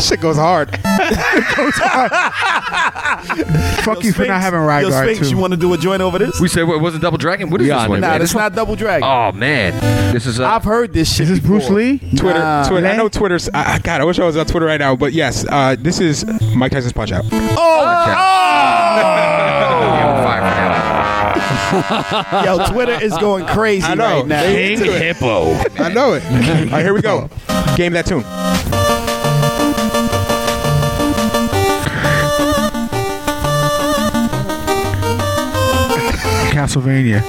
S9: Shit goes
S1: [LAUGHS]
S9: hard. It goes hard. Fuck you for not having
S1: Yo,
S9: Rygar
S1: Sphinx, you
S9: too.
S1: want to do a joint over this?
S4: We said well, it wasn't double dragon. What is
S6: Yeah,
S4: this one?
S6: nah,
S4: man?
S1: Nah, it's not Double Dragon.
S4: Oh man, this is uh, a.
S1: I've heard this shit.
S9: Is this Bruce
S1: before.
S9: Lee?
S3: Twitter,
S1: Nah.
S3: Twitter. I know Twitter's. I, I- God, I wish I was on Twitter right now. But yes, uh, this is Mike Tyson's Punch Out.
S1: Oh,
S4: Yeah, on fire right now.
S1: Yo, Twitter is going crazy
S3: I know.
S1: right now.
S3: They-
S1: Into it.
S4: Hippo.
S3: I know
S1: [LAUGHS]
S3: it. All right, here we go. Game that tune.
S9: Castlevania.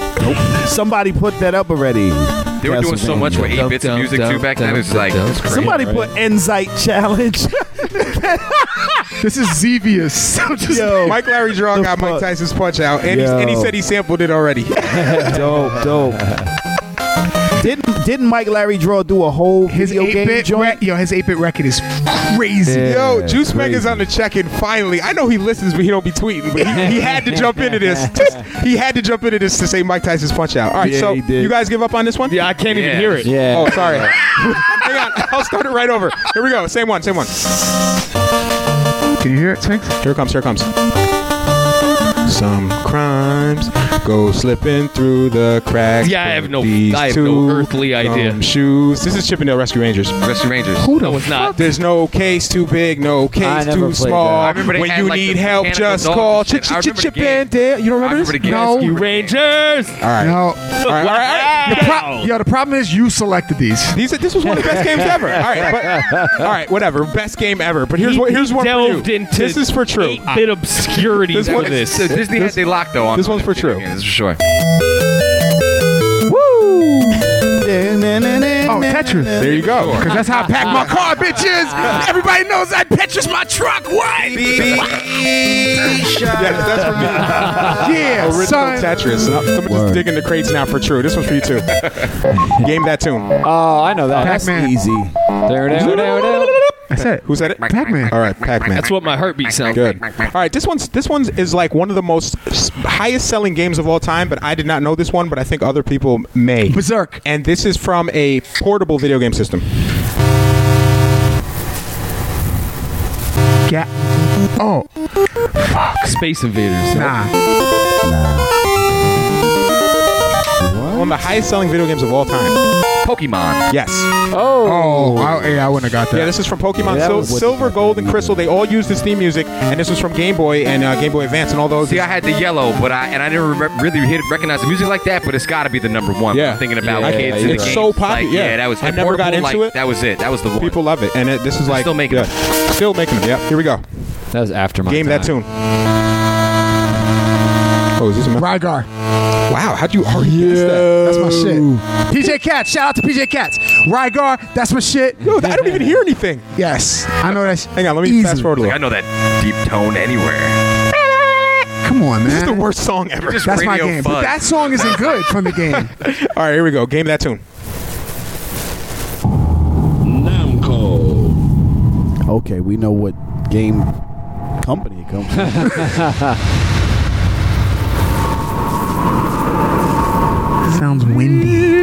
S1: Somebody put that up already.
S4: They were doing so much with eight bits of music too back then. It's like it's crazy.
S1: Somebody put Enzyte Challenge.
S9: This is Xevious. [LAUGHS] I'm just-
S1: [LAUGHS] Yo,
S3: Mike Larry Draw
S1: The
S3: got Mike
S1: fuck?
S3: Tyson's Punch Out, and, he, and he
S1: Yo.
S3: said he sampled it already.
S1: [LAUGHS] dope, dope. Didn't didn't Mike Larry Draw do a whole
S9: His
S1: video game
S9: 8-bit
S1: joint?
S9: rec- yo, his 8-bit record is crazy.
S3: Yo, Juice Meg is on the check-in finally. I know he listens, but he don't be tweeting. But he, he had to jump into
S9: [LAUGHS]
S1: [LAUGHS]
S3: this. he had to jump into this to say Mike Tyson's Punch Out. All right,
S1: Yeah,
S3: so
S1: he did.
S3: you guys give up on this one?
S8: Yeah, I can't even
S4: Yeah.
S8: hear it.
S6: Yeah.
S3: Oh, sorry. [LAUGHS] Hang on, I'll start it right over. Here we go. Same one. Same one.
S9: Can you hear it, Sphinx?
S3: Here it comes, here it comes. Some crimes go slipping through the cracks.
S8: Yeah, I have
S3: but
S8: no-
S3: these
S8: I have
S3: two
S8: no earthly idea.
S3: dumb Shoes. This is Chippendale Rescue Rangers.
S4: Rescue Rangers.
S8: no, it's not.
S3: There's no case too big, no
S6: I
S3: case
S6: never
S3: too
S6: played that.
S3: small.
S6: I
S4: remember they
S3: when
S4: had,
S3: you
S4: like, the
S3: need help,
S4: mechanical
S3: just
S4: dogs
S3: call
S4: and shit.
S3: Chip
S4: I
S3: Chip
S4: remember the
S3: Chip
S4: game.
S3: Chippendale. You don't
S4: I
S3: remember
S4: remember
S3: this?
S4: the game.
S9: No.
S4: Rescue
S8: Rangers.
S3: All right. All
S9: No.
S3: right. All right.
S9: The pro- yo, the problem is you selected these.
S3: These, this was one of the best
S4: [LAUGHS]
S3: games ever. All right, but, all right, whatever. Best game ever. But here's
S8: He-
S3: what here's
S8: he
S3: one
S8: delved
S3: for you.
S8: into
S3: This is for true.
S8: Eight bit obscurity
S3: This
S8: this
S3: one-
S8: for this.
S4: So Disney had they locked though on
S3: this one's for true.
S4: Yeah, this is for sure.
S9: Oh,
S1: Oh,
S9: Tetris.
S3: There you go.
S9: Because that's how I pack my car,
S3: [LAUGHS]
S9: bitches. Everybody knows I Tetris my truck. Why?
S1: [LAUGHS]
S3: Yeah, that's for me. [LAUGHS]
S9: Yeah,
S3: Original
S9: son.
S3: Tetris. No, Someone's just digging the crates now for true. This one's for you too. Game that tune.
S6: Oh, I know that.
S9: Pac-Man.
S1: Easy.
S6: There, there, there, there.
S9: That's it.
S3: Who said it?
S9: Pac-Man.
S3: All right, Pac-Man.
S8: That's what my heartbeat sounds
S3: Good. All right, this one's this one's is like one of the most s- highest selling games of all time, but I did not know this one, but I think other people may.
S9: Berserk.
S3: And this is from a portable video game system.
S9: Yeah. Oh,
S8: Space Invaders.
S9: nah.
S18: Oh,
S3: One of the highest selling video games of all time.
S4: Pokemon.
S3: Yes.
S9: Oh, I, yeah, I wouldn't have got that.
S3: Yeah, this is from Pokemon
S1: that
S3: Sil-
S1: was what-
S3: Silver, Gold, and Crystal. They all use this theme music, and this was from Game Boy and uh, Game Boy Advance and all those.
S4: See, I had the yellow, but I and I didn't remem- really hit, recognize the music like that. But it's got to be the number one.
S3: Yeah.
S4: I'm thinking about
S3: Yeah,
S4: kids.
S3: it's
S4: and the
S3: so
S4: games.
S3: popular,
S4: Like,
S3: yeah.
S4: that was.
S3: I
S4: and
S3: never got
S4: portable,
S3: into
S4: like,
S3: it.
S4: That was it. That was the one.
S3: People love it, and it, this is like
S4: still making them.
S3: still making them. Yeah, here we go.
S6: That was after my
S3: Game that
S6: time.
S3: tune. Oh, is this a ma-
S9: Rygar.
S3: wow? How'd you already guess that?
S9: That's my shit. PJ Cats. Shout out to PJ Cats.
S7: Rygar, that's my shit.
S3: Yo, I don't even hear anything.
S7: Yes, I know that.
S3: Hang on, let me fast forward a
S4: Like, I
S3: little.
S4: know that deep tone anywhere.
S7: Come on, man.
S3: This is the worst song ever.
S4: Just
S7: That's my
S4: radio
S7: game.
S4: fun.
S7: But that song isn't good from
S3: [LAUGHS]
S7: the game.
S3: [LAUGHS] All right, here we go. Game that tune.
S1: Namco. [LAUGHS] Okay, we know what game company it
S3: [LAUGHS]
S1: comes from.
S17: Sounds windy.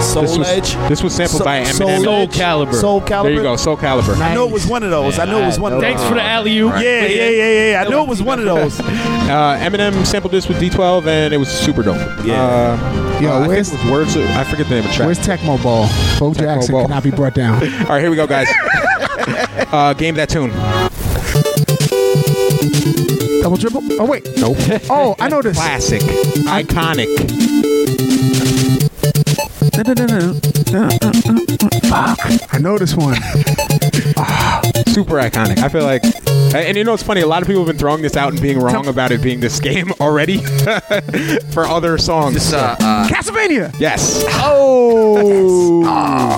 S1: Soul
S3: this was,
S1: Edge?
S3: This was sampled
S1: So-
S3: by Eminem.
S1: Soul Soul Edge? Calibur. Soul
S3: There you
S1: Calibur?
S3: go. Soul Calibur.
S1: I know it was one of those. I know it was one of those.
S3: Thanks for the alley-oop.
S1: Yeah, yeah, yeah, yeah, yeah. I know it was one of those.
S3: [LAUGHS] Uh, Eminem sampled this with D12, and it was super dope. Yeah. Uh,
S9: Yo,
S3: uh, I think
S9: where's-
S3: it was words. I forget the name of the track.
S9: Where's Tecmo Ball? Bo Jackson
S3: Ball.
S9: cannot be brought down. [LAUGHS]
S3: All right, here we go, guys. [LAUGHS] uh, game that tune.
S7: Double dribble. Oh wait.
S3: Nope.
S7: Oh, I know this.
S3: Classic. Iconic.
S7: Fuck.
S9: I know this one.
S3: Super iconic. I feel like, and you know, it's funny. A lot of people have been throwing this out and being wrong about it being this game [LAUGHS] already for other songs.
S4: This, uh, uh,
S7: Castlevania.
S3: [LAUGHS]
S1: [LAUGHS]
S3: Yes.
S7: Oh.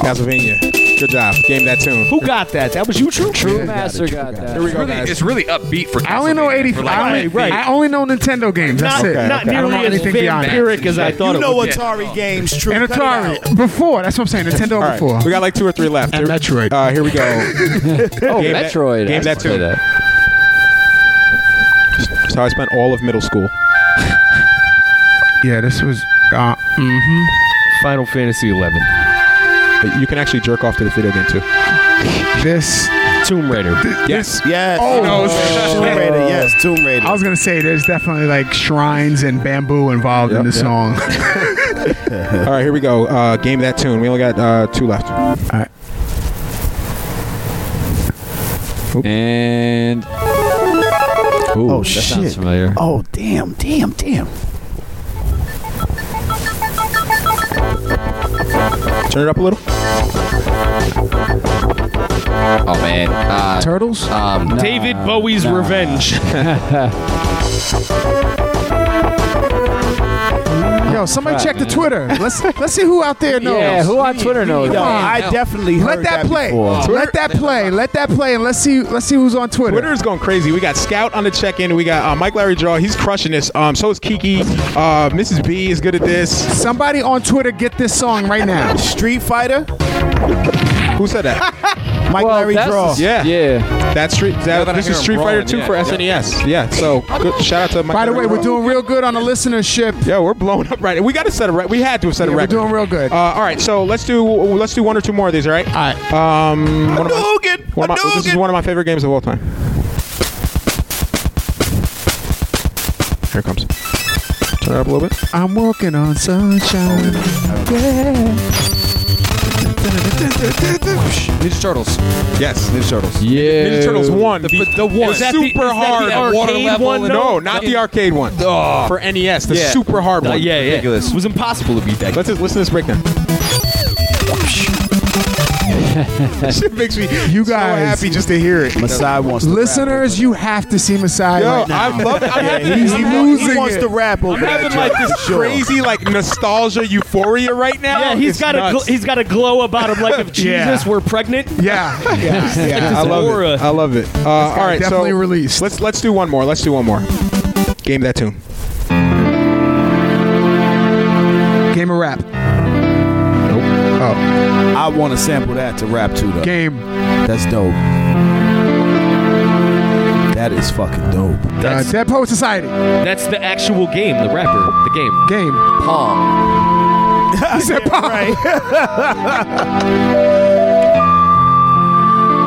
S3: Castlevania. Good job. Game that tune. Who got that? That was you, True?
S6: True Master got that.
S3: Here we go,
S4: Really,
S3: guys.
S4: it's really upbeat for.
S9: I only know
S4: Castlevania,
S9: 80.
S4: for
S9: I, only,
S4: upbeat.
S9: I only know Nintendo games. That's
S4: Not-
S9: it.
S4: not
S9: I don't know
S4: nearly as
S9: anything beyond that.
S4: vampiric as I You thought it
S1: know would be. Oh. Atari games, true.
S9: And
S1: Cut it
S9: Atari. Before. That's what I'm saying. Nintendo
S3: All right,
S9: before.
S3: We got like two or three left. And Metroid. Uh, [LAUGHS] here we go.
S6: Oh,
S3: Game that-
S6: Metroid.
S3: game
S6: I
S3: that
S6: play
S3: tune. That's how I spent all of middle school.
S9: Yeah, this was. Uh,
S3: mm-hmm. Final Fantasy Eleven. You can actually jerk off to this video game too.
S9: This
S3: Tomb Raider. yes.
S1: Yes.
S9: Oh.
S1: Tomb Raider. Yes, Tomb Raider.
S9: I was gonna say there's definitely like shrines and bamboo involved in the song.
S3: [LAUGHS] all right, here we go. Uh, game that tune. We only got uh, two left. All right.
S6: And
S1: oh
S6: that
S1: shit!
S6: sounds familiar.
S1: Oh damn! Damn! Damn!
S3: Turn it up a little.
S4: Oh man. Uh,
S9: Turtles.
S4: Um,
S8: David
S3: [LAUGHS]
S8: Bowie's Revenge.
S9: Yo, somebody
S8: crap,
S9: check the
S8: man.
S9: Twitter. Let's let's see who out there knows.
S6: Yeah, who on Twitter knows
S9: Come
S6: that?
S9: on.
S6: I definitely
S9: let
S6: heard
S9: that
S6: that
S9: play.
S6: before.
S9: Let that play. Let that play, and let's see let's see who's on Twitter.
S3: Twitter is going crazy. We got Scout on the check in. We got uh, Mike Larry Draw. He's crushing this. Um, so is Kiki. Uh, Mrs. B is good at this.
S9: Somebody on Twitter get this song
S3: [LAUGHS]
S9: right now.
S1: Street Fighter.
S3: Who said
S9: [LAUGHS]
S3: that?
S1: Mike Larry Draw.
S3: Yeah. Yeah. That's street.
S1: Now
S3: That,
S1: that I
S3: this
S1: hear
S3: is
S1: him
S3: Street Fighter
S1: rolling,
S3: 2
S1: yeah,
S3: for
S1: yeah.
S3: SNES. Yeah. So good. shout out to Mike
S9: By the
S3: Larry
S9: way, we're
S3: Draw.
S9: doing real good on the listenership.
S3: Yeah, we're blowing up [LAUGHS] right. We got to set a record. We had to have set a
S9: Yeah, we're
S3: record.
S9: doing real good.
S3: Uh, all right, so let's do let's do one or two more of these. All right. All right. Um, one of my, one of my- this is one of my favorite games of all time. Here it comes. Turn it up a little bit.
S9: I'm walking on
S3: [LAUGHS]
S9: sunshine. Yeah.
S4: Ninja Turtles.
S3: Yes,
S4: Ninja Turtles.
S3: Yeah. Ninja Turtles one.
S4: The, the one.
S3: It's super hard
S8: water level one, and-
S3: No, not the arcade one.
S8: Oh.
S3: For NES, the
S8: Yeah.
S3: super hard
S8: Uh,
S3: one.
S8: yeah, yeah.
S3: ridiculous.
S8: It was impossible to beat that.
S3: Let's just listen to this
S8: [LAUGHS]
S3: breakdown. [LAUGHS] This shit makes me
S9: You
S3: so
S9: guys-
S3: happy just to hear it.
S1: Masai wants to
S9: Listeners, you have to see Masai
S3: Yo,
S9: right now.
S3: I love it. I'm having-
S9: He's
S3: I'm having-
S9: losing
S3: he wants
S9: it.
S3: to rap over I'm having like this crazy like nostalgia euphoria right now.
S8: Yeah, he's
S3: It's
S8: got a
S3: nuts.
S8: gl- he's got a glow about him
S3: [LAUGHS]
S8: like if Jesus
S3: Yeah.
S8: were pregnant.
S9: Yeah,
S8: [LAUGHS]
S3: Yeah, yeah, I love it. I love it. Uh, all right,
S9: definitely
S3: so released. Let's let's do one more. Let's do one more. Game that tune.
S9: Game of rap.
S1: Oh. I want to sample that to rap to though.
S9: Game.
S1: That's dope. That is fucking dope.
S9: Uh, Dead Poet Society.
S8: That's the actual game, the rapper, the game.
S9: Game.
S3: [LAUGHS]
S8: Palm.
S9: he said pop.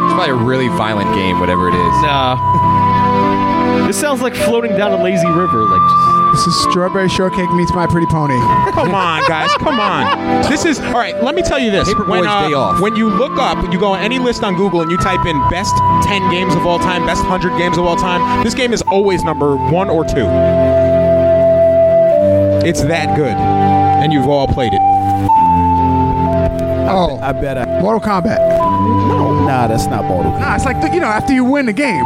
S4: It's probably a really violent game, whatever it is.
S3: [LAUGHS]
S8: Nah. this sounds like floating down a lazy river. Like just,
S9: This is Strawberry Shortcake meets My Pretty Pony.
S3: Come on, guys. Come on. This is all right. Let me tell you this. When,
S9: Paperboy's
S3: uh,
S9: Day Off.
S3: when you look up, you go on any list on Google and you type in best 10 games of all time, best 100 games of all time. This game is always number one or two. It's that good. And and you've all played it.
S9: Oh,
S1: I bet. I,
S9: Mortal Kombat.
S1: Nah, that's not Mortal. Kombat.
S9: Nah, it's like you know, after you win the game,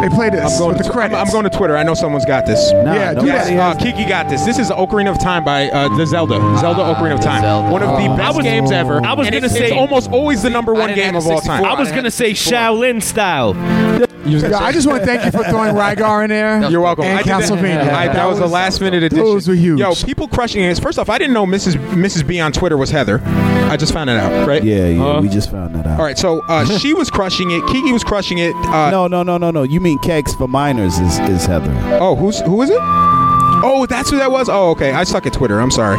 S9: they play this
S3: I'm going,
S9: with the
S3: to,
S9: credits.
S3: I'm, I'm going to Twitter. I know someone's got this.
S9: Nah, Yeah, do
S3: Yes,
S9: that.
S3: uh, Kiki got this. This is Ocarina of Time by uh, the Zelda. Zelda Ocarina of Time. One of the
S19: Oh. I
S3: best
S19: was-
S3: games ever.
S19: I was
S3: And
S19: gonna
S3: it's-
S19: say
S3: it's almost always the number one game of all time.
S19: I was gonna say Shaolin style.
S9: Yo, I just want to thank you for
S3: [LAUGHS]
S9: throwing Rygar in there.
S3: You're welcome.
S9: And
S3: I did that-
S9: Castlevania.
S3: I- that, was, a last minute addition.
S9: Those were huge.
S3: Yo, people crushing it. First off, I didn't know Mrs. Mrs. B on Twitter was Heather. I just found it out, right?
S1: Yeah, yeah. we just found that out.
S3: All right, so uh,
S1: [LAUGHS]
S3: she was crushing it. Kiki was crushing it. Uh,
S1: no, no, no, no, no. You mean kegs for minors is, is Heather.
S3: Oh, who's who is it? Oh, that's who that was. Oh, okay. I suck at Twitter. I'm sorry.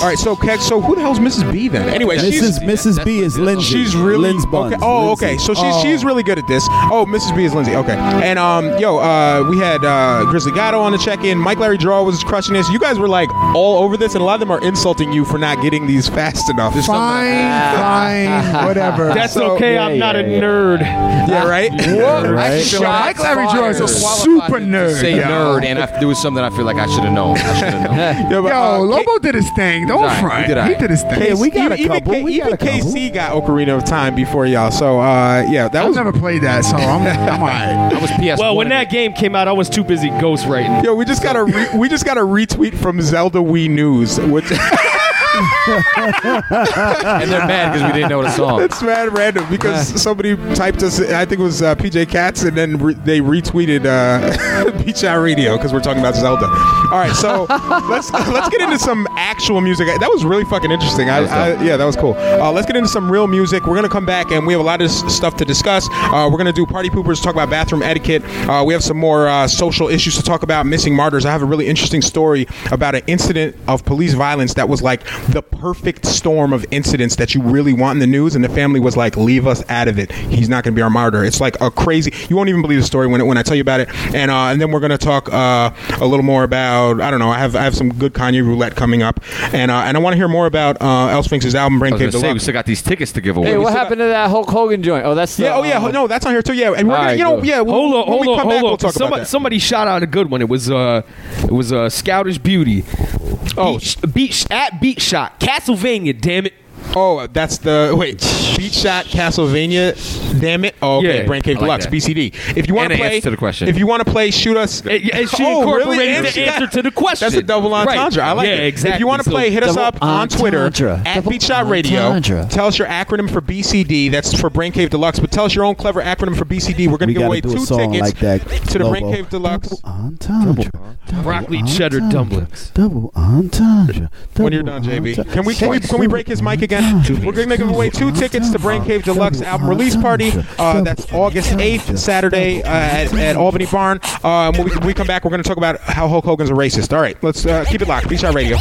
S3: All right, so Kex, so who the hell's Mrs. B then? Anyway,
S1: Mrs.
S3: she's
S1: Mrs. B is Lindsay.
S3: She's really
S1: Linz Buns.
S3: okay. Oh,
S1: Lindsay.
S3: okay. So she's
S1: Oh.
S3: she's really good at this. Oh, Mrs. B is [LAUGHS] Lindsay. Okay. And um, yo, uh, we had uh, Grizzly Gatto on the check-in. Mike Larry Draw was crushing this. You guys were like all over this, and a lot of them are insulting you for not getting these fast enough.
S9: Fine, [LAUGHS] fine, whatever.
S19: That's okay. I'm not a nerd.
S4: [LAUGHS]
S3: Yeah, right.
S19: What?
S4: Right?
S9: Mike Larry Joy is a super nerd.
S4: Say
S9: yo.
S4: [LAUGHS] nerd, and I, there was something I feel like I should have known. I should have known.
S9: Yo,
S3: uh,
S9: Lobo did his thing. Don't
S4: Sorry,
S9: front.
S4: he did
S9: He
S4: alright.
S9: did his thing.
S4: Hey, we got
S3: even, K- even KC got Ocarina of Time before y'all. So uh, yeah, that was
S9: never played that, so I'm, I'm alright.
S4: I was PS.
S19: Well, when that game came out, I was too busy ghostwriting.
S3: [LAUGHS] Yo, we just got a re- we just got a retweet from Zelda Wii News, which [LAUGHS]
S4: and they're mad because we didn't know the song.
S3: It's mad random
S4: [LAUGHS]
S3: because somebody typed us. I think it was uh, PJ Katz, and then re- they retweeted uh, [LAUGHS] Beach Out Radio because we're talking about Zelda. All right,
S4: [LAUGHS]
S3: so let's let's get into some actual music. That was really fucking interesting. I, I, yeah, that was cool. Uh, let's get into some real music. We're gonna come back and we have a lot of s- stuff to discuss. Uh, we're gonna do party poopers, talk about bathroom etiquette. Uh, we have some more uh, social issues to talk about. Missing martyrs. I have a really interesting story about an incident of police violence that was like the perfect storm of incidents that you really want in the news, and the family was like, "Leave us out of it. He's not gonna be our martyr." It's like a crazy. You won't even believe the story when it, when I tell you about it. And uh, and then we're gonna talk uh, a little more about I don't know. I have I have some good Kanye roulette coming up, and uh, and I want to hear more about uh, El Sphinx's album Brain
S4: I was
S3: Cave
S4: gonna say we
S3: Deluxe.
S4: still got these tickets to give away.
S6: Hey,
S4: We
S6: what
S4: still
S6: happened to that Hulk Hogan joint? Oh, that's the,
S3: Yeah, oh yeah, ho- no, that's on here too. Yeah, and we're gonna, you know, yeah, when-
S8: hold on,
S3: when
S8: hold
S3: we
S8: on,
S3: come
S8: hold
S3: back,
S8: on.
S3: we'll talk
S8: somebody,
S3: about that.
S8: somebody shot out a good one. It was uh, it was uh, Scoutish Beauty. Oh, beat, at beat shot, Castlevania. Damn it.
S3: Oh, that's the wait. Beat shot Castlevania. Damn it. Oh, okay.
S8: Yeah.
S3: Brain Cave
S8: I like
S3: Deluxe
S8: that.
S3: BCD. If you want
S4: And
S3: to
S4: it
S3: play
S4: answers to the question.
S3: If you want to play, shoot us.
S8: and she
S3: Oh,
S8: incorporated
S3: really?
S8: the
S3: And she-
S8: answer to the question.
S3: That's a double
S8: Right.
S3: entendre. I like
S8: Yeah,
S3: it.
S8: exactly.
S3: If you want to
S8: So
S3: play, hit us
S8: double
S3: up on Twitter
S8: entendre.
S3: at Beat Shot Radio.
S8: entendre.
S3: Tell us your acronym for BCD. That's for Brain Cave Deluxe. But tell us your own clever acronym for BCD. We're gonna
S1: We
S3: give
S1: gotta
S3: away
S1: do a
S3: two
S1: song
S3: tickets
S1: like that,
S3: to the Brain
S1: Lobo.
S3: Cave Deluxe.
S8: Broccoli cheddar dumplings.
S1: Double entendre.
S3: When you're done, JB, can we can we, can we break his mic again? We're gonna give away two tickets to Brain Cave Deluxe album release party. Uh, that's August 8th, Saturday uh, at, at Albany Barn. Um, when we, we come back, we're gonna talk about how Hulk Hogan's a racist. All right, let's uh, keep it locked. Beach Out Radio.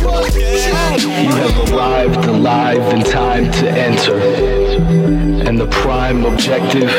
S14: You have arrived alive in time to enter. And the prime objective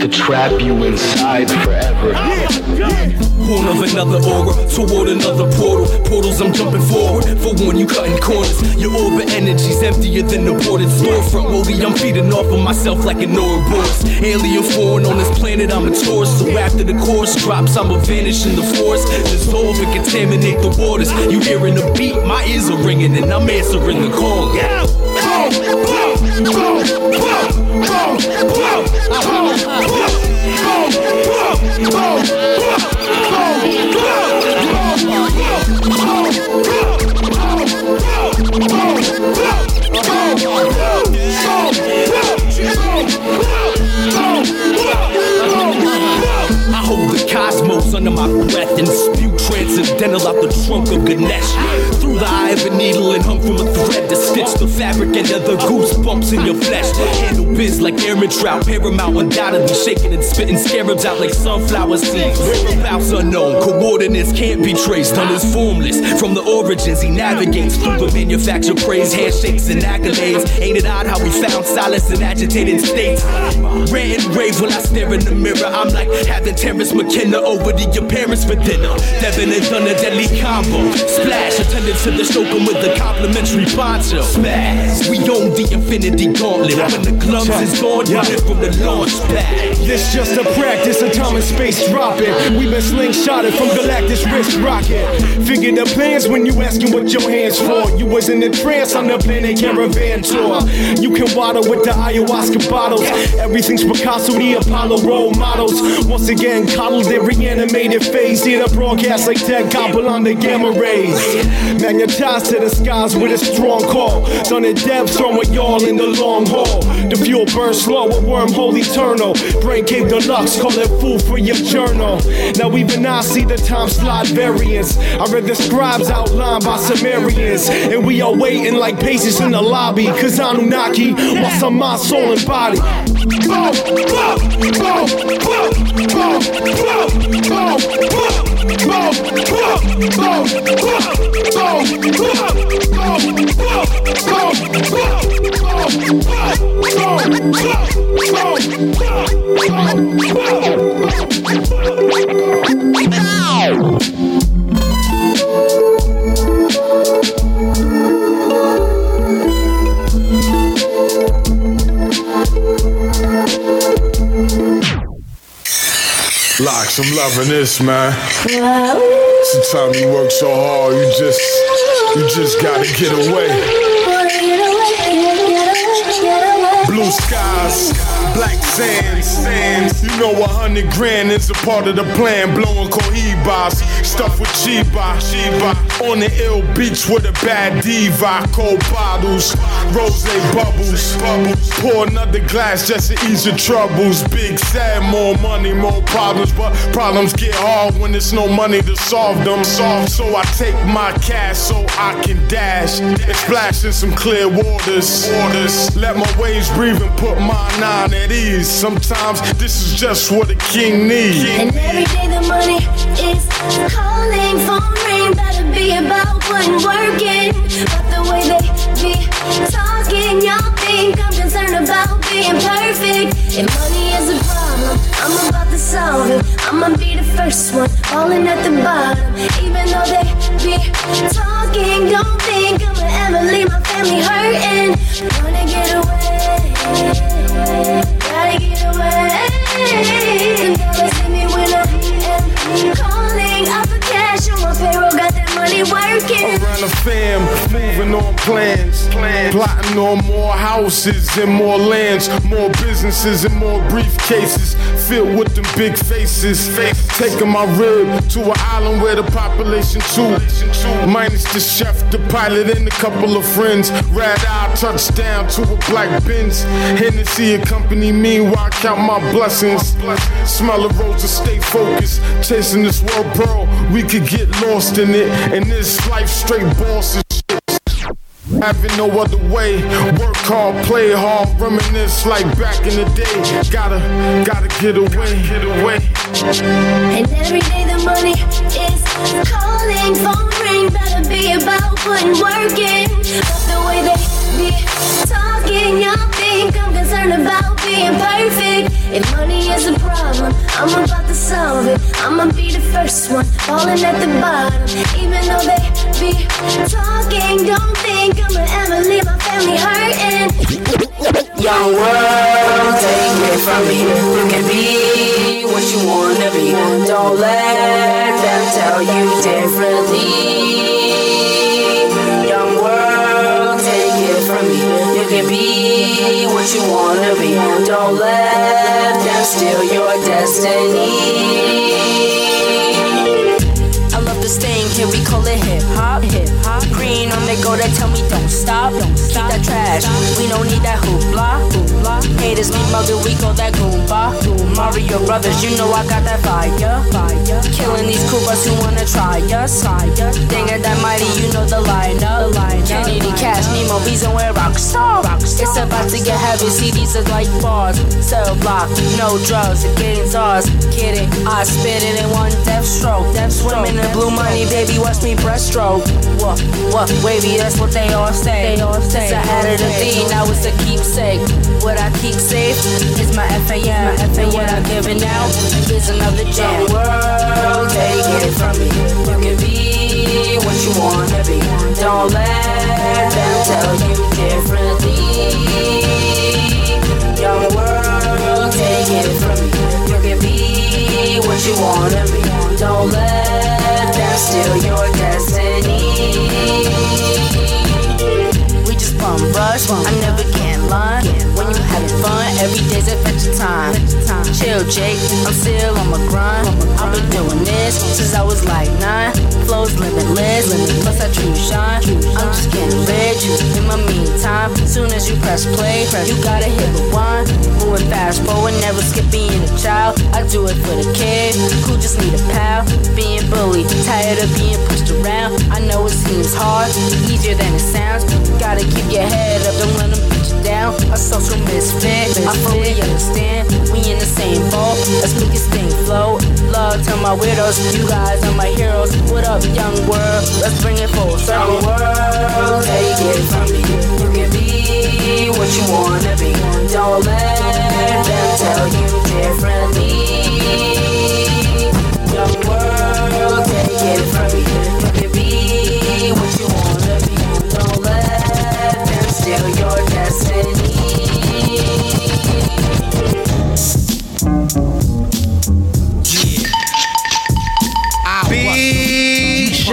S14: to trap you inside forever.
S20: Horn of another aura toward another portal. Portals I'm jumping forward for one you cutting corners. Your orbit energy's emptier than the boarded storefront. Woolly, I'm feeding off of myself like an Ouroboros. Alien foreign on this planet, I'm a tourist. So after the chorus drops, I'ma vanish in the forest. Dissolve and contaminate the waters. You hearing the beat, my ears are ringing, and I'm answering the call. I hold the cosmos under my breath and spew transcendental out the trunk of Ganesh. Through through the eye of a needle and hung from a thread that stitched the fabric and other goosebumps in your flesh. Handle biz like airman trout, paramount undoubtedly shaking and spitting scarabs out like sunflower seeds. Whereabouts unknown, coordinates can't be traced. None is formless from the origins he navigates through the manufactured praise, handshakes and accolades. Ain't it odd how we found solace in agitated states? Rant and rave when I stare in the mirror. I'm like having Terrence McKenna over to your parents for dinner. Devin and Thunder, deadly combo. Splash, attended to the shogun with a complimentary poncho. Smash, we own the infinity gauntlet. When the clubs is gone, you live from the launch pad.
S21: This just a practice of time and space dropping. We've been slingshotted from Galactus wrist rocket. Figure the plans when you asking what your hands for. You was in the trance, I'm the planet caravan tour. You can waddle with the ayahuasca bottles. Everything's Picasso, the Apollo role models. Once again, coddled and reanimated phase. Hear the broadcast like Ted Koppel on the gamma rays. Magnetized to the skies with a strong call. Done in depth, throwing y'all in the long haul. The fuel burns slow, a wormhole eternal. Brain cave deluxe, call it food for your journal. Now even I see the time slot variance. I read the scribes outlined by Sumerians. And we are waiting like patients in the lobby. Cause Anunnaki wants on my soul and body. Boom, boom, boom, boom, boom, boom, boom, boom. Boom, boom, boom, boom, boom, boom, boom, boom, boom, boom, boom, boom, boom, boom.
S22: Locks, I'm loving this, man. Sometimes you work so hard, you just, you just gotta get away. Blue skies, black sands, sands. You know a hundred grand is a part of the plan. Blowing cohibas, stuff with chiba, chiba. On the ill beach with a bad diva. Cold bottles, rose bubbles, bubbles. Pour another glass just to ease your troubles. Big sad, more money, more problems. But problems get hard when there's no money to solve them. Solve. So I take my cash so I can dash and splash in some clear waters. waters. Let my waves breathe and put my nine at ease. Sometimes this is just what a king needs.
S23: And every day the money is calling for rain. Better be about one working. But the way they be talking, y'all think I'm concerned about being perfect. If money is a problem, I'm about to solve it. I'ma be the first one falling at the bottom. Even though they be talking, don't think I'ma ever leave my family hurting. Wanna get away, gotta get away. Them dollars hit me when I am calling up for cash on my payroll. Got that money working.
S22: Around the fam, moving on plans, plans. plotting on more houses and more lands, more businesses and more briefcases filled with them big faces. Taking my rib to an island where the population two, minus the chef, the pilot, and a couple of friends. Rad eye touchdown to a black Benz. Hennessy accompany me while I count my blessings. Smell of roses, stay focused, chasing this world, bro. We could get lost in it, and this life straight bosses. Having no other way, work hard, play hard, reminisce like back in the day. Gotta, gotta get away, get away.
S23: And every day the money is calling phone ring. Better be about putting work in. But the way they be talking, y'all think I'm concerned about being perfect. If money is a problem, I'm about to solve it. I'ma be the first one falling at the bottom. Even though they be talking, don't think I'ma ever leave my family hurting.
S18: Young world, take it from me. You can be what you wanna be. Don't let them tell you differently. Young world, take it from me. You can be what you wanna be. Don't let them steal your destiny. I love this thing, can we call it hip hop? Hip hop. Green on Some nigga that tell me don't stop, don't stop that trash. We don't need that hoopla, hoopla. Haters we mugging, we call that goomba, goomba. Mario Brothers, you know I got that fire, fire. Killing these coopers who wanna try us, try us. Thing of that mighty, you know the lineup, lineup. Kennedy, Cash, Nemo, Visa, and Rockstar, Rockstar. It's about to get heavy, CDs are like bars. Cell block, no drugs, the game's ours. Get it, I spit it in one death stroke. Death Swimming in blue money, baby, watch me breaststroke. What, what, wavy, that's what they all say. They all say. Since I added a D, now it's a keepsake. What I keep safe is my FAM. And what I'm giving out is another jam. The world, take it from me. You can be what you wanna be. Don't let them tell you differently. Young world, take it from me. You can be what you wanna be. Don't let them steal your destiny. We just bum rush. I never can lie. When you having fun, every day's adventure time. Chill, Jake. I'm still on my grind. I've been doing this since I was like nine. Flows limitless. Plus I true shine. I'm just getting rich. In my meantime, soon as you press play, you gotta hit rewind. Moving fast forward, never skip being a child. I do it for the kid who just need a pal. Being bullied, tired of being pushed around. I know it seems hard, easier than it sounds. Gotta keep your head up, don't let them beat you down. A social misfit, I fully understand. We in the same boat, let's make this thing flow. Love to my widows, you guys are my heroes. What up, young world? Let's bring it full circle. World, take it from me. You can be what you wanna be. Don't let them tell you differently. Young world, take it from me. You can be what you wanna be. Don't let them steal your destiny.
S5: Be
S11: Oh,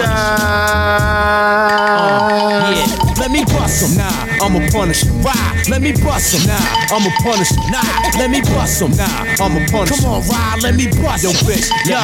S11: Let me bust 'em. Nah, I'm a punish. Why? Let me bust 'em. Nah, I'm a punish. Nah, let me bust 'em. Nah, I'm a punish. Come on, ride, let me bust 'em. Yo, bitch, yo,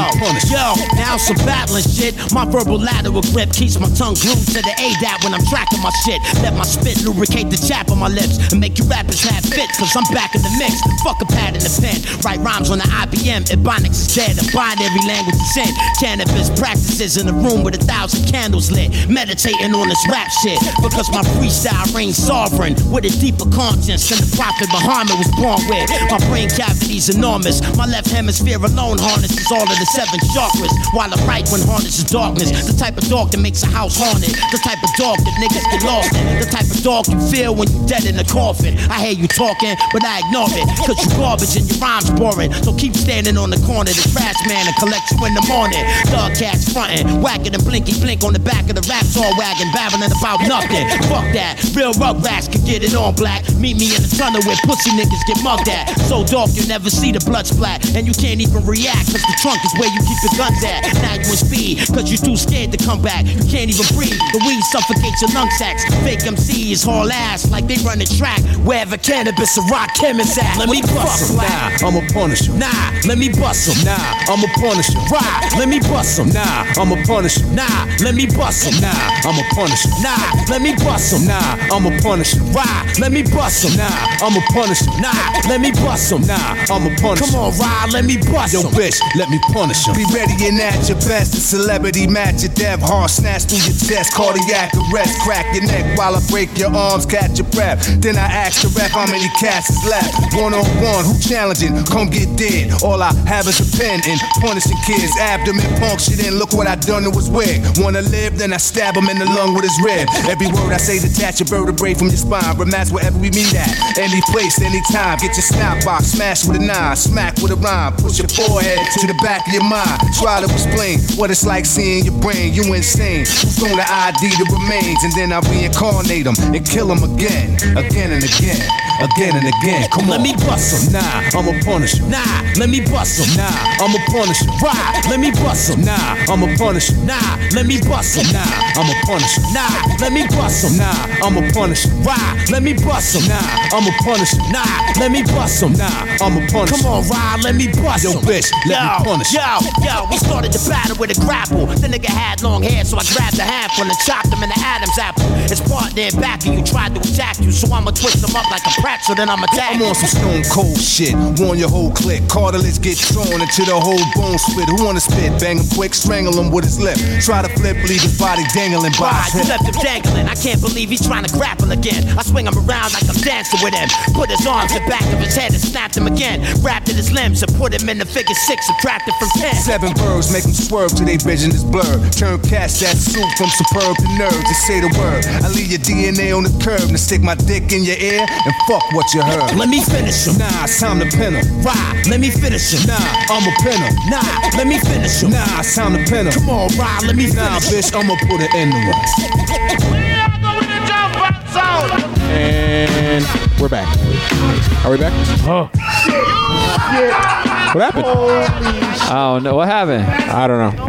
S11: yo. Now some battling shit. My verbal lateral grip keeps my tongue glued to the ADAP when I'm tracking my shit. Let my spit lubricate the chap on my lips and make you rappers have fits. Cause I'm back in the mix. Fuck a pad in the pen. Write rhymes on the IBM. Ebonics is dead. A binary language is in. Cannabis practices in a room with a thousand candles lit. Meditating on this rap shit. Because my freestyle reigns sovereign with a deeper conscience than the prophet Muhammad was born with. My brain cavity's enormous. My left hemisphere alone harnesses all of the seven chakras. While the right one harnesses darkness. The type of dog that makes a house haunted. The type of dog that niggas get lost in. The type of dog you feel when you dead in the coffin. I hear you talking, but I ignore it. Cause you garbage and your rhymes boring. So keep standing on the corner, the trash man, and collect you in the morning. Dog cats frontin', whacking and blinky blink on the back of the raps all wagging, babbling about nothing. Fuck that, real rugrats can get it on black. Meet me in the tunnel where pussy niggas get mugged at. So dark you never see the blood splat, and you can't even react cause the trunk is where you keep your guns at. Now you in speed, cause you too scared to come back. You can't even breathe, the weed suffocates your lung sacs. Fake MCs haul ass like they run the track. Wherever cannabis or rock chemists at, let me bust 'em. Nah, I'm a punisher. Nah, let me bust 'em. Nah, I'm a punisher. Why? Let me bust 'em. Nah, I'm a punisher. Nah, let me bust 'em. Nah, I'm a punisher. Nah, let me bust 'em. Nah, I'm a punisher. Why? Let me bust 'em. Nah, I'm a punisher. Nah, let me bust 'em. Nah, I'm a punisher. Come on, ride, let me bust 'em. Yo, bitch, let me punish 'em.
S24: Be ready and at your best. A celebrity match your dev hard. Snatch through your chest. Cardiac arrest. Crack your neck while I break your arms. Catch your breath. Then I ask the ref how many cats is left. One on one. Who challenging? Come get dead. All I have is a pen and punishing kids. Abdomen punctured and look what I done to his wig. Wanna live? Then I stab him in the lung with his rib. Every word I say detach your vertebrae from your spine. Rematch wherever we meet at. Any place, any time. Get your snap box. Smash with a nine. Smack with a rhyme. Push your forehead to the back of your mind. Try to explain what it's like seeing your brain. You insane. Who's gonna ID the remains? And then I reincarnate them and kill them again. Again and again. Again and again. Come on.
S11: Let me bust 'em. Nah, I'm a punisher. Nah, let me bust 'em. Nah, I'm a punisher. Why? Let me bust 'em. Nah, I'm a punisher. Nah, let me bust 'em. Nah, I'm a punisher. Nah, let me bust 'em. Nah, I'm a punisher. Why? Let
S5: let me bust him. Nah, I'ma punish him. Nah, let me bust him. Nah, I'ma punish him. Come on, Rod, let me bust him. Yo, bitch, let
S11: yo,
S5: me punish
S11: yo, yo, we started the battle with a grapple. The nigga had long hair, so I grabbed a handful and chopped him in the Adam's apple. His partner in back of you tried to attack you, so I'ma twist him up like a pretzel, then I'ma attack
S24: I'm on some stone cold shit. Warn your whole clique. Cartilage get thrown until the whole bone split. Who wanna spit? Bang him quick, strangle him with his lip. Try to flip, leave his body dangling by
S11: Why
S24: his
S11: you
S24: hip.
S11: left him dangling? I can't believe he's trying to grapple again. I swing him around like I'm dancing with him. Put his arms in back of his head and snapped him again. Wrapped in his limbs and put him in the figure six, subtracted from ten.
S24: Seven birds make them swerve till they vision is blurred. Turn cats that soup from superb to nerve. Just say the word. I leave your DNA on the curb and stick my dick in your ear and fuck what you heard.
S5: Let me finish him. Nah, it's time to pin him. Ride, let me finish him. Nah, I'ma pin him. Nah, let me finish him. Nah, it's time to pin him. Come on, Rod, let me finish Nah, bitch, I'ma put an end to him.
S3: And we're back. Are we back? Oh. What happened?
S6: Oh no, what happened?
S3: I don't know.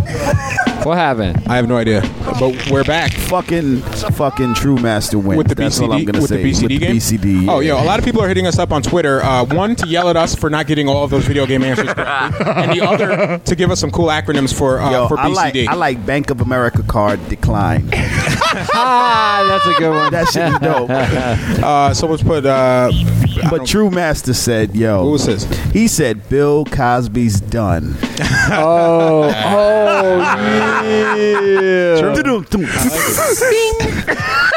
S6: What
S3: [LAUGHS]
S6: happened?
S3: I have no idea. But we're back.
S1: Fucking, fucking True Master wins.
S3: With the
S1: That's all
S3: BCD
S1: I'm gonna
S3: with
S1: say.
S3: the BCD game.
S1: with The BCD.
S3: Oh,
S1: yeah.
S3: yo, a lot of people are hitting us up on Twitter. Uh, one to yell at us for not getting all of those video game answers, correctly, and the other to give us some cool acronyms for uh,
S1: Yo,
S3: for
S1: I like
S3: BCD.
S1: I like Bank of America card
S3: [LAUGHS]
S1: decline.
S6: ah, that's a good one.
S1: That shit
S6: [LAUGHS]
S1: is dope. [LAUGHS]
S3: uh, someone's put. Uh,
S1: but True Master said, "Yo, what was
S3: this?"
S1: He said, "Bill Cosby's done."
S6: oh, oh,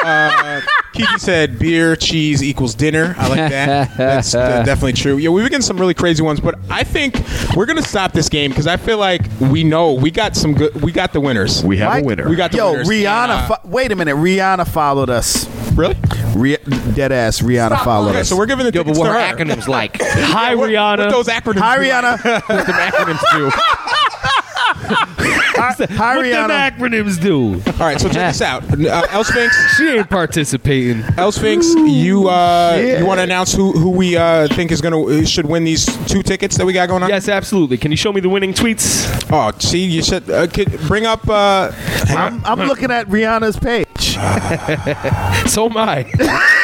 S3: uh, Kiki said beer, cheese equals dinner. I like that. That's
S1: [LAUGHS]
S3: uh, definitely true. Yeah, we've been getting some really crazy ones, but I think we're gonna stop this game because I feel like we know we got some good. We got the winners. We
S1: Mike?
S3: We got the
S1: Yo,
S3: winners.
S1: Rihanna.
S3: Uh,
S1: fo- wait a minute, Rihanna followed us.
S3: Really?
S1: dead ass. Rihanna followed
S3: Okay,
S1: us.
S3: so we're giving the
S1: Yo, but
S3: tickets
S1: what
S3: to
S1: are
S3: her. [LAUGHS]
S1: acronyms
S4: like?
S3: Hi, Rihanna. What those acronyms?
S1: Hi,
S3: do?
S1: Rihanna.
S3: what the acronyms [LAUGHS] do?
S1: Hi,
S14: what them
S1: Rihanna.
S14: acronyms do?
S3: All right, so check this
S8: [LAUGHS]
S3: out. Uh, El Sphinx, she ain't participating. El Sphinx, you uh, you want to announce who who we uh, think is gonna uh, should win these two tickets that we got going on? Yes,
S8: absolutely. Can you show me the winning tweets?
S3: Oh, see, you should uh, kid, bring up. Uh,
S1: I'm, I'm looking at Rihanna's page.
S8: [LAUGHS] so am I.
S4: [LAUGHS]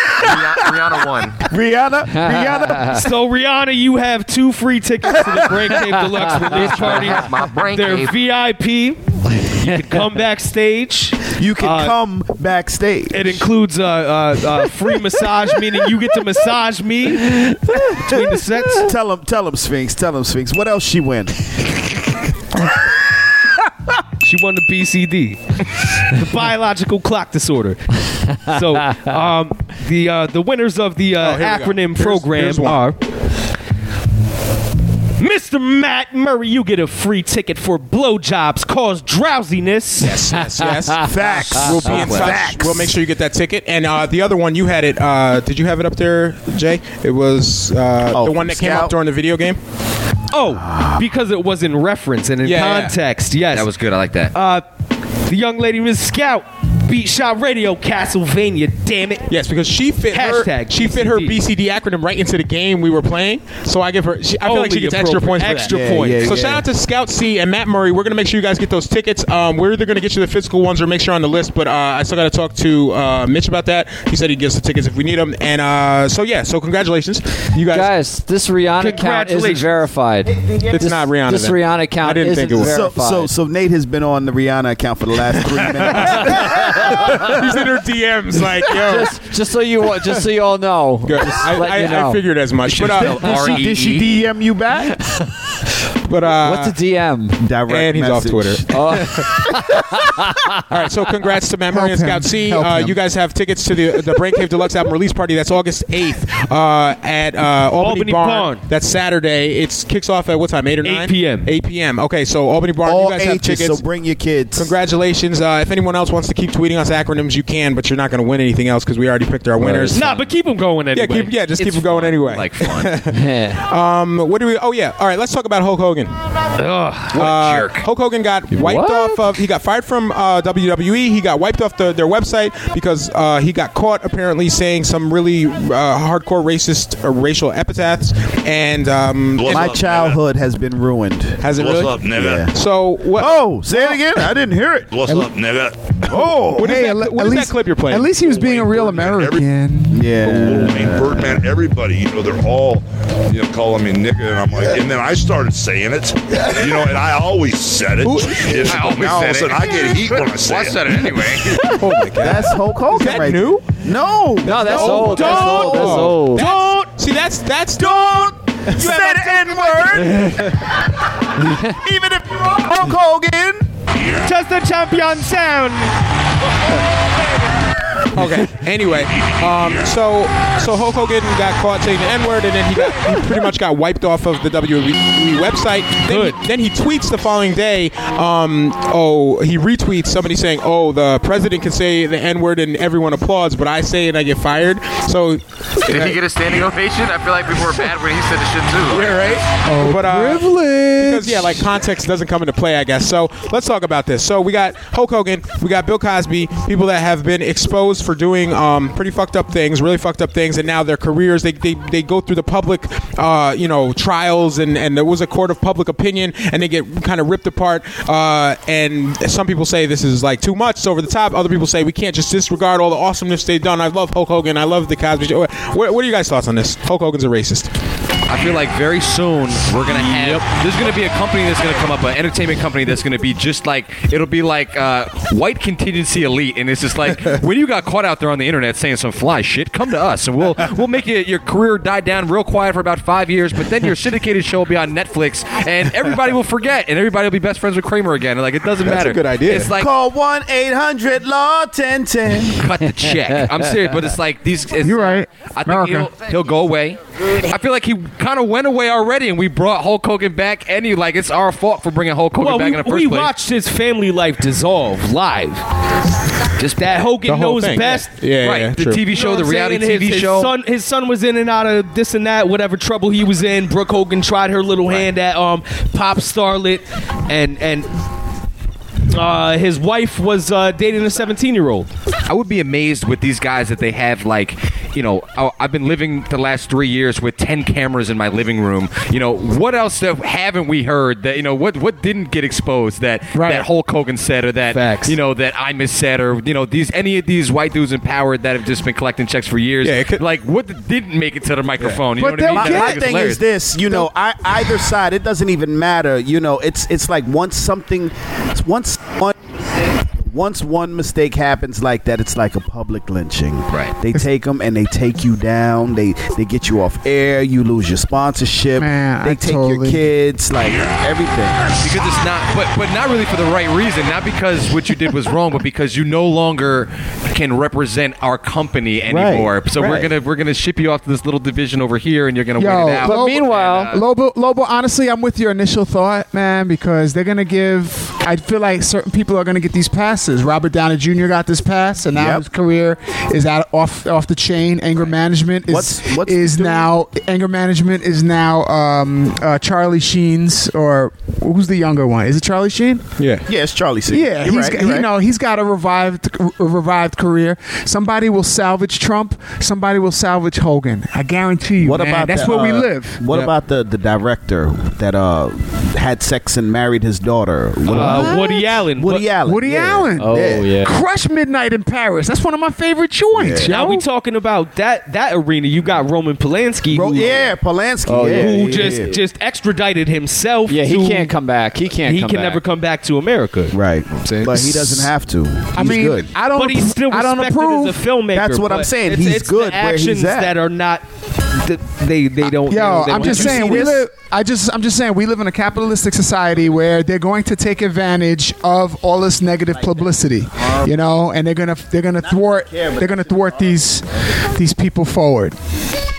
S4: Rihanna won.
S1: Rihanna, Rihanna.
S8: [LAUGHS] So Rihanna, you have two free tickets to the Brain Cave Deluxe release party.
S4: My brain
S8: They're
S4: cave.
S8: VIP. You can come backstage. Uh,
S1: You can come backstage.
S8: It includes a uh, uh, uh, free massage, meaning you get to massage me between the sets.
S1: Tell him, tell him, Sphinx. Tell him, Sphinx. What else she win?
S8: [LAUGHS] She won the BCD, the biological clock disorder. So, um, the uh, the winners of the uh,
S14: Oh, here we go.
S8: acronym
S14: Here's-
S8: program
S14: here's one.
S8: are Mr. Matt Murray. You get a free ticket for blowjobs cause drowsiness.
S3: Yes, yes,
S8: [LAUGHS]
S3: yes. Uh, We'll
S8: Will
S3: be in touch. We'll make sure you get that ticket. And uh, the other one, you had it. Uh, did you have it up there, Jay? It was uh,
S8: Oh,
S3: the one that came
S8: Scout.
S3: up during the video game.
S8: Oh, because it was in reference and in
S3: Yeah, yeah.
S8: context. Yes,
S4: That was good. I like that.
S8: Uh, the young lady, Miss Scout, Beat Shot Radio, Castlevania. Damn it.
S3: Yes, because she fit her.
S8: Hashtag
S3: She fit her BCD acronym right into the game we were playing. So I give her. She, I feel like
S8: Totally
S3: she gets extra
S8: appropriate.
S3: points. For that.
S8: Extra Yeah, points. yeah,
S3: so
S8: yeah.
S3: shout out to Scout C and Matt Murray. We're gonna make sure you guys get those tickets. Um, we're either gonna get you the physical ones or make sure on the list. But uh, I still gotta talk to uh, Mitch about that. He said he'd give us the tickets if we need them. And uh, so yeah, so congratulations, you guys.
S6: Guys, this Rihanna account isn't
S3: Congratulations.
S6: verified.
S3: It's
S6: This-
S3: not Rihanna,
S6: This
S3: then.
S6: Rihanna account
S3: I didn't
S6: isn't
S3: think it was.
S1: So,
S6: verified.
S1: so, so Nate has been on the Rihanna account for the last
S3: [LAUGHS]
S1: three minutes.
S3: He's in her DMs like, yo.
S6: Just, just so you, wa- just so you all know.
S3: Good.
S6: Just
S3: I-
S6: letting
S3: I-
S6: you
S3: I
S6: know.
S3: figured as much, but, uh, Did she- did she
S1: DM you back?
S3: But uh,
S6: What's a DM?
S1: Direct
S3: and he's off
S1: message.
S3: Twitter.
S1: [LAUGHS]
S6: Oh.
S3: [LAUGHS] All right, so congrats to Matt Murray and
S1: Help him.
S3: Scout C.
S1: Help
S3: Uh,
S1: him.
S3: you guys have tickets to the the Brain Cave Deluxe album release party. That's August eighth uh, at uh, Albany,
S8: Albany
S3: Barn.
S8: Barn.
S3: That's Saturday. It kicks off at what time? Eight or
S8: 8
S3: nine?
S8: p.m..
S3: Eight p.m. Okay, so Albany Barn.
S1: All
S3: you guys have
S1: ages,
S3: tickets.
S1: so bring your kids.
S3: Congratulations! Uh, if anyone else wants to keep tweeting us acronyms, you can, but you're not going to win anything else because we already picked our winners.
S1: [LAUGHS]
S8: Nah, but keep them going
S3: Yeah, [LAUGHS]
S8: anyway.
S3: Um, keep, yeah, just keep it going anyway. Like fun. um, what do we? Oh yeah. All right, let's talk about Hulk Hogan. Hogan.
S4: Ugh, what
S3: a jerk. Hulk Hogan got wiped off of. He got fired from uh, WWE. He got wiped off the, their website because uh, he got caught apparently saying some really uh, hardcore racist uh, racial epithets. And um,
S1: My childhood has been ruined.
S3: Has it What's really? up, nigga? So what?
S1: Oh, say it again. I didn't hear it.
S12: What's up, nigga?
S1: Oh,
S3: what is,
S1: hey,
S3: that,
S1: at le-
S3: what
S1: at
S3: is
S1: least-
S3: that clip you're playing?
S9: At least he was being a real American.
S12: Little Wayne, Birdman, everybody, you know, they're all, you know, calling me nigga, and I'm like, and then I started saying it, you know, and I always said it. You know,
S1: I always
S12: now all of a
S1: said it.
S12: sudden I get heat when I say it.
S1: said it
S12: anyway.
S3: [LAUGHS]
S1: oh my god, that's Hulk Hogan. Is that right new? No,
S6: No, that's old. That's old. That's old.
S3: Don't see that's that's
S1: don't say the N word. Even if Hulk Hogan,
S5: just the champion
S1: [LAUGHS]
S5: sound.
S3: okay. Anyway, um, so so Hulk Hogan got caught saying the N word, and then he got he pretty much got wiped off of the WWE website. Then He, then he tweets the following day. Um, oh, he retweets somebody saying, "Oh, the president can say the N word and everyone applauds, but I say it and I get fired." So
S13: Did he get a standing ovation? I feel like people were bad when he said the shit too.
S3: Yeah, right.
S13: Oh,
S3: but, uh, Because yeah, like context doesn't come into play, I guess. So let's talk about this. So we got Hulk Hogan, we got Bill Cosby, people that have been exposed for doing um, pretty fucked up things, really fucked up things, and now their careers they they, they go through the public, uh, you know, trials, and and there was a court of public opinion, and they get kind of ripped apart. Uh, and some people say this is like too much, it's over the top. Other people say we can't just disregard all the awesomeness they've done. I love Hulk Hogan, I love the Cosby Show. What, what are you guys' thoughts on this? Hulk Hogan's a racist.
S4: I feel like very soon we're gonna have. There's gonna be a company that's gonna come up, an entertainment company that's gonna be just like it'll be like uh, white contingency elite, and it's just [LAUGHS] like when you got caught out there on the internet saying some fly shit, come to us, and we'll we'll make it, your career die down real quiet for about five years, but then your syndicated show will be on Netflix, and everybody will forget, and everybody will be best friends with Kramer again, and like it doesn't
S1: That's a
S4: matter.
S1: good
S4: idea. It's like
S1: call one eight hundred law ten ten.
S4: [LAUGHS] cut the check. [LAUGHS] I'm serious, but it's like these. It's, You're right. I think he'll, he'll go away. I feel like he kind of went away already, and we brought Hulk Hogan back, and you like it's our fault for bringing Hulk Hogan
S19: well,
S4: back
S19: we,
S4: in the first
S19: we
S4: place.
S19: watched his family life dissolve live. Just that
S4: The
S19: Hogan
S4: whole
S19: knows
S4: thing.
S19: best.
S4: Yeah, yeah, Right. yeah, The true. TV show,
S19: what
S4: the
S19: I'm saying?
S4: reality
S19: His-
S4: TV
S19: his
S4: show.
S19: Son, his son was in and out of this and that, whatever trouble he was in. Brooke Hogan tried her little hand at um pop starlet, and and. Uh, his wife was uh, dating a 17 year old.
S4: I would be amazed with these guys that they have like, you know, I- I've been living the last three years with ten cameras in my living room. You know, what else have- haven't we heard that you know what what didn't get exposed that that Hulk Hogan said or that you know that I miss said or you know these any of these white dudes in power that have just been collecting checks for years. Yeah, like what didn't make it to the microphone? You know what I mean?
S1: my,
S4: That
S1: my
S4: I think
S1: thing
S4: hilarious.
S1: is this, you know, I, either side, it doesn't even matter. You know, it's it's like once something, once one. Once one mistake happens like that, it's like a public lynching. Right. They take them and they take you down. They they get you off air. You lose your sponsorship.
S9: Man,
S1: they
S9: I
S1: take
S9: totally-
S1: your kids. Like everything.
S4: because it's not but but not really for the right reason not because what you did was wrong but because you no longer can represent our company anymore so we're
S9: right.
S4: gonna we're gonna ship you off to this little division over here and you're gonna
S9: Yo,
S4: win it out
S9: Lobo-
S4: And, uh,
S9: Lobo, Lobo, honestly, I'm with your initial thought, man, because they're gonna give. I feel like certain people are gonna get these passes. Robert Downey Jr. got this pass, and now
S1: Yep.
S9: his career is out off off the chain. Anger management is
S1: What's- what's
S9: is now anger management is now um, uh, Charlie Sheen's or who's the younger one? Is it Charlie Sheen?
S3: Yeah.
S1: Yeah, it's Charlie C.
S9: Yeah,
S1: You're
S9: he's got,
S1: right, you're
S9: you
S1: right.
S9: know he's got a revived a revived career. Somebody will salvage Trump. Somebody will salvage Hogan. I guarantee you.
S1: What
S9: man.
S1: about
S9: that's
S1: the,
S9: where we
S1: uh,
S9: live?
S1: What about the the director that uh had sex and married his daughter? uh, What about-
S19: Uh, Woody Allen.
S1: Woody Allen.
S9: Woody
S1: Oh, yeah.
S9: Allen? Crush Midnight in Paris. That's one of my favorite joints.
S19: Now we talking about that that arena. You got Roman Polanski. who- Oh,
S1: yeah, Polanski.
S19: who
S1: yeah, yeah,
S19: just
S1: yeah.
S19: just extradited himself.
S1: Yeah, he can't
S19: come back. He
S1: can't
S19: He
S1: come
S19: can
S1: back.
S19: never come back to America.
S1: Right. But he doesn't have to. He's
S19: I mean,
S1: good.
S19: I don't. But he's still
S1: I don't
S19: respected
S1: approve.
S19: as a filmmaker.
S1: That's what I'm
S19: but
S1: saying.
S19: it's-
S1: He's
S19: it's
S1: good
S19: The
S1: where he's
S19: actions
S1: at.
S19: that are not. th- They they don't. you
S9: Yo,
S19: know, they
S9: I'm
S19: don't-
S9: just
S19: Did you
S9: saying
S19: see
S9: we
S19: this?
S9: live. I just I'm just saying we live in a capitalistic society where they're going to take advantage of all this negative publicity, you know, and they're gonna they're gonna thwart they're gonna thwart these these people forward.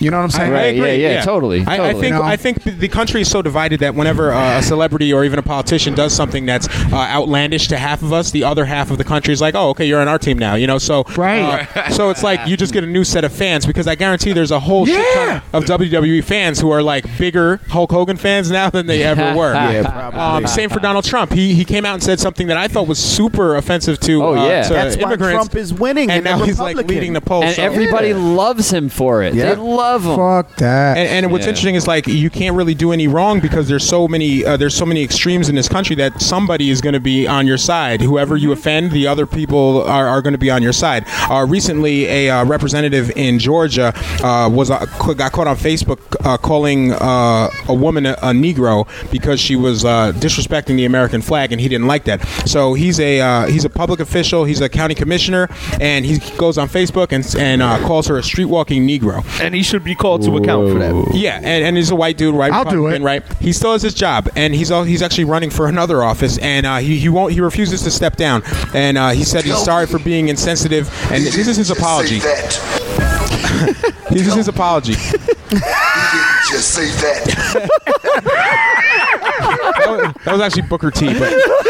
S9: You know what I'm saying?
S3: I agree, I- I, think I think th- the country is so divided that whenever uh, a celebrity or even a politician does something that's uh, outlandish to half of us, the other half of the country is like, "Oh, okay, you're on our team now." You know, so
S9: Right.
S3: uh, so it's like you just get a new set of fans because I guarantee there's a whole shit ton of WWE fans who are like bigger Hulk Hogan fans now than they ever were.
S9: [LAUGHS] Yeah, probably.
S3: Um, same for Donald Trump. He he came out and said something that I thought was super offensive to
S6: Oh,
S3: uh,
S6: yeah.
S3: to
S6: That's why
S3: immigrants.
S6: Trump
S1: is winning,
S3: and now he's like leading the polls.
S6: and
S3: so-
S6: everybody loves him for it. They love him.
S9: Fuck that.
S3: And, and what's
S6: Yeah.
S3: interesting is like you can't really do any wrong because there's so many uh, there's so many extremes in this country that somebody is going to be on your side. Whoever you offend, the other people are, are going to be on your side. Uh, recently, a uh, representative in Georgia uh, was uh, qu- got caught on Facebook uh, calling uh, a woman a, a Negro because she was uh, disrespecting the American flag, and he didn't like that. So he's a uh, he's a public official, he's a county commissioner, and he goes on Facebook and and uh, calls her a streetwalking Negro.
S8: And he should be called to account for that.
S3: Yeah, and, and he's a white dude, right? I'll do it. Right? He still has his job, and he's all, he's actually running for another office, and uh, he, he won't he refuses to step down, and uh, he said he's sorry for being insensitive, and this is his apology. [LAUGHS] this is his apology.
S12: Just say
S9: [LAUGHS]
S12: that.
S3: that, was, that was actually Booker T. But I-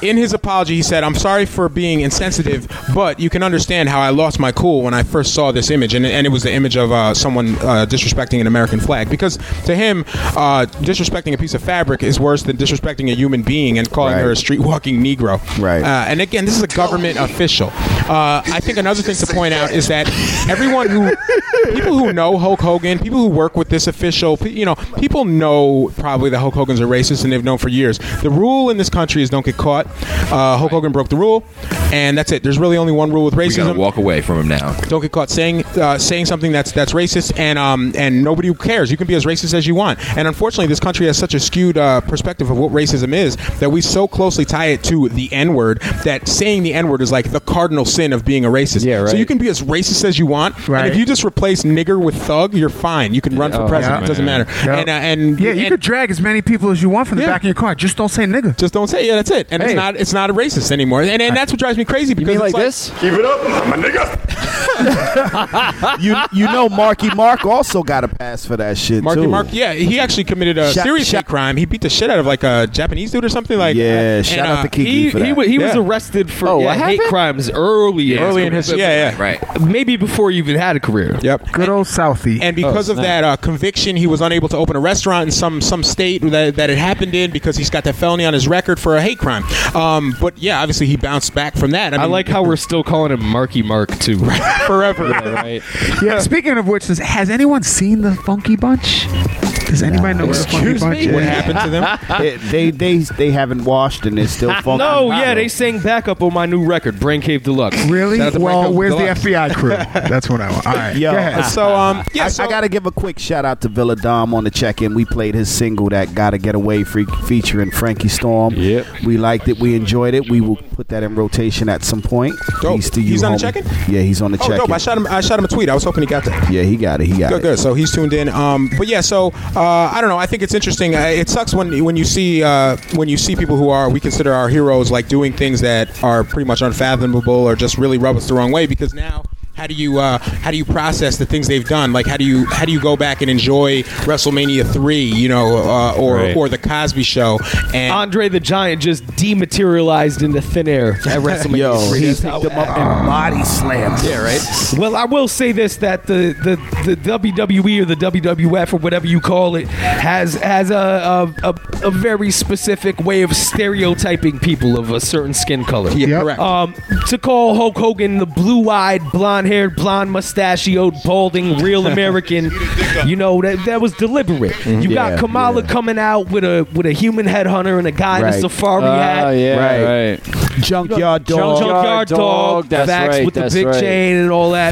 S3: [LAUGHS] in his apology, he said, "I'm sorry for being insensitive, but you can understand how I lost my cool when I first saw this image, and, and it was the image of uh, someone uh, disrespecting an American flag. Because to him, uh, disrespecting a piece of fabric is worse than disrespecting a human being and calling her a streetwalking Negro. Right. Uh, and again, this is a government official. Uh, I think another thing to point out is that everyone who people who know Hulk Hogan, people who work with this official, pe- you know, people know probably that Hulk Hogan's a racist and they've known for years. The rule in this country is don't get caught. Uh, Hulk Hogan broke the rule, and that's it. There's really only one rule with
S4: We
S3: racism.
S4: gotta walk away from him now.
S3: Don't get caught saying uh, saying something that's that's racist, and um, and nobody cares. You can be as racist as you want, and unfortunately, this country has such a skewed uh, perspective of what racism is that we so closely tie it to the N word that saying the N word is like the cardinal sin of being a racist. Yeah, right. So you can be as racist as you want,
S9: Right.
S3: and if you just replace nigger with thug, you're fine. You can run
S1: Oh,
S3: for president.
S9: Yeah.
S3: It doesn't matter.
S9: Yeah.
S3: And, uh, and
S9: yeah, you
S3: and-
S9: could drag as many people as you want from the
S3: Yeah.
S9: back of your car. Just don't say nigga.
S3: Just don't say. Yeah, that's it. And it's not it's not a racist anymore. And, and that's what drives me crazy because it's like this.
S12: Keep it up. I'm a nigga.
S1: [LAUGHS] you you know Marky Mark also got a pass for that shit
S3: Marky
S1: too.
S3: Mark, yeah, he actually committed a
S1: Shot-
S3: serious hate crime. He beat the shit out of like a Japanese dude or something. Like,
S1: Yeah,
S3: and,
S1: shout out
S3: uh,
S1: to Kiki
S8: He,
S1: for
S8: he,
S1: that.
S8: wa- he was
S3: Yeah.
S8: arrested for
S3: Oh,
S8: yeah,
S3: what
S8: hate
S3: happened?
S8: crimes early,
S3: Yeah, early in his- yeah, yeah.
S4: right.
S8: Maybe before you even had a career.
S3: Yep.
S9: Good old Southie.
S3: And because
S8: Oh,
S3: of
S8: snap.
S3: that uh, conviction, he was unable to open a restaurant in some some state that, that it happened in because he's got that felony on his record for a hate crime. Um, but yeah, obviously he bounced back from that. I,
S8: I
S3: mean, [LAUGHS]
S8: like how we're still calling him Marky Mark too. [LAUGHS]
S3: forever.
S8: right.
S9: Yeah. Speaking of which, does, has anyone seen the Funky Bunch? Does anybody know what the Funky
S1: Excuse
S9: Bunch
S1: me?
S9: is?
S1: What happened
S8: to them?
S1: It- [LAUGHS] they they they haven't washed and it's still funky.
S8: No, yeah, they sang backup on my new record, Brain Cave Deluxe.
S9: Really?
S8: Shout out to Brain
S9: Well,
S8: Cave
S9: where's
S8: Deluxe.
S9: the FBI crew? That's what I want. All right.
S1: Yo,
S9: Go
S6: uh,
S9: ahead.
S3: um, yeah,
S1: I, I gotta give a quick shout out to Villa Dom on the check in. We played his single that "Gotta Get Away" free, featuring Frankie Storm. Yep, we liked it. We enjoyed it. We will put that in rotation at some point.
S3: Dope.
S1: Peace to you,
S3: He's on the
S1: homie.
S3: check-in?
S1: Yeah, he's on the
S3: Oh,
S1: check.
S3: dope! I shot him. I shot him a tweet. I was hoping he got that.
S1: yeah, he got it. He got
S3: good,
S1: it.
S3: good. So he's tuned in. Um, but yeah, so uh, I don't know. I think it's interesting. Uh, It sucks when when you see uh, when you see people who are we consider our heroes like doing things that are pretty much unfathomable or just really rub us the wrong way because now. How do you uh, how do you process the things they've done? Like how do you how do you go back and enjoy WrestleMania three? You know, uh, or
S8: Right.
S3: or the Cosby Show and
S8: Andre the Giant just dematerialized into thin air
S3: [LAUGHS]
S8: at WrestleMania.
S1: Yo,
S8: three.
S1: he
S8: That's
S1: picked
S8: how
S1: him up and body slammed.
S8: Yeah, right. [LAUGHS] Well, I will say this: that the the, the WWE or the WWF or whatever you call it has has a a, a a very specific way of stereotyping people of a certain skin color.
S3: Yeah, Yep. correct.
S8: Um, to call Hulk Hogan the blue-eyed, blonde-haired, blonde mustachioed, balding, real American, you know that that was deliberate. You
S6: Yeah,
S8: got Kamala coming out with a with a human headhunter and a guy in a safari
S1: Uh,
S8: hat.
S6: Uh, yeah, right.
S1: Junkyard
S8: Junkyard, dog,
S6: That's
S8: facts
S6: right.
S8: with the
S6: that's
S8: big
S6: right.
S8: chain and all that.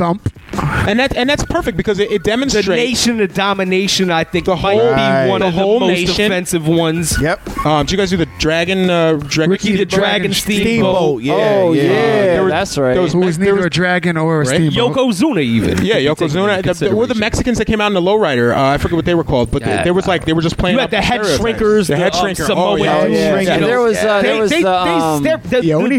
S3: and that and that's perfect because it, it demonstrates
S8: The nation of domination, I think, the
S3: whole-
S8: might be
S3: Right.
S8: one
S3: the
S8: of the
S3: whole
S8: most
S3: nation.
S8: offensive ones.
S3: Yep. Um, did you guys do the Dragon? Uh, Dragon
S8: Ricky the Dragon Steamboat.
S3: Yeah.
S8: Oh,
S3: yeah.
S8: yeah, that's right.
S3: There was,
S9: Who was
S3: there
S9: neither
S3: was
S9: a dragon or a
S3: Right?
S9: steamboat?
S8: Yokozuna, even.
S3: yeah, Yokozuna. The- the- Were the Mexicans that came out in the lowrider? Uh, I forget what they were called, but they, they was like they were just playing.
S8: You had
S3: up
S8: the head
S3: stereotypes.
S8: shrinkers,
S3: the head
S8: um,
S3: shrinker.
S8: Samoan
S3: oh,
S8: dudes,
S3: yeah. uh,
S8: you know.
S4: uh,
S3: They-
S8: They-
S3: they-
S8: they-
S3: they
S4: um,
S8: they
S3: step-
S8: stepped- the, the
S3: Abby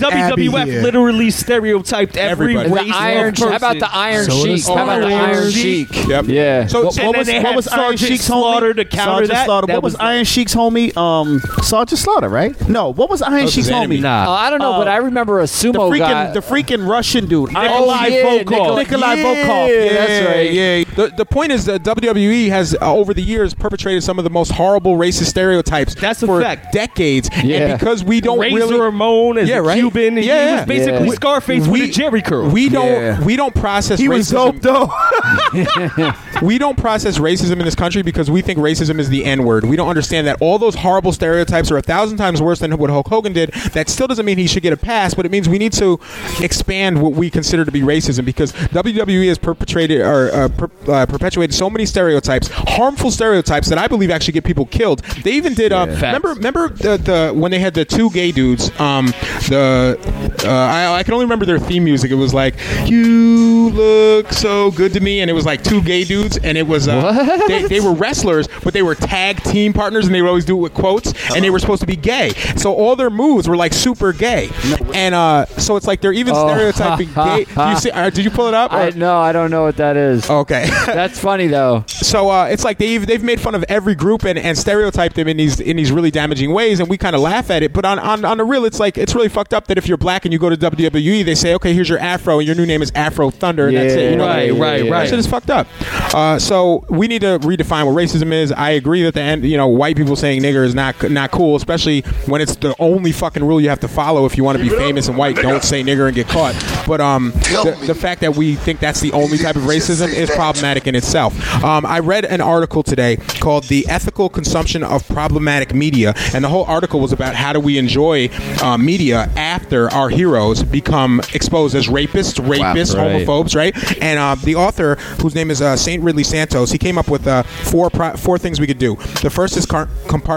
S8: WWF
S3: um, here.
S8: literally stereotyped every
S3: Everybody.
S8: race
S3: The iron-
S8: of person.
S3: how about the iron
S9: So
S6: Sheik. How about the Iron Sheik?
S3: Yep.
S6: Yeah.
S3: So-
S6: So
S1: What,
S3: And
S1: what
S3: then
S1: was,
S3: they
S1: what
S3: had
S1: was Iron
S3: Sergeant
S1: Sheik's
S3: Slaughter
S1: homie?
S3: to counter
S1: Sergeant
S3: that?
S1: Slaughter.
S3: That
S1: what was,
S3: was
S1: Iron Sheik's homie? Um, Sergeant Slaughter, right? No, what was Iron
S6: was
S1: Sheik's
S6: his enemy.
S1: homie?
S6: Nah. Uh, I don't know, but I remember a
S1: the
S6: sumo
S1: freaking,
S6: guy-
S1: The freaking Russian dude.
S6: Nikolai
S1: Volkov.
S6: Volkov.
S1: Nikolai
S6: Yeah,
S1: Volkov.
S6: that's right.
S3: Yeah. The, the point is that WWE has uh, over the years perpetrated some of the most horrible racist stereotypes. That's for fact. Decades.
S19: Yeah.
S3: And because we don't
S19: Razor
S3: really
S19: Ramon is
S3: yeah,
S19: a
S3: right?
S19: Cuban, and
S3: Yeah.
S19: he was basically Scarface with a Jerry curl.
S3: We don't.
S19: Yeah.
S3: We don't process.
S19: He
S3: racism.
S19: was
S3: [LAUGHS] we don't process racism in this country because we think racism is the N word. We don't understand that all those horrible stereotypes are a thousand times worse than what Hulk Hogan did. That still doesn't mean he should get a pass, but it means we need to expand what we consider to be racism because WWE has perpetrated or uh, per, uh, perpetuated so many stereotypes, harmful stereotypes that I believe actually get people killed. They even did. Uh, remember, remember the, the when they had the two gay dudes. Um, the uh, I, I can only remember their theme music. It was like you look so good to me, and it was like two gay dudes, and it was uh, they, they were wrestlers, but they were tag team partners, and they would always do it with quotes, and they were supposed to be gay. So all their moves were like super gay, and uh, so it's like they're even
S6: Oh, [LAUGHS]
S3: stereotyping gay. Do you see, uh, did you pull it up?
S6: I, no, I don't know what that is.
S3: Okay,
S6: that's funny though.
S3: So uh, it's like they've they've made fun of every group and, and stereotyped them in these in these really damaging ways, and we kind of laugh at it. But on, on on the real, it's like it's really fucked up that if you're black and you go to WWE, they say, okay, here's your afro, and your new name is Afro Thunder, and that's it. You know,
S19: Right,
S3: like,
S19: right, right.
S3: That shit is fucked up. Uh, so we need to redefine what racism is. I agree that the end, you know, white people saying nigger is not not cool, especially when it's the only fucking rule you have to follow if you want to be famous and white. Don't say nigger and get caught. But um, the, the fact that we think that's the only type of racism is problematic in itself. Um, I read an article today called "The Ethical Consumption of Problematic Media," and the whole article was about how do we enjoy uh, media after our heroes become exposed as rapists, rapists,
S19: Right.
S3: homophobes homophobes, right? And uh, the author, whose name is uh, Saint Ridley Santos, he came up with uh, four pro- four things we could do. The first is car-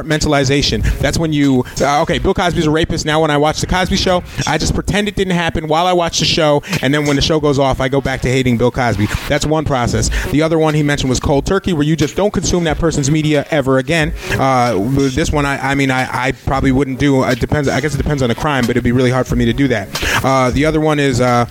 S3: compartmentalization. That's when you uh, okay, Bill Cosby's a rapist. Now when I watch the Cosby Show, I just pretend it didn't happen while I watch the show, and then when the show goes off, I go back to hating Bill Cosby. That's one process. The other one he mentioned was cold turkey, where you just don't consume that person's media ever again. Uh, with this one, I, I mean, I, I probably wouldn't do. It depends. I guess it depends on the crime, but it'd be really hard for me to do that. Uh, the other one is. Uh,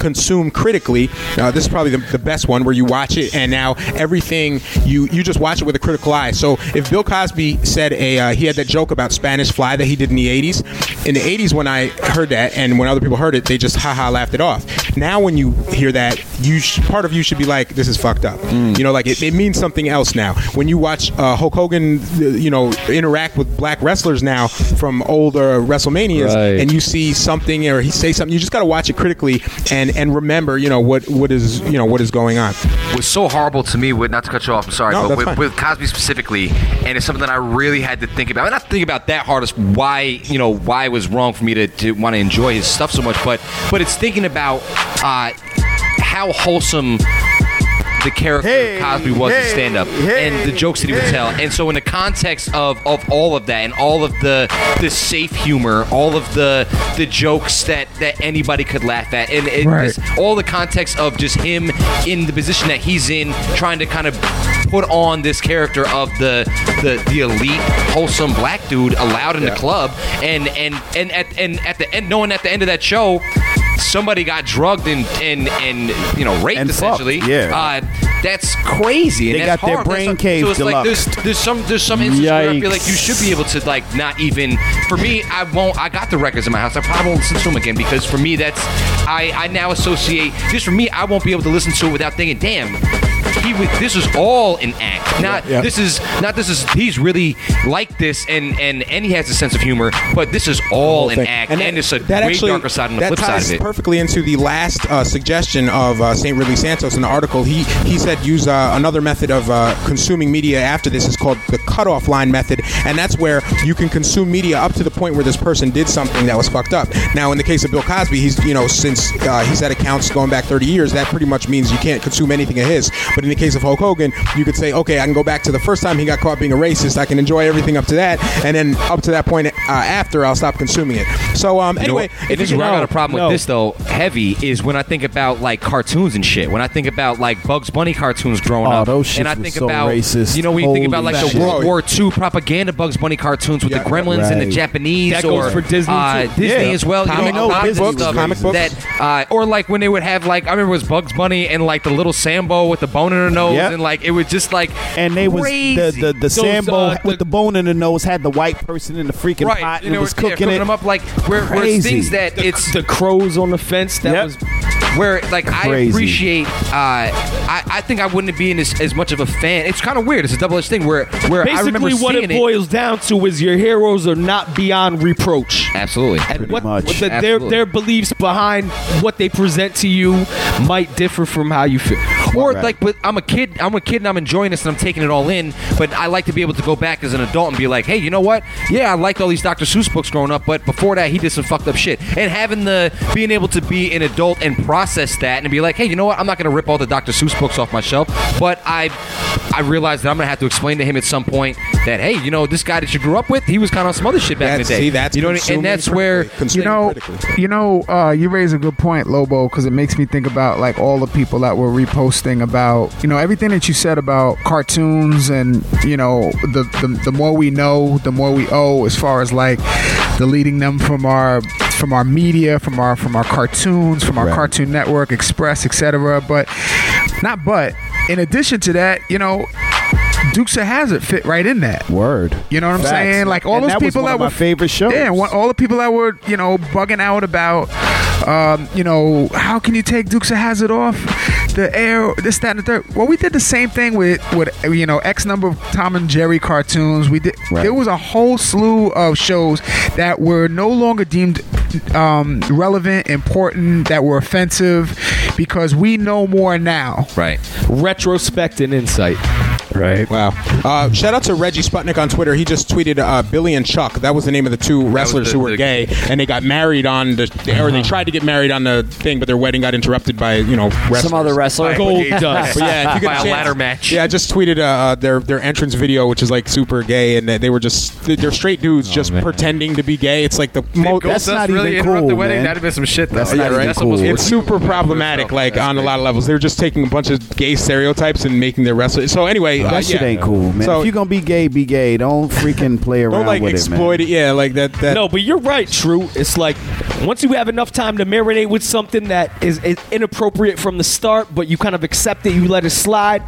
S3: consume critically. Uh, this is probably the, the best one where you watch it and now everything you you just watch it with a critical eye. So if Bill Cosby said a uh, he had that joke about Spanish Fly that he did in the '80s. In the '80s, when I heard that and when other people heard it, they just haha laughed it off. Now when you hear that, you sh- part of you should be like, this is fucked up. You know, like it, it means something else now. When you watch uh, Hulk Hogan, uh, you know, interact with black wrestlers now from older WrestleManias,
S19: Right.
S3: and you see something or he say something, you just got to watch it critically and and remember, you know, what what is you know what is going on.
S4: was so horrible to me with not to cut you off. I'm sorry,
S3: No,
S4: but
S3: that's
S4: with,
S3: fine.
S4: with Cosby specifically, and it's something I really had to think about. And not think about that hard as why you know why it was wrong for me to, to want to enjoy his stuff so much, but but it's thinking about uh, how wholesome the character Cosby was in stand up and the jokes that he would tell. And so in the context of, of all of that and all of the the safe humor, all of the the jokes that, that anybody could laugh at and it
S7: Right.
S4: just all the context of just him in the position that he's in trying to kind of put on this character of the the, the elite wholesome black dude allowed in the club and and and at and at the end knowing at the end of that show somebody got drugged and and and you know raped
S1: And fucked,
S4: essentially
S1: yeah.
S4: uh, that's crazy. and
S1: They
S4: that's
S1: got their
S4: horrible.
S1: brain
S4: That's-
S1: caved
S4: So it's like
S1: deluxe.
S4: there's there's some there's some instances where I feel
S1: Yikes.
S4: like you should be able to like not even. For me, I won't. I got the records in my house. I probably won't listen to them again because for me that's I I now associate just for me I won't be able to listen to it without thinking, damn. He was, this is all an act. Not
S19: yeah.
S4: this is not this is he's really like this and and and he has a sense of humor, but this is all an
S3: thing.
S4: act
S3: And
S4: and,
S3: that-
S4: it's a way
S3: that actually
S4: darker side on the
S3: that
S4: flip side
S3: ties
S4: of it.
S3: perfectly into the last uh, suggestion of uh, St. Ridley Santos in the article. He he said use uh, another method of uh, consuming media after this is called the cutoff line method, and that's where you can consume media up to the point where this person did something that was fucked up. Now, in the case of Bill Cosby, he's you know since uh, he's had accounts going back 30 years, that pretty much means you can't consume anything of his. But But in the case of Hulk Hogan, you could say, okay, I can go back to the first time he got caught being a racist. I can enjoy everything up to that, and then up to that point uh, after, I'll stop consuming it. So um,
S4: You know
S3: anyway,
S4: what? and this is where I got a problem with this though. Heavy is when I think about like cartoons and shit. When I think about like Bugs Bunny cartoons growing
S1: Oh,
S4: up,
S1: those
S4: and
S1: shits
S4: I
S1: was
S4: think
S1: so
S4: about
S1: racist.
S4: you know when you think about
S1: Holy
S4: like
S1: shit.
S4: the World War II propaganda Bugs Bunny cartoons with the Gremlins and the
S1: right.
S4: Japanese,
S1: That
S4: or
S1: goes for Disney,
S4: uh,
S1: too.
S4: Disney
S1: Yeah.
S4: as well.
S1: Comic-
S4: you know,
S1: no,
S4: a lot of
S1: Disney was
S4: stuff
S1: comic books.
S4: that, uh, or like when they would have like I remember it was Bugs Bunny and like the little Sambo with the bone in her nose,
S1: Yep.
S4: and like it was just like
S1: And they was the the, the
S4: Those,
S1: Sambo
S4: uh,
S1: with the bone in the nose had the white person in the freaking
S4: Right,
S1: pot
S4: you
S1: and
S4: know,
S1: was
S4: yeah,
S1: cooking
S4: cooking
S1: it.
S4: them up like where, where it's
S1: Crazy.
S4: things that it's
S19: the crows on the fence that was
S4: where like I
S1: Crazy.
S4: appreciate uh, I I think I wouldn't be in as, as much of a fan. It's kind of weird. It's a double edged thing where where I remember
S19: Basically, what
S4: seeing
S19: it boils down to is your heroes are not beyond reproach.
S4: Absolutely.
S19: And what,
S4: much.
S19: what the- their
S4: Absolutely.
S19: their beliefs behind what they present to you might differ from how you feel.
S4: Or like, but I'm a kid. I'm a kid, and I'm enjoying this, and I'm taking it all in. But I like to be able to go back as an adult and be like, hey, you know what? Yeah, I liked all these Dr. Seuss books growing up, but before that, he did some fucked up shit. And having the being able to be an adult and process that, and be like, hey, you know what? I'm not gonna rip all the Dr. Seuss books off my shelf, but I I realized that I'm gonna have to explain to him at some point that hey, you know, this guy that you grew up with, he was kind of on some other shit back in the
S3: That's-
S4: day.
S3: see, that's
S4: you know, what I mean?
S3: consuming
S4: and that's where
S9: you know, you know, uh, you raise a good point, Lobo, because it makes me think about like all the people that were reposting about you know everything that you said about cartoons and you know the the, the more we know, the more we owe as far as like deleting them from our from our media, from our from our cartoons, from our Cartoon Network, Express, etc. But not but. In addition to that, you know. Dukes of Hazard fit right in that
S1: word.
S9: You know what I'm
S1: Facts.
S9: saying? Like all
S1: And
S9: those
S1: that was
S9: people
S1: one
S9: that
S1: of
S9: were
S1: my favorite shows.
S9: Yeah, one, all the people that were you know bugging out about, um, you know, how can you take Dukes of Hazard off the air? This, that, and the third. Well, we did the same thing with with you know X number of Tom and Jerry cartoons. We did.
S1: Right.
S9: There was a whole slew of shows that were no longer deemed um, relevant, important, that were offensive, because we know more now.
S4: Right.
S19: Retrospect and insight.
S9: Right.
S3: Wow. Uh, shout out to Reggie Sputnik on Twitter. He just tweeted uh, Billy and Chuck. That was the name of the two wrestlers
S4: the-
S3: who were
S4: the-
S3: gay, and they got married on the, or they tried to get married on the thing, but their wedding got interrupted by you know wrestlers.
S6: other wrestler?
S3: By-
S6: Gold
S3: But
S6: dust.
S3: yeah, if you get
S6: By a
S3: chance-
S6: ladder match.
S3: Yeah, I just tweeted uh, uh, their their entrance video, which is like super gay, and they- they were just they're straight dudes just pretending to be gay. It's like the most.
S13: Gold That's Dust not really even interrupt the cool, wedding? man. That'd have been some shit, though. That's not even cool.
S3: It's super problematic, like on a lot of levels. They're just taking a bunch of gay stereotypes and making their wrestlers. So anyway,
S1: That
S3: uh,
S1: shit
S3: yeah.
S1: ain't cool, man.
S3: So
S1: if you're gonna be gay, be gay. Don't freaking play around
S3: don't like
S1: with
S3: exploit it, Yeah, like that. that
S19: No, but you're right, True. It's like once you have enough time to marinate with something that is, is inappropriate from the start, but you kind of accept it, you let it slide,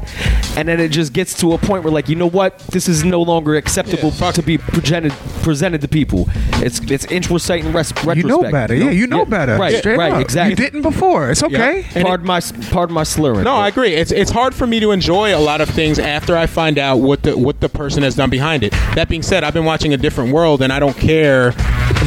S19: and then it just gets to a point where, like, you know what? This is no longer acceptable to be presented presented to people. It's it's introspect and res- retrospect.
S9: You know better. Yeah, you know better.
S19: Right,
S9: Straight
S19: right,
S9: up.
S19: exactly.
S9: You didn't before. It's okay.
S19: Yeah. Pardon my pardon my slurring.
S3: No, I agree. It's it's hard for me to enjoy a lot of things after I find out what the what the person has done behind it. That being said, I've been watching a different world, and I don't care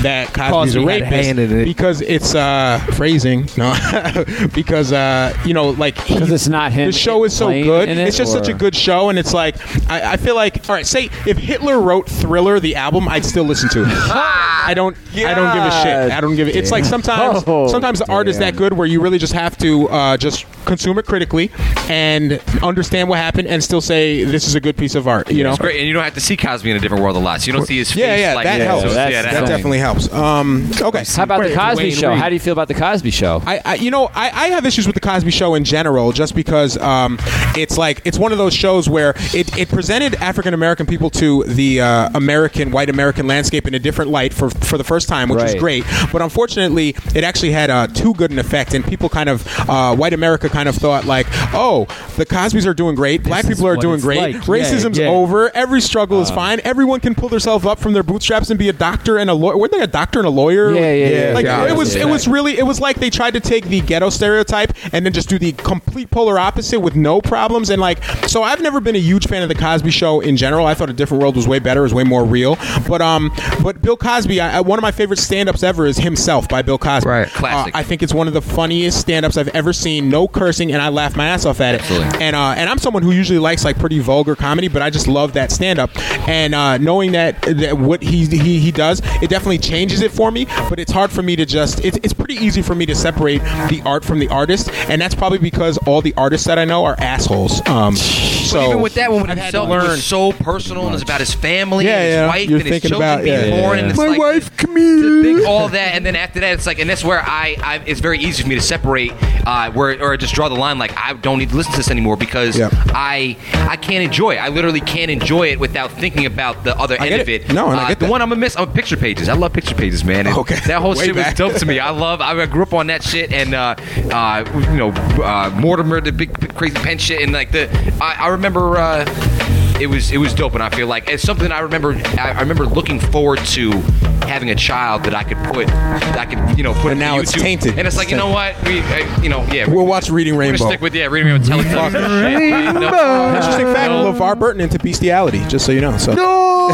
S3: that Cosby's
S19: Cosby
S3: a
S19: had a
S3: rapist
S19: hand in it.
S3: because it's uh, phrasing. No, [LAUGHS] because uh, you know, like because
S6: it's not him
S3: The show is so
S6: playing
S3: good.
S6: in it,
S3: it's just such a
S6: or-
S3: good show, and it's like I, I feel like all right. Say if Hitler wrote Thriller, the album, I'd still
S6: [LAUGHS]
S3: listen to it. I don't. I don't give a shit. I don't give. A, it's like
S1: Damn.
S3: sometimes
S1: Oh,
S3: sometimes the art is that
S1: damn.
S3: good good where you really just have to uh, just consume it critically and understand what happened and still say this is a good piece of art. You know,
S4: It's great, and you don't have to see Cosby in a different world a lot. So you don't see his face.
S3: yeah, yeah,
S4: like
S3: that
S4: so
S3: helps.
S4: it's- yeah,
S3: that definitely helps. Um, okay,
S6: How about the Cosby Show? How do you feel about the Cosby Show?
S3: I, I you know I, I have issues with the Cosby Show in general just because um, it's like it's one of those shows where it, it presented African American people to the uh, American white American landscape in a different light for for the first time, which was
S1: Right.
S3: great. But unfortunately, it actually had uh, too good an effect, and people kind of uh, white America kind of thought like, oh, the Cosbys are doing great, black people are
S1: what
S3: doing
S1: it's
S3: great,
S1: like.
S3: racism's
S1: Yeah, yeah.
S3: over, every struggle
S1: Uh,
S3: is fine, everyone can pull themselves up from their bootstraps and be a doctor and a lawyer. Weren't they a doctor and a lawyer?
S1: Yeah, yeah, yeah,
S3: Like
S1: yeah.
S3: it was it was really it was like they tried to take the ghetto stereotype and then just do the complete polar opposite with no problems and like so I've never been a huge fan of the Cosby show in general. I thought a different world was way better, was way more real. But um but Bill Cosby I, I, one of my favorite stand-ups ever is Himself by Bill Cosby. Right,
S4: classic.
S3: I think it's one of the funniest stand-ups I've ever seen. No cursing, and I laugh my ass off at it.
S4: Absolutely.
S3: And uh, and I'm someone who usually likes like pretty vulgar comedy, but I just love that stand-up. And uh, knowing that that what he, he he does, it definitely changes it for me. But it's hard for me to just. It's it's pretty easy for me to separate the art from the artist, and that's probably because all the artists that I know are assholes. Um, so
S4: Even with that one, with
S3: I've had to
S4: himself, it was so personal, and it's about his family,
S3: Yeah,
S4: and his
S3: yeah,
S4: wife,
S3: you're
S4: and his
S3: thinking
S4: children
S3: about-
S4: being
S3: yeah, yeah,
S4: born,
S3: yeah.
S4: and it's
S3: My
S4: like,
S3: wife,
S4: come here, all that, and then after that, it's like, and that's where I, I it's very easy for me to separate, uh, where or just draw the line, like I don't need to listen to this anymore because I, I can't enjoy it. I literally can't enjoy it without thinking about the other end of it.
S3: No, and I
S4: Uh,
S3: get
S4: the one I'm gonna miss. I'm picture pages. I love picture pages, man. And
S3: Okay.
S4: that whole
S3: Way
S4: shit
S3: back.
S4: was dope to me. I love. I grew up on that shit, and uh, uh, you know, uh, Mortimer, the big, big crazy pen shit, and like the. I, I remember uh, it was it was dope, and I feel like it's something I remember. I, I remember looking forward to having a child that I could put, that I could you know put. And
S3: now Oh, it's tainted.
S4: And it's like you know what we, uh, you know, yeah.
S3: We'll watch Reading
S4: we're gonna
S3: Rainbow.
S4: stick with yeah, reading Rainbow. Teletubbies and shit, man. No.
S3: Interesting fact: LeVar Burton into bestiality. Just so you know. So.
S4: [LAUGHS]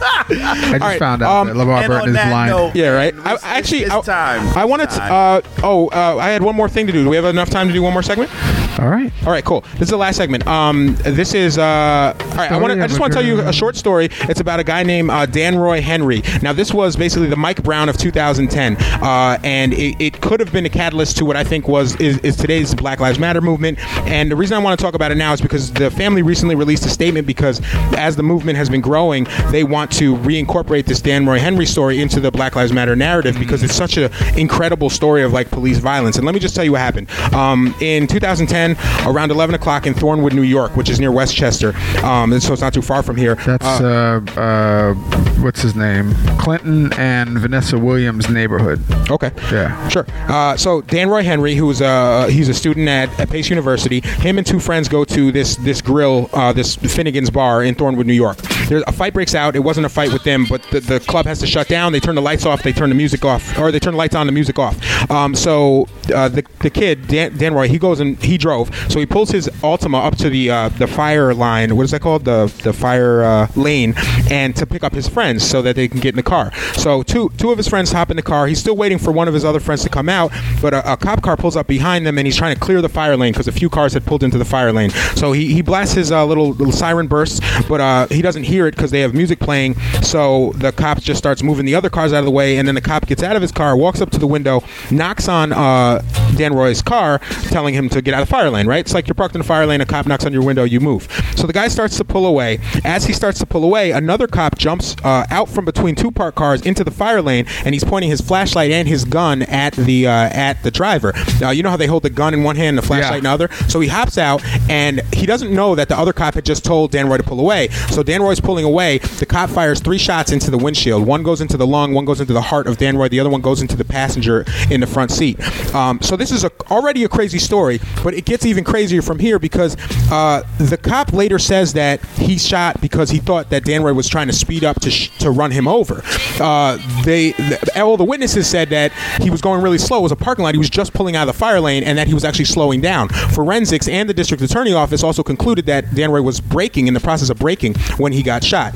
S9: I just
S3: All right,
S9: found out
S3: um,
S9: that LeVar Burton is blind.
S3: yeah, right. I, actually, I, I wanted to. Uh, oh, uh, I had one more thing to do. Do we have enough time to do one more segment?
S9: All right.
S3: All right. Cool. This is the last segment. Um, this is. Uh, all right. I want.
S9: Story
S3: I
S9: of
S3: just
S9: a
S3: want to tell you
S9: girl.
S3: a short story. It's about a guy named uh, Dan Roy Henry. Now, this was basically the Mike Brown of 2010, uh, and it, it could have been a catalyst to what I think was is, is today's Black Lives Matter movement. And the reason I want to talk about it now is because the family recently released a statement because as the movement has been growing, they want to reincorporate this Dan Roy Henry story into the Black Lives Matter narrative
S9: Mm-hmm.
S3: because it's such an incredible story of like police violence. And let me just tell you what happened. Um, in 2010, around 11 o'clock in Thornwood, New York, which is near Westchester, um, and so it's not too far from here.
S9: That's
S3: uh,
S9: uh, uh, what's his name? Clinton and Vanessa Williams neighborhood.
S3: Okay.
S9: Yeah.
S3: Sure. Uh, so Dan Roy Henry, who's a uh, he's a student at, at Pace University, him and two friends go to this this grill, uh, this Finnegan's Bar in Thornwood, New York. There, a fight breaks out. It wasn't a fight with them, but the, the club has to shut down. They turn the lights off. They turn the music off, or they turn the lights on, the music off. Um, so uh, the, the kid Dan, Dan Roy, he goes and he drove. So he pulls his Altima up to the uh, the fire line. What is that called? The the fire uh, lane, and to pick up his friends so that they can get in the car. So two two of his friends hop in the car. He's still waiting for one of his other friends to come out, but a, a cop car pulls up behind them and he's trying to clear the fire lane because a few cars had pulled into the fire lane. So he, he blasts his uh, little, little siren bursts, but uh, he doesn't hear it because they have music playing. So the cop just starts moving the other cars out of the way, and then the cop gets out of his car, walks up to the window, knocks on uh, Dan Roy's car, telling him to get out of the fire lane. Right? It's like you're parked in the fire lane. A cop knocks on your window, you move. So the guy starts to pull away. As he starts to pull away, another cop jumps uh, out from between two parked cars into the fire lane, and he's pointing his flashlight and his gun at the uh, at the driver. Uh, you know how they hold the gun in one hand, and the flashlight in the other. So he hops out, and he doesn't know that the other cop had just told Dan Roy to pull away. So Dan Roy's pulling away. The cop fires three shots into the windshield. One goes into the lung, one goes into the heart of Dan Roy, the other one goes into the passenger in the front seat. Um, so this is a, already a crazy story, but it gets even crazier from here because uh, the cop later says that he shot because he thought that Dan Roy was trying to speed up to, sh- to run him over. Uh, they th- all the witnesses said that he was going really slow. It was a parking lot. He was just pulling out of the fire lane, and that he was actually slowing down. Forensics and the district attorney office also concluded that Dan Roy was braking in the process of braking when he got shot.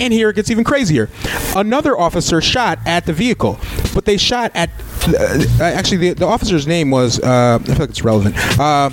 S3: And here it gets even crazier. Another officer shot at the vehicle, but they shot at. Uh, actually, the, the officer's name was. Uh, I feel like it's relevant. Uh,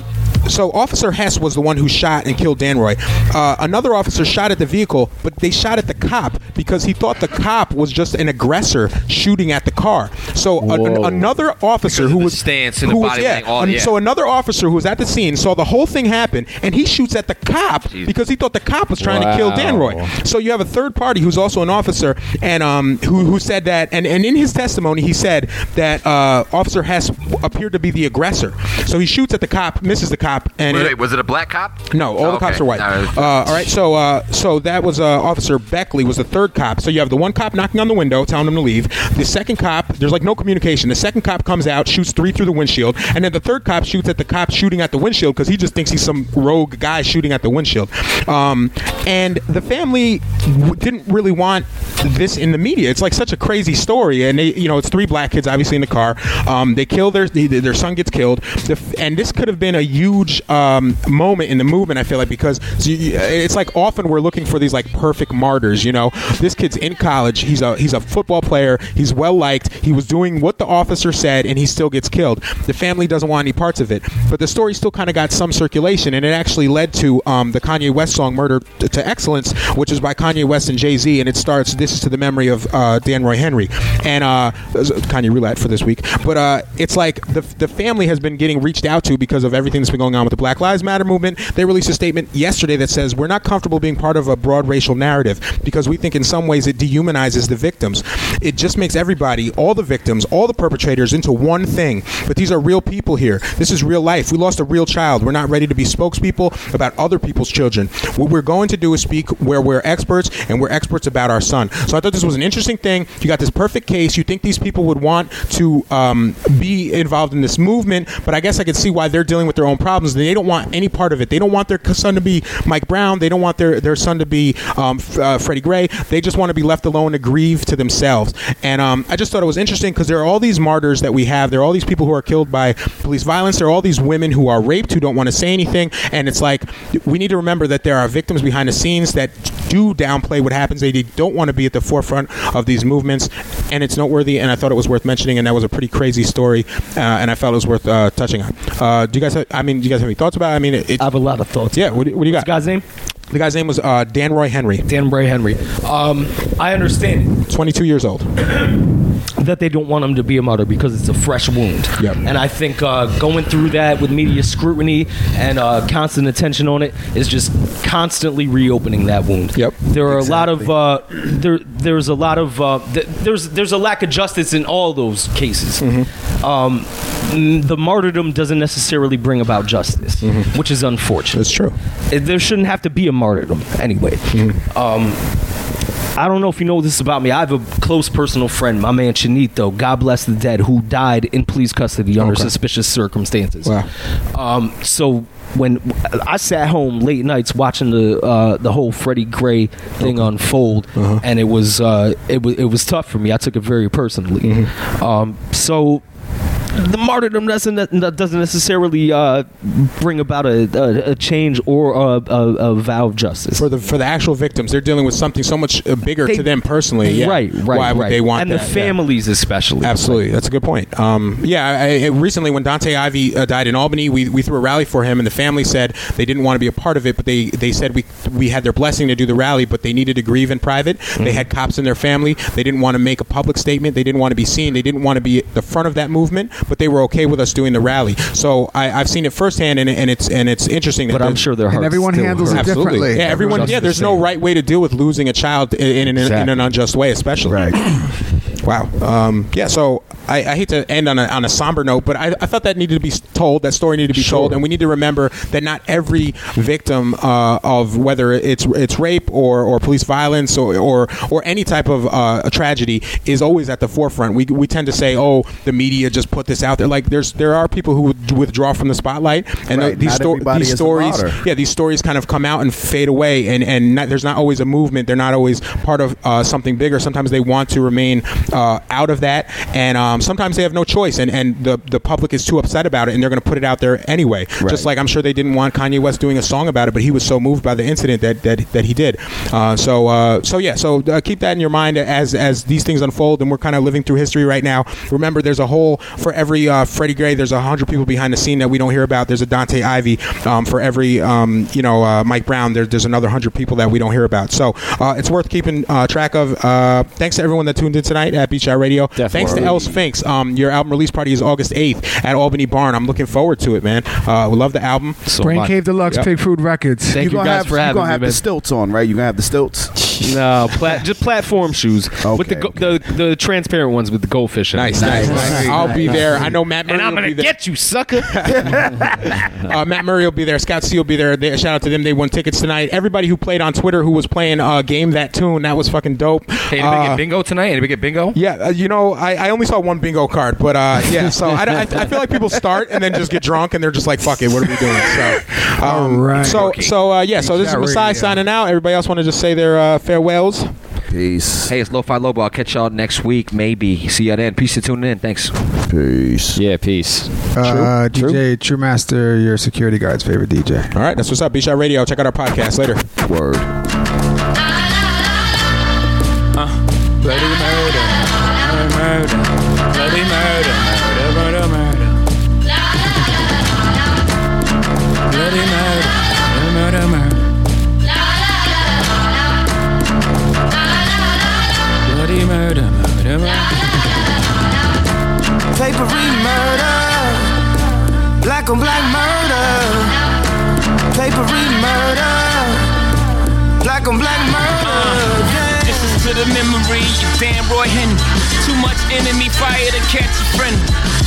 S3: so Officer Hess was the one who shot and killed Danroy. Uh, another officer shot at the vehicle, but they shot at the cop because he thought the cop was just an aggressor shooting at the car. So an- an- another officer who was
S4: stance and the
S3: who
S4: body language, all-
S3: an-
S4: yeah.
S3: So another officer who was at the scene saw the whole thing happen, and he shoots at the cop because he thought the cop was trying to kill
S7: Wow.
S3: Danroy. So you have a third party who's also an officer, and um, who who said that, and, and in his testimony he said that uh, Officer Hess w- appeared to be the aggressor. So he shoots at the cop, misses the cop, and
S4: wait,
S3: it-
S4: wait, was it a black cop?
S3: no, all the
S4: Okay.
S3: cops are white.
S4: Uh,
S3: Uh, all right, so uh, so that was uh, Officer Beckley was the third cop. So you have the one cop knocking on the window, telling him to leave. The second cop, there's like no communication. The second cop comes out, shoots three through the windshield, and then the third cop shoots at the cop shooting at the windshield because he just thinks he's some rogue guy shooting at the windshield. Um, and the family w- didn't really want this in the media. It's like such a crazy story, and they, you know, it's three black kids obviously in the car. Um, they kill their they, their son gets killed, the, f- and this could have been a huge um, moment in the movement. I feel like because so you- it's like often we're looking for these like perfect martyrs. You know, this kid's in college. He's a he's a football player. He's well liked. He was doing what the officer said, and he still gets killed. The family doesn't want any parts of it, but the story still kind of got some circulation, and it actually led to um, the Kanye West song "Murder to, to Excellence," which is by Kanye West and Jay Z, and it starts. This is to the memory of uh, Dan Roy Henry, and uh, Kanye roulette for this week. But uh, it's like the the family has been getting reached out to because of everything that's been going on with the Black Lives Matter movement. They released a statement yesterday that says we're not comfortable being part of a broad racial narrative because we think in some ways it dehumanizes the victims. It just makes everybody, all the victims, all the perpetrators, into one thing. But these are real people here. This is real life. We lost a real child. We're not ready to be spokespeople about other people's children. What we're going to do is speak where we're experts and we're experts about our son. So I thought this was an interesting thing. You got this perfect case. You think these people would want to um, be involved in this movement, but I guess I could see why they're dealing with their own problems. They don't want any part of it. They don't want their son to be Mike Brown. They don't want their, their son to be um, F- uh, Freddie Gray. They just want to be left alone to grieve to themselves. And um, I just thought it was interesting because there are all these martyrs that we have. There are all these people who are killed by police violence. There are all these women who are raped who don't want to say anything. And it's like we need to remember that there are victims behind the scenes that do downplay what happens. They don't want to be at the forefront of these movements. And it's noteworthy. And I thought it was worth mentioning. And that was a pretty crazy story. Uh, and I felt it was worth uh, touching on. Uh, do you guys? Have, I mean, do you guys have any thoughts about? It? I mean, it, I have
S8: a lot of thoughts.
S3: Yeah. What do, what do you got?
S8: guy's name?
S3: The guy's name was uh, Dan Roy Henry.
S8: Dan Roy Henry. Um, I understand.
S3: Twenty-two years old.
S8: [CLEARS THROAT] that they don't want him to be a martyr because it's a fresh wound.
S3: Yep.
S8: And I think uh, going through that with media scrutiny and uh, constant attention on it is just constantly reopening that wound. Yep. There are a lot of uh, there. There's a lot of uh, th- there's there's a lack of justice in all those cases. Um, n- the martyrdom doesn't necessarily bring about justice, which is unfortunate. Mm-hmm. That's
S3: true.
S8: there shouldn't have to be a martyrdom anyway. Mm-hmm. Um, I don't know if you know this about me. I have a close personal friend, my man Chinito, God bless the dead, who died in police custody under
S3: Okay.
S8: suspicious circumstances. Um, so when I sat home late nights watching the uh, the whole Freddie Gray thing unfold,
S3: Uh-huh.
S8: and it was uh, it was it was tough for me. I took it very personally.
S3: Mm-hmm.
S8: Um, so the martyrdom doesn't that doesn't necessarily uh, bring about a, a, a change or a, a, a vow of justice
S3: for the for the actual victims. They're dealing with something so much uh, bigger
S8: They-
S3: to them personally. Yeah.
S8: Right, right,
S3: Why would
S8: right.
S3: they want
S8: And the
S3: that?
S8: families especially?
S3: Absolutely, that's a good point. Um, yeah, I, I, recently when Dante Ivy uh, died in Albany, we, we threw a rally for him, and the family said they didn't want to be a part of it, but they, they said we we had their blessing to do the rally, but they needed to grieve in private. They had cops in their family. They didn't want to make a public statement. They didn't want to be seen. They didn't want to be at the front of that movement, but they were okay with us doing the rally. So I, I've seen it firsthand, and, and it's and it's interesting. But I'm sure
S8: their
S9: And hearts everyone still handles it hurt.
S3: Absolutely.
S9: differently.
S3: Yeah, everyone.
S9: Everyone's
S3: Yeah,
S9: the
S3: there's no
S9: same.
S3: right way to deal with losing a child in, in, in, in an unjust way, especially.
S9: [CLEARS THROAT]
S3: Wow. Um, yeah. So I, I hate to end on a, on a somber note, but I, I thought that needed to be s- told. That story needed to be told, and we need to remember that not every victim uh, of whether it's it's rape or, or police violence or, or or any type of uh, tragedy is always at the forefront. We, we tend to say, oh, the media just put this out there. Like there's there are people who would withdraw from the spotlight, and
S7: Right.
S3: these,
S7: Not
S3: sto-
S7: everybody
S3: these
S7: is a
S3: stories,
S7: martyr.
S3: yeah, these stories kind of come out and fade away, and and not, there's not always a movement. They're not always part of uh, something bigger. Sometimes they want to remain uh, out of that, and um, sometimes they have no choice, and, and the the public is too upset about it, and they're going to put it out there anyway. Just like I'm sure they didn't want Kanye West doing a song about it, but he was so moved by the incident that that, that he did. Uh, so uh, so yeah, so uh, keep that in your mind as as these things unfold, and we're kind of living through history right now. Remember, there's a whole for every uh, Freddie Gray, there's a hundred people behind the scene that we don't hear about. There's a Dante Ivy um, for every um, you know uh, Mike Brown. There, there's another hundred people that we don't hear about. So uh, it's worth keeping uh, track of. Uh, thanks to everyone that tuned in tonight at Beach Out Radio. Thanks to
S7: Definitely.
S3: El Sphinx. Um, your album release party is August 8th at Albany Barn. I'm looking forward to it, man. Uh, we love the album.
S9: Brain Cave Deluxe,
S3: Yep.
S9: Pig Food Records.
S3: Thank you
S7: gonna
S3: guys
S7: have,
S3: for
S7: you
S3: having
S7: gonna
S3: me,
S7: have the
S3: man.
S7: stilts on, right? You're gonna have the stilts.
S8: [LAUGHS] No, plat, just platform shoes with the, go- the the transparent ones with the goldfish. In
S3: Nice, nice, nice. I'll be there. I know Matt Murray
S8: and I'm
S3: will
S8: gonna
S3: be there.
S8: get you,
S7: [LAUGHS]
S8: sucker.
S3: [LAUGHS] uh, Matt Murray will be there. Scott C will be there. They, shout out to them. They won tickets tonight. Everybody who played on Twitter who was playing uh, game that tune that was fucking dope.
S25: Hey, anybody
S3: Uh,
S25: get bingo tonight? Anybody get bingo?
S3: yeah, uh, you know, I, I only saw one bingo card, but uh, yeah. So I, don't- I, I feel like people start and then just get drunk and they're just like, "Fuck it, what are we doing?" So, um,
S9: All right.
S3: so, so uh, yeah. So this is
S9: Beach Out
S3: Masai
S9: Radio.
S3: signing out. Everybody else want to just say their uh, farewells.
S1: Peace.
S4: Hey, it's Lo-Fi Lobo. I'll catch y'all next week, maybe. See y'all then. Peace for tuning in. Thanks.
S1: Peace.
S6: Yeah, peace.
S9: Uh, DJ True Master, your security guard's favorite DJ.
S3: All right, that's what's up. B Shot Radio. Check out our podcast later.
S1: Word.
S2: Uh, bloody murder, murder, murder, bloody murder, murder, murder, murder. Bloody murder, murder, murder, murder. Bloody murder, murder, murder.
S7: Papery murder, black on black murder. Papery murder, black on black murder.
S2: Uh, This is to the memory of Dan Roy Henry. Too much enemy fire to catch a friend.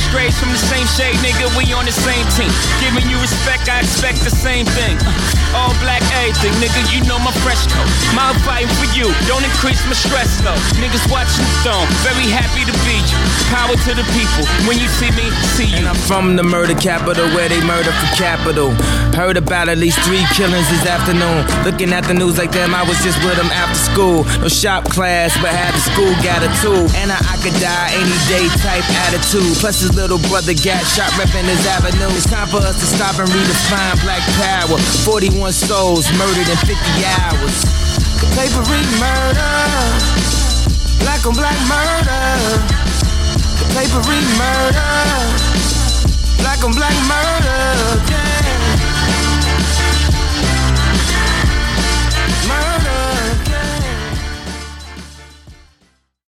S2: Strays from the same shade, nigga, we on the same team. Giving you respect, I expect the same thing. Uh, All black, everything, nigga, you know my fresh coat. My fighting for you, don't increase my stress though. Niggas watching the throne, very happy to be you. Power to the people, when you see me, see you.
S7: And I'm from the murder capital where they murder for capital. Heard about at least three killings this afternoon. Looking at the news like them, I was just with them after school. No shop class, but had the school got a tool. And I, I could die any day type attitude. Plus his little brother got shot repping his avenue. It's time for us to stop and redefine black power. 41 souls murdered in 50 hours. Papery murder, black on black murder. Papery murder, black on black murder.